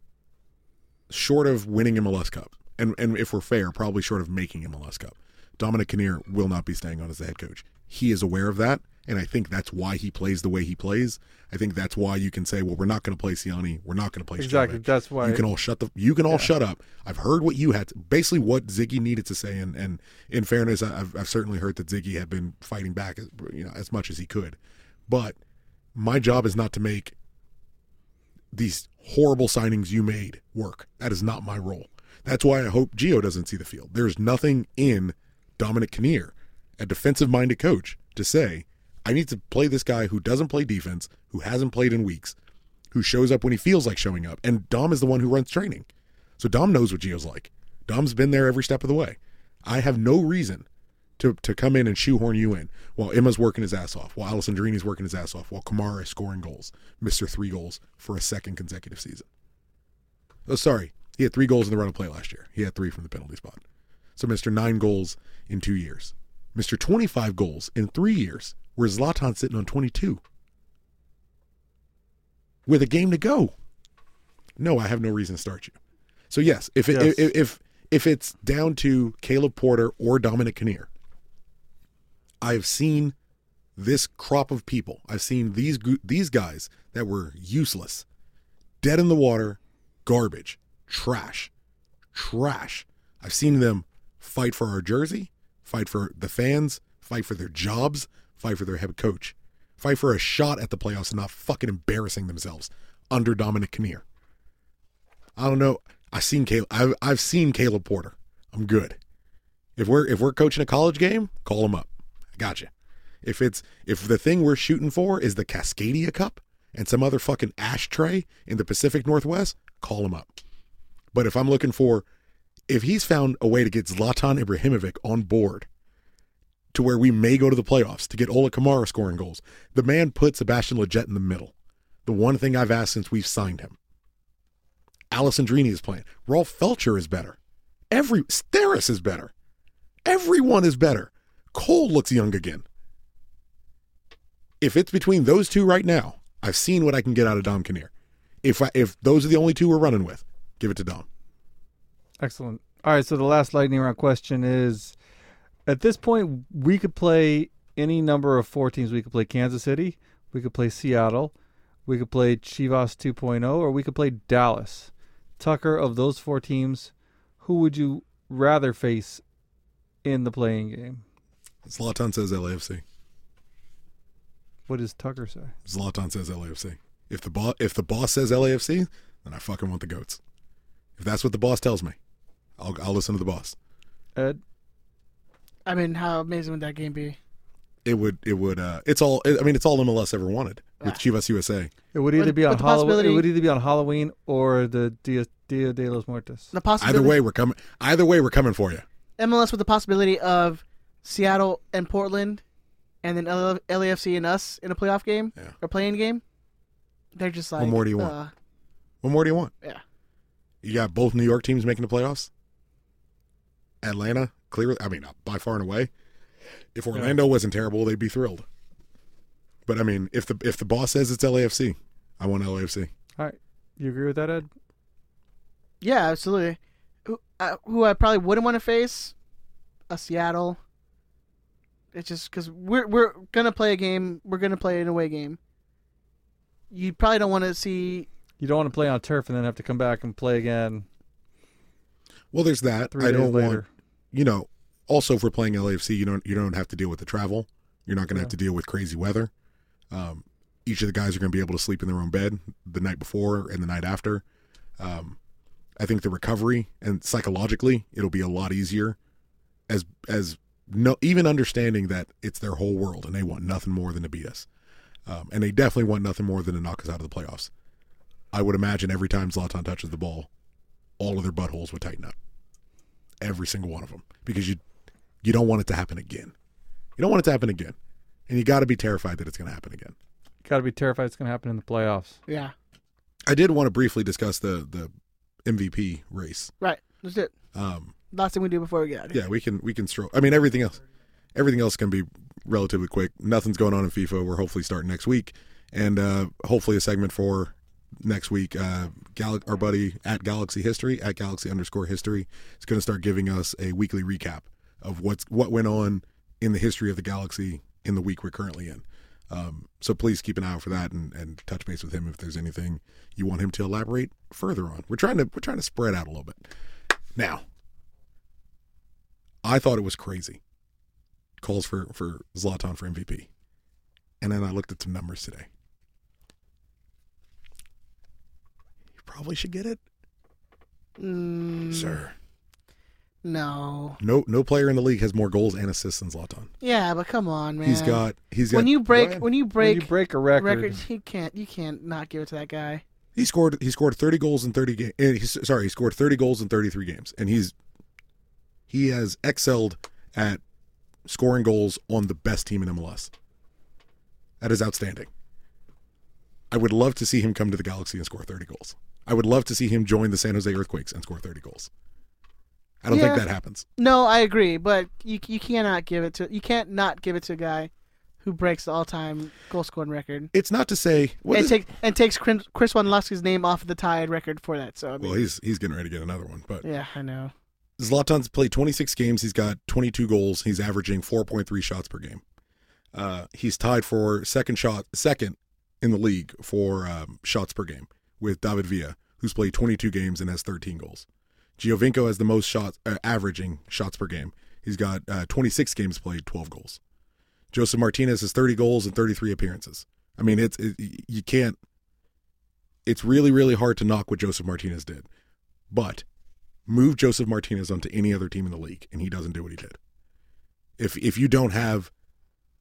C: short of winning MLS Cup, and and if we're fair, probably short of making MLS Cup, Dominic Kinnear will not be staying on as the head coach. He is aware of that, and I think that's why he plays the way he plays. I think that's why you can say, well, we're not going to play Siani, we're not going to play
D: Exactly,
C: Stjeljkovic.
D: that's why-
C: you can all shut the you can all shut up. I've heard what you had, to, basically what Ziggy needed to say, and and in fairness, I- I've I've certainly heard that Ziggy had been fighting back, you know, as much as he could, but my job is not to make these horrible signings you made work. That is not my role. That's why I hope Gio doesn't see the field. There's nothing in Dominic Kinnear, a defensive minded coach, to say, I need to play this guy who doesn't play defense, who hasn't played in weeks, who shows up when he feels like showing up. And Dom is the one who runs training. So Dom knows what Gio's like. Dom's been there every step of the way. I have no reason to, to come in and shoehorn you in while Emma's working his ass off, while Alessandrini's working his ass off, while Kamara is scoring goals, Mr. Three Goals for a second consecutive season. Oh, sorry. He had three goals in the run of play last year. He had three from the penalty spot. So Mr. Nine goals in two years. Mr. 25 goals in three years, where Zlatan's sitting on 22 with a game to go. No, I have no reason to start you. So yes, if it,
D: Yes.
C: If, if if it's down to Caleb Porter or Dominic Kinnear, I have seen this crop of people. I've seen these gu- these guys that were useless, dead in the water, garbage, trash, trash. I've seen them fight for our jersey, fight for the fans, fight for their jobs, fight for their head coach, fight for a shot at the playoffs and not fucking embarrassing themselves under Dominic Kinnear. I don't know. I've seen Caleb. I've, I've seen Caleb Porter. I'm good. If we're if we're coaching a college game, call him up. I got you. If it's if the thing we're shooting for is the Cascadia Cup and some other fucking ashtray in the Pacific Northwest, call him up. But if I'm looking for, if he's found a way to get Zlatan Ibrahimovic on board, to where we may go to the playoffs to get Ola Kamara scoring goals, the man put Sebastian Leggett in the middle. The one thing I've asked since we've signed him. Alessandrini is playing. Rolf Felcher is better. Every Steris is better. Everyone is better. Cole looks young again. If it's between those two right now, I've seen what I can get out of Dom Kinnear. If I, if those are the only two we're running with, give it to Dom.
D: Excellent. All right, so the last lightning round question is at this point we could play any number of four teams. We could play Kansas City, we could play Seattle, we could play Chivas 2.0 or we could play Dallas. Tucker of those four teams, who would you rather face in the playing game?
C: Zlatan says LAFC.
D: What does Tucker say?
C: Zlatan says LAFC. If the boss if the boss says LAFC, then I fucking want the goats. If that's what the boss tells me, I'll I'll listen to the boss.
D: Ed,
B: I mean, how amazing would that game be?
C: It would it would uh it's all I mean it's all MLS ever wanted with Chivas USA.
D: it would either
B: With-
D: be on
B: with the
D: Halloween. It
B: possibility-
D: would either be on Halloween or the Dia, Dia de los Muertos.
B: The
C: Either
B: possibility.
C: way, we're coming. Either way, we're coming for you.
B: MLS with the possibility of Seattle and Portland, and then L- LAFC and us in a playoff game
C: Yeah.
B: or playing game. They're just like,
C: What more do you want?
B: uh,
C: What more do you want?
B: Yeah.
C: You got both New York teams making the playoffs. Atlanta, clearly, I mean, by far and away. If Orlando wasn't terrible, they'd be thrilled. But I mean, if the if the boss says it's LAFC, I want LAFC.
D: All right. You agree with that, Ed?
B: Yeah, absolutely. Who, uh, who I probably wouldn't want to face, a Seattle. It's just because we're we're gonna play a game. We're gonna play an away game. You probably don't want to see.
D: You don't want to play on turf and then have to come back and play again
C: Well, there's that.
D: three
C: I
D: days
C: don't
D: later.
C: want you know. Also, if we're playing LAFC, you don't you don't have to deal with the travel. You're not going to have to deal with crazy weather. Um, each of the guys are going to be able to sleep in their own bed the night before and the night after. Um, I think the recovery and psychologically, it'll be a lot easier. As as no, even understanding that it's their whole world and they want nothing more than to beat us, um, and they definitely want nothing more than to knock us out of the playoffs. I would imagine every time Zlatan touches the ball, all of their buttholes would tighten up every single one of them because you you don't want it to happen again. You don't want it to happen again, and you got to be terrified that it's going to happen again.
D: Got to be terrified it's going to happen in the playoffs.
B: Yeah,
C: I did want to briefly discuss the the MVP race.
B: right. That's it.
C: Um,
B: Last thing we do before we get out. Of here.
C: yeah, we can we can stroll. I mean, everything else, everything else can be relatively quick. Nothing's going on in FIFA. We're hopefully starting next week, and uh, hopefully a segment for next week. Uh, Gal- our buddy at Galaxy History at Galaxy underscore History is going to start giving us a weekly recap of what's what went on in the history of the galaxy in the week we're currently in. Um, so please keep an eye out for that and, and touch base with him if there's anything you want him to elaborate further on. We're trying to we're trying to spread out a little bit. Now, I thought it was crazy. Calls for for Zlatan for MVP, and then I looked at some numbers today. You probably should get it,
B: Mm,
C: sir.
B: no.
C: No, no player in the league has more goals and assists than Zlatan.
B: Yeah, but come on, man.
C: He's got he's got
B: when you break
C: Ryan,
B: when you break,
D: when you break a record,
B: records, he can't you can't not give it to that guy.
C: he scored he scored thirty goals in thirty games. Sorry, he scored thirty goals in thirty three games, and he's he has excelled at scoring goals on the best team in MLS. That is outstanding. I would love to see him come to the Galaxy and score 30 goals. I would love to see him join the San Jose Earthquakes and score 30 goals. I don't
B: Yeah.
C: think that happens.
B: No, I agree, but you you cannot give it to you can't not give it to a guy who breaks the all time goal scoring record.
C: It's not to say what
B: and
C: is-
B: take and takes Chris, Chris Wondolowski's name off of the tied record for that. So I mean,
C: well, he's he's getting ready to get another one, but
B: yeah, I know.
C: Zlatan's played 26 games. He's got 22 goals. He's averaging 4.3 shots per game. Uh, he's tied for second shot, second in the league for um, shots per game with David Villa, who's played 22 games and has 13 goals. Giovinco has the most shots, uh, averaging shots per game. He's got uh, 26 games played, 12 goals. Joseph Martinez has 30 goals and 33 appearances. I mean, it's it, you can't. It's really, really hard to knock what Joseph Martinez did, but move Joseph Martinez onto any other team in the league, and he doesn't do what he did. If if you don't have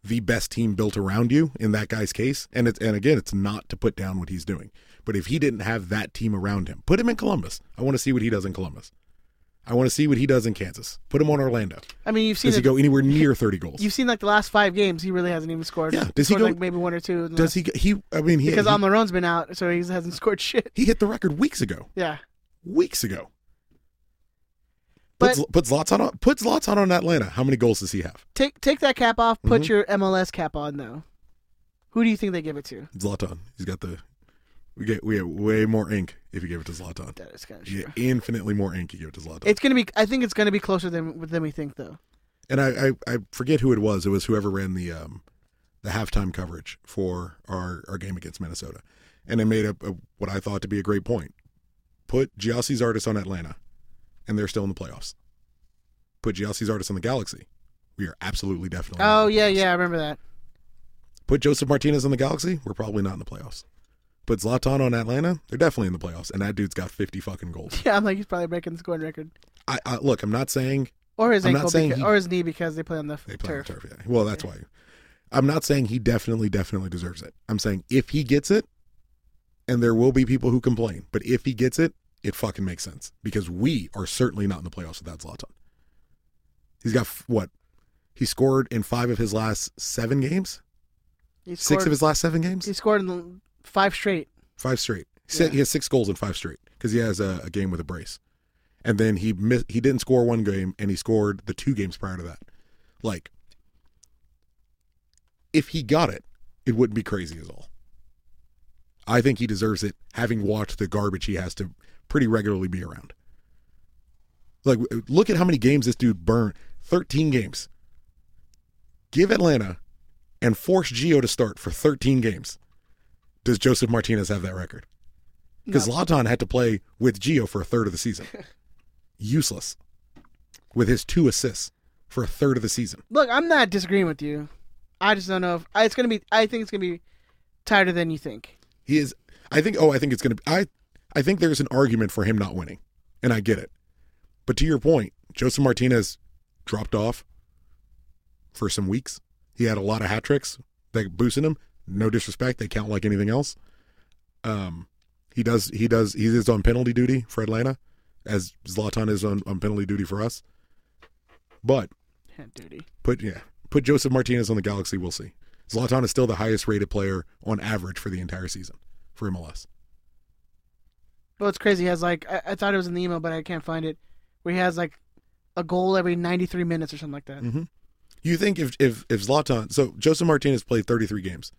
C: the best team built around you in that guy's case, and it's and again, it's not to put down what he's doing, but if he didn't have that team around him, put him in Columbus. I want to see what he does in Columbus. I want to see what he does in Kansas. Put him on Orlando.
B: I mean, you've seen
C: Does he
B: it,
C: go anywhere near thirty goals?
B: you've seen like the last five games. He really hasn't even scored.
C: Yeah, does he
B: scored,
C: go-
B: like maybe one or two? in the
C: Does
B: last-
C: he? go- He. I mean, he
B: Because
C: he,
B: Almiron's been out, so he hasn't scored shit.
C: he hit the record weeks ago.
B: Yeah,
C: Weeks ago.
B: But-
C: Put put Zlatan on put Zlatan on Atlanta. How many goals does he have?
B: take take that cap off. Put
C: Mm-hmm.
B: your MLS cap on though. Who do you think they give it to?
C: Zlatan. He's got the we get we have way more ink if you give it to Zlatan.
B: That is kind of
C: You
B: sure.
C: get infinitely more ink you give it to Zlatan.
B: It's gonna be. I think it's gonna be closer than than we think though.
C: and I, I I forget who it was. It was whoever ran the um the halftime coverage for our our game against Minnesota, and they made up a, what I thought to be a great point. Put Giassi's artist on Atlanta, and they're still in the playoffs. Put Giassi's artist on the Galaxy. We are absolutely definitely. not
B: Oh
C: in the
B: yeah,
C: playoffs.
B: yeah, I remember that.
C: Put Joseph Martinez on the Galaxy, we're probably not in the playoffs. Put Zlatan on Atlanta, they're definitely in the playoffs, and that dude's got fifty fucking goals.
B: Yeah, I'm like he's probably breaking the scoring record
C: I, I look, I'm not saying
B: or his
C: I'm not
B: ankle
C: saying
B: beca-
C: he-
B: or his knee because they play on the
C: they
B: f-
C: play
B: turf.
C: on the turf. Yeah. Well, that's why. I'm not saying he definitely, definitely deserves it. I'm saying if he gets it, and there will be people who complain, but if he gets it, it fucking makes sense because we are certainly not in the playoffs without Zlatan. He's got f- what? He scored in five of his last seven games,
B: He
C: six
B: scored-
C: of his last seven games.
B: He scored in the- five straight.
C: five straight. He said He has six goals in five straight because he has a, a game with a brace, and then he missed. He didn't score one game, and he scored the two games prior to that. Like, if he got it, it wouldn't be crazy as all. I think he deserves it, having watched the garbage he has to pretty regularly be around. Like, w- look at how many games this dude burned. Thirteen games. Give Atlanta and force Gio to start for 13 games. Does Joseph Martinez have that record? Because Laton had to play with Gio for a third of the season. Useless. With his two assists for a third of the season.
B: Look, I'm not disagreeing with you. I just don't know if I, it's gonna be. I think it's gonna be tighter than you think.
C: He is I think oh, I think it's gonna be I I think there's an argument for him not winning. And I get it. But to your point, Joseph Martinez dropped off for some weeks. He had a lot of hat tricks that boosted him. No disrespect, they count like anything else. Um, he does he does he is on penalty duty for Atlanta, as Zlatan is on, on penalty duty for us. But
B: Yeah, Duty.
C: Put yeah, put Joseph Martinez on the Galaxy. We'll see. Zlatan is still the highest rated player on average for the entire season for MLS.
B: Well, it's crazy. He has like I, I thought it was in the email, but I can't find it. Where he has like a goal every 93 minutes or something like
C: Mm.
B: that.
C: You think if if if Zlatan, so Joseph Martinez played 33 games,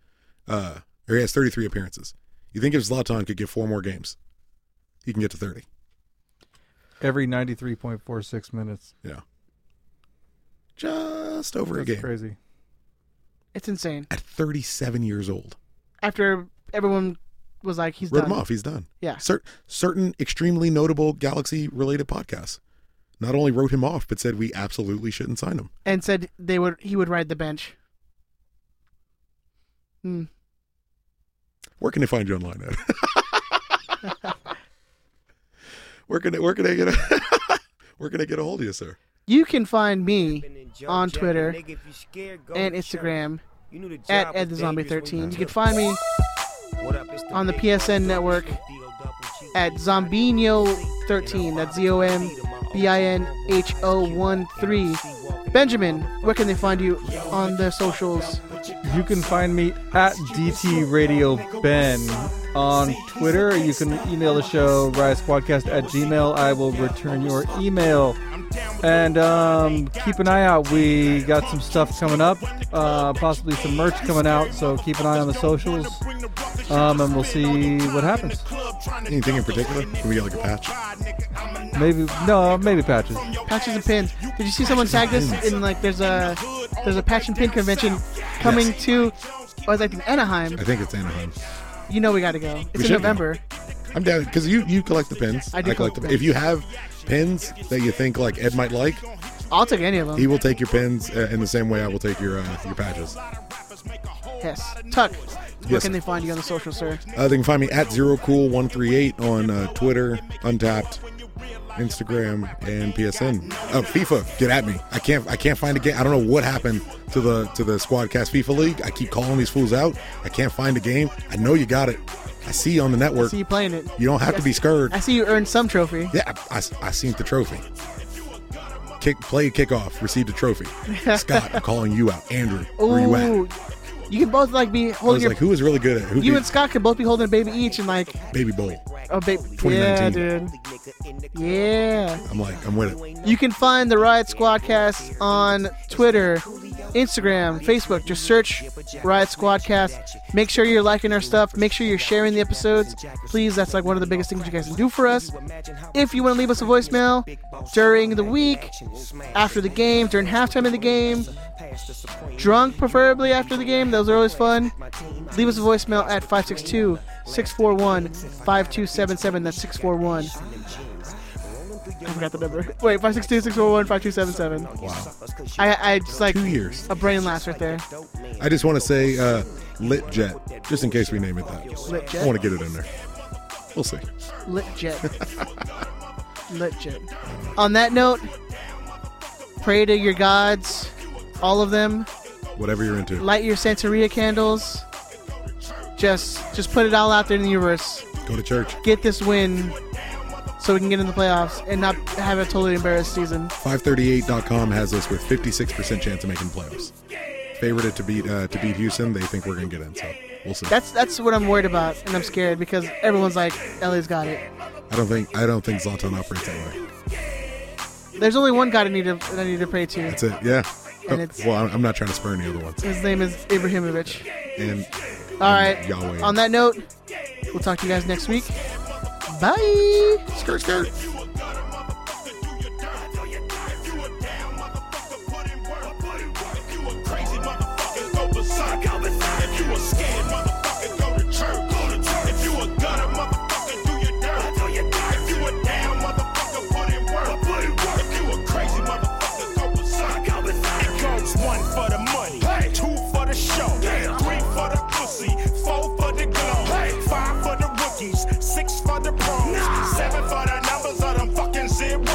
C: uh, or he has 33 appearances. You think if Zlatan could get four more games, he can get to 30.
D: Every 93.46 minutes.
C: Yeah, just over
D: That's
C: a game
D: crazy.
B: It's insane.
C: at 37 years old.
B: After everyone was like, he's
C: Wrote
B: done.
C: him off. He's done.
B: Yeah.
C: Cer- certain extremely notable Galaxy related podcasts not only wrote him off, but said we absolutely shouldn't sign him.
B: and said they would he would ride the bench. Hmm.
C: Where can they find you online at? where can they, where can I get a where can I get a hold of you, sir?
B: You can find me
F: on Twitter
B: and Instagram
F: at Ed the Zombie 13. You can find
B: me
F: on the PSN network
B: at Zombino 13. That's Z O M B I N H O 1 3. Benjamin, where can they find you on their socials?
D: You can find me at DT Radio Ben on Twitter. You can email the show risequadcast at gmail. I will return your email. And um, keep an eye out. We got some stuff coming up, uh, possibly some merch coming out. So keep an eye on the socials, um, and we'll see what happens.
C: Anything in particular? Can we get like a patch?
D: Maybe no, maybe patches.
B: Patches and pins. Did you see someone tag this? In like, there's a there's a patch and pin convention coming to, I was like in Anaheim.
C: I think it's Anaheim.
B: You know we got to go. It's
C: We
B: in
C: should go.
B: November.
C: I'm down because you you collect the pins.
B: I do
C: collect
B: collect
C: the
B: pins.
C: If you have pins that you think like Ed might like,
B: I'll take any of them.
C: he will take your pins uh, in the same way I will take your uh, your patches.
B: Yes. Tuck, where
C: Yes.
B: can they find you on the social, sir?
C: Uh, they can find me at zerocool138 on uh, Twitter, Untapped, Instagram, and PSN. Uh, FIFA, get at me. I can't. I can't find a game. I don't know what happened to the to the Squadcast FIFA League. I keep calling these fools out. I can't find a game. I know you got it. I see you on the network.
B: See you playing it.
C: You don't have to be scared.
B: I see you earned some trophy.
C: Yeah, I, I, I seen the trophy. Kick play kickoff received a trophy. Scott, I'm calling you out. Andrew, where you at?
B: Ooh, you can both like be
C: I was
B: holding your.
C: like, who is really good at who?
B: you
C: beat
B: and Scott can both be holding a baby each and like
C: Baby Bowl.
B: a baby. Yeah,
C: 2019.
B: dude. Yeah.
C: I'm like, I'm with it.
B: You can find the Riot Squadcast on Twitter, Instagram, Facebook. Just search Riot Squadcast. Make sure you're liking our stuff. Make sure you're sharing the episodes. Please, that's like one of the biggest things you guys can do for us. If you want to leave us a voicemail during the week, after the game, during halftime of the game, drunk preferably after the game, those are always fun. Leave us a voicemail at 562 641 5277. That's 641 I forgot the number. Wait, 562 641 5277.
C: Wow.
B: I, I just like
C: Two years.
B: a brain lapse right there.
C: I just want to say uh, Lit Jet, just in case we name it that.
B: Lit
C: I want
B: jet.
C: to get it in there. We'll see.
B: Lit jet. Lit jet. On that note, pray to your gods, all of them.
C: Whatever you're into.
B: Light your Santeria candles. Just just put it all out there in the universe.
C: Go to church.
B: Get this win so we can get in the playoffs and not have a totally embarrassed season.
C: 538.com has us with 56% chance of making playoffs. Favorited to beat uh, to beat Houston. They think we're gonna get in. So We'll see.
B: That's that's what I'm worried about, and I'm scared because everyone's like, LA's got it.
C: I don't think I don't think Zlatan operates that way.
B: There's only one god I need to that I need to pray to.
C: That's it. Yeah.
B: And it's-
C: well, I'm- I'm not trying to spur any other ones.
B: His name is Ibrahimovic.
C: And
B: All right.
C: Yahweh.
B: On that note, we'll talk to you guys next week. Bye.
C: skirt, skirt.
G: One for the money, two for the show, three for the pussy, four for the glow, five for the rookies, six for the pros, seven for the numbers of them fucking zeros,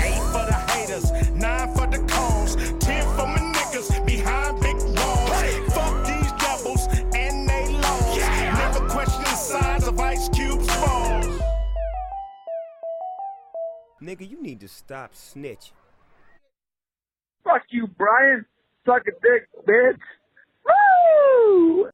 G: eight for the haters, nine for the cons, ten for my niggas behind big walls. Fuck these devils and they laws. Never question the size of Ice Cube's balls.
F: Nigga, you need to stop snitching.
H: Fuck you, Brian. Suck a dick, bitch. Woo!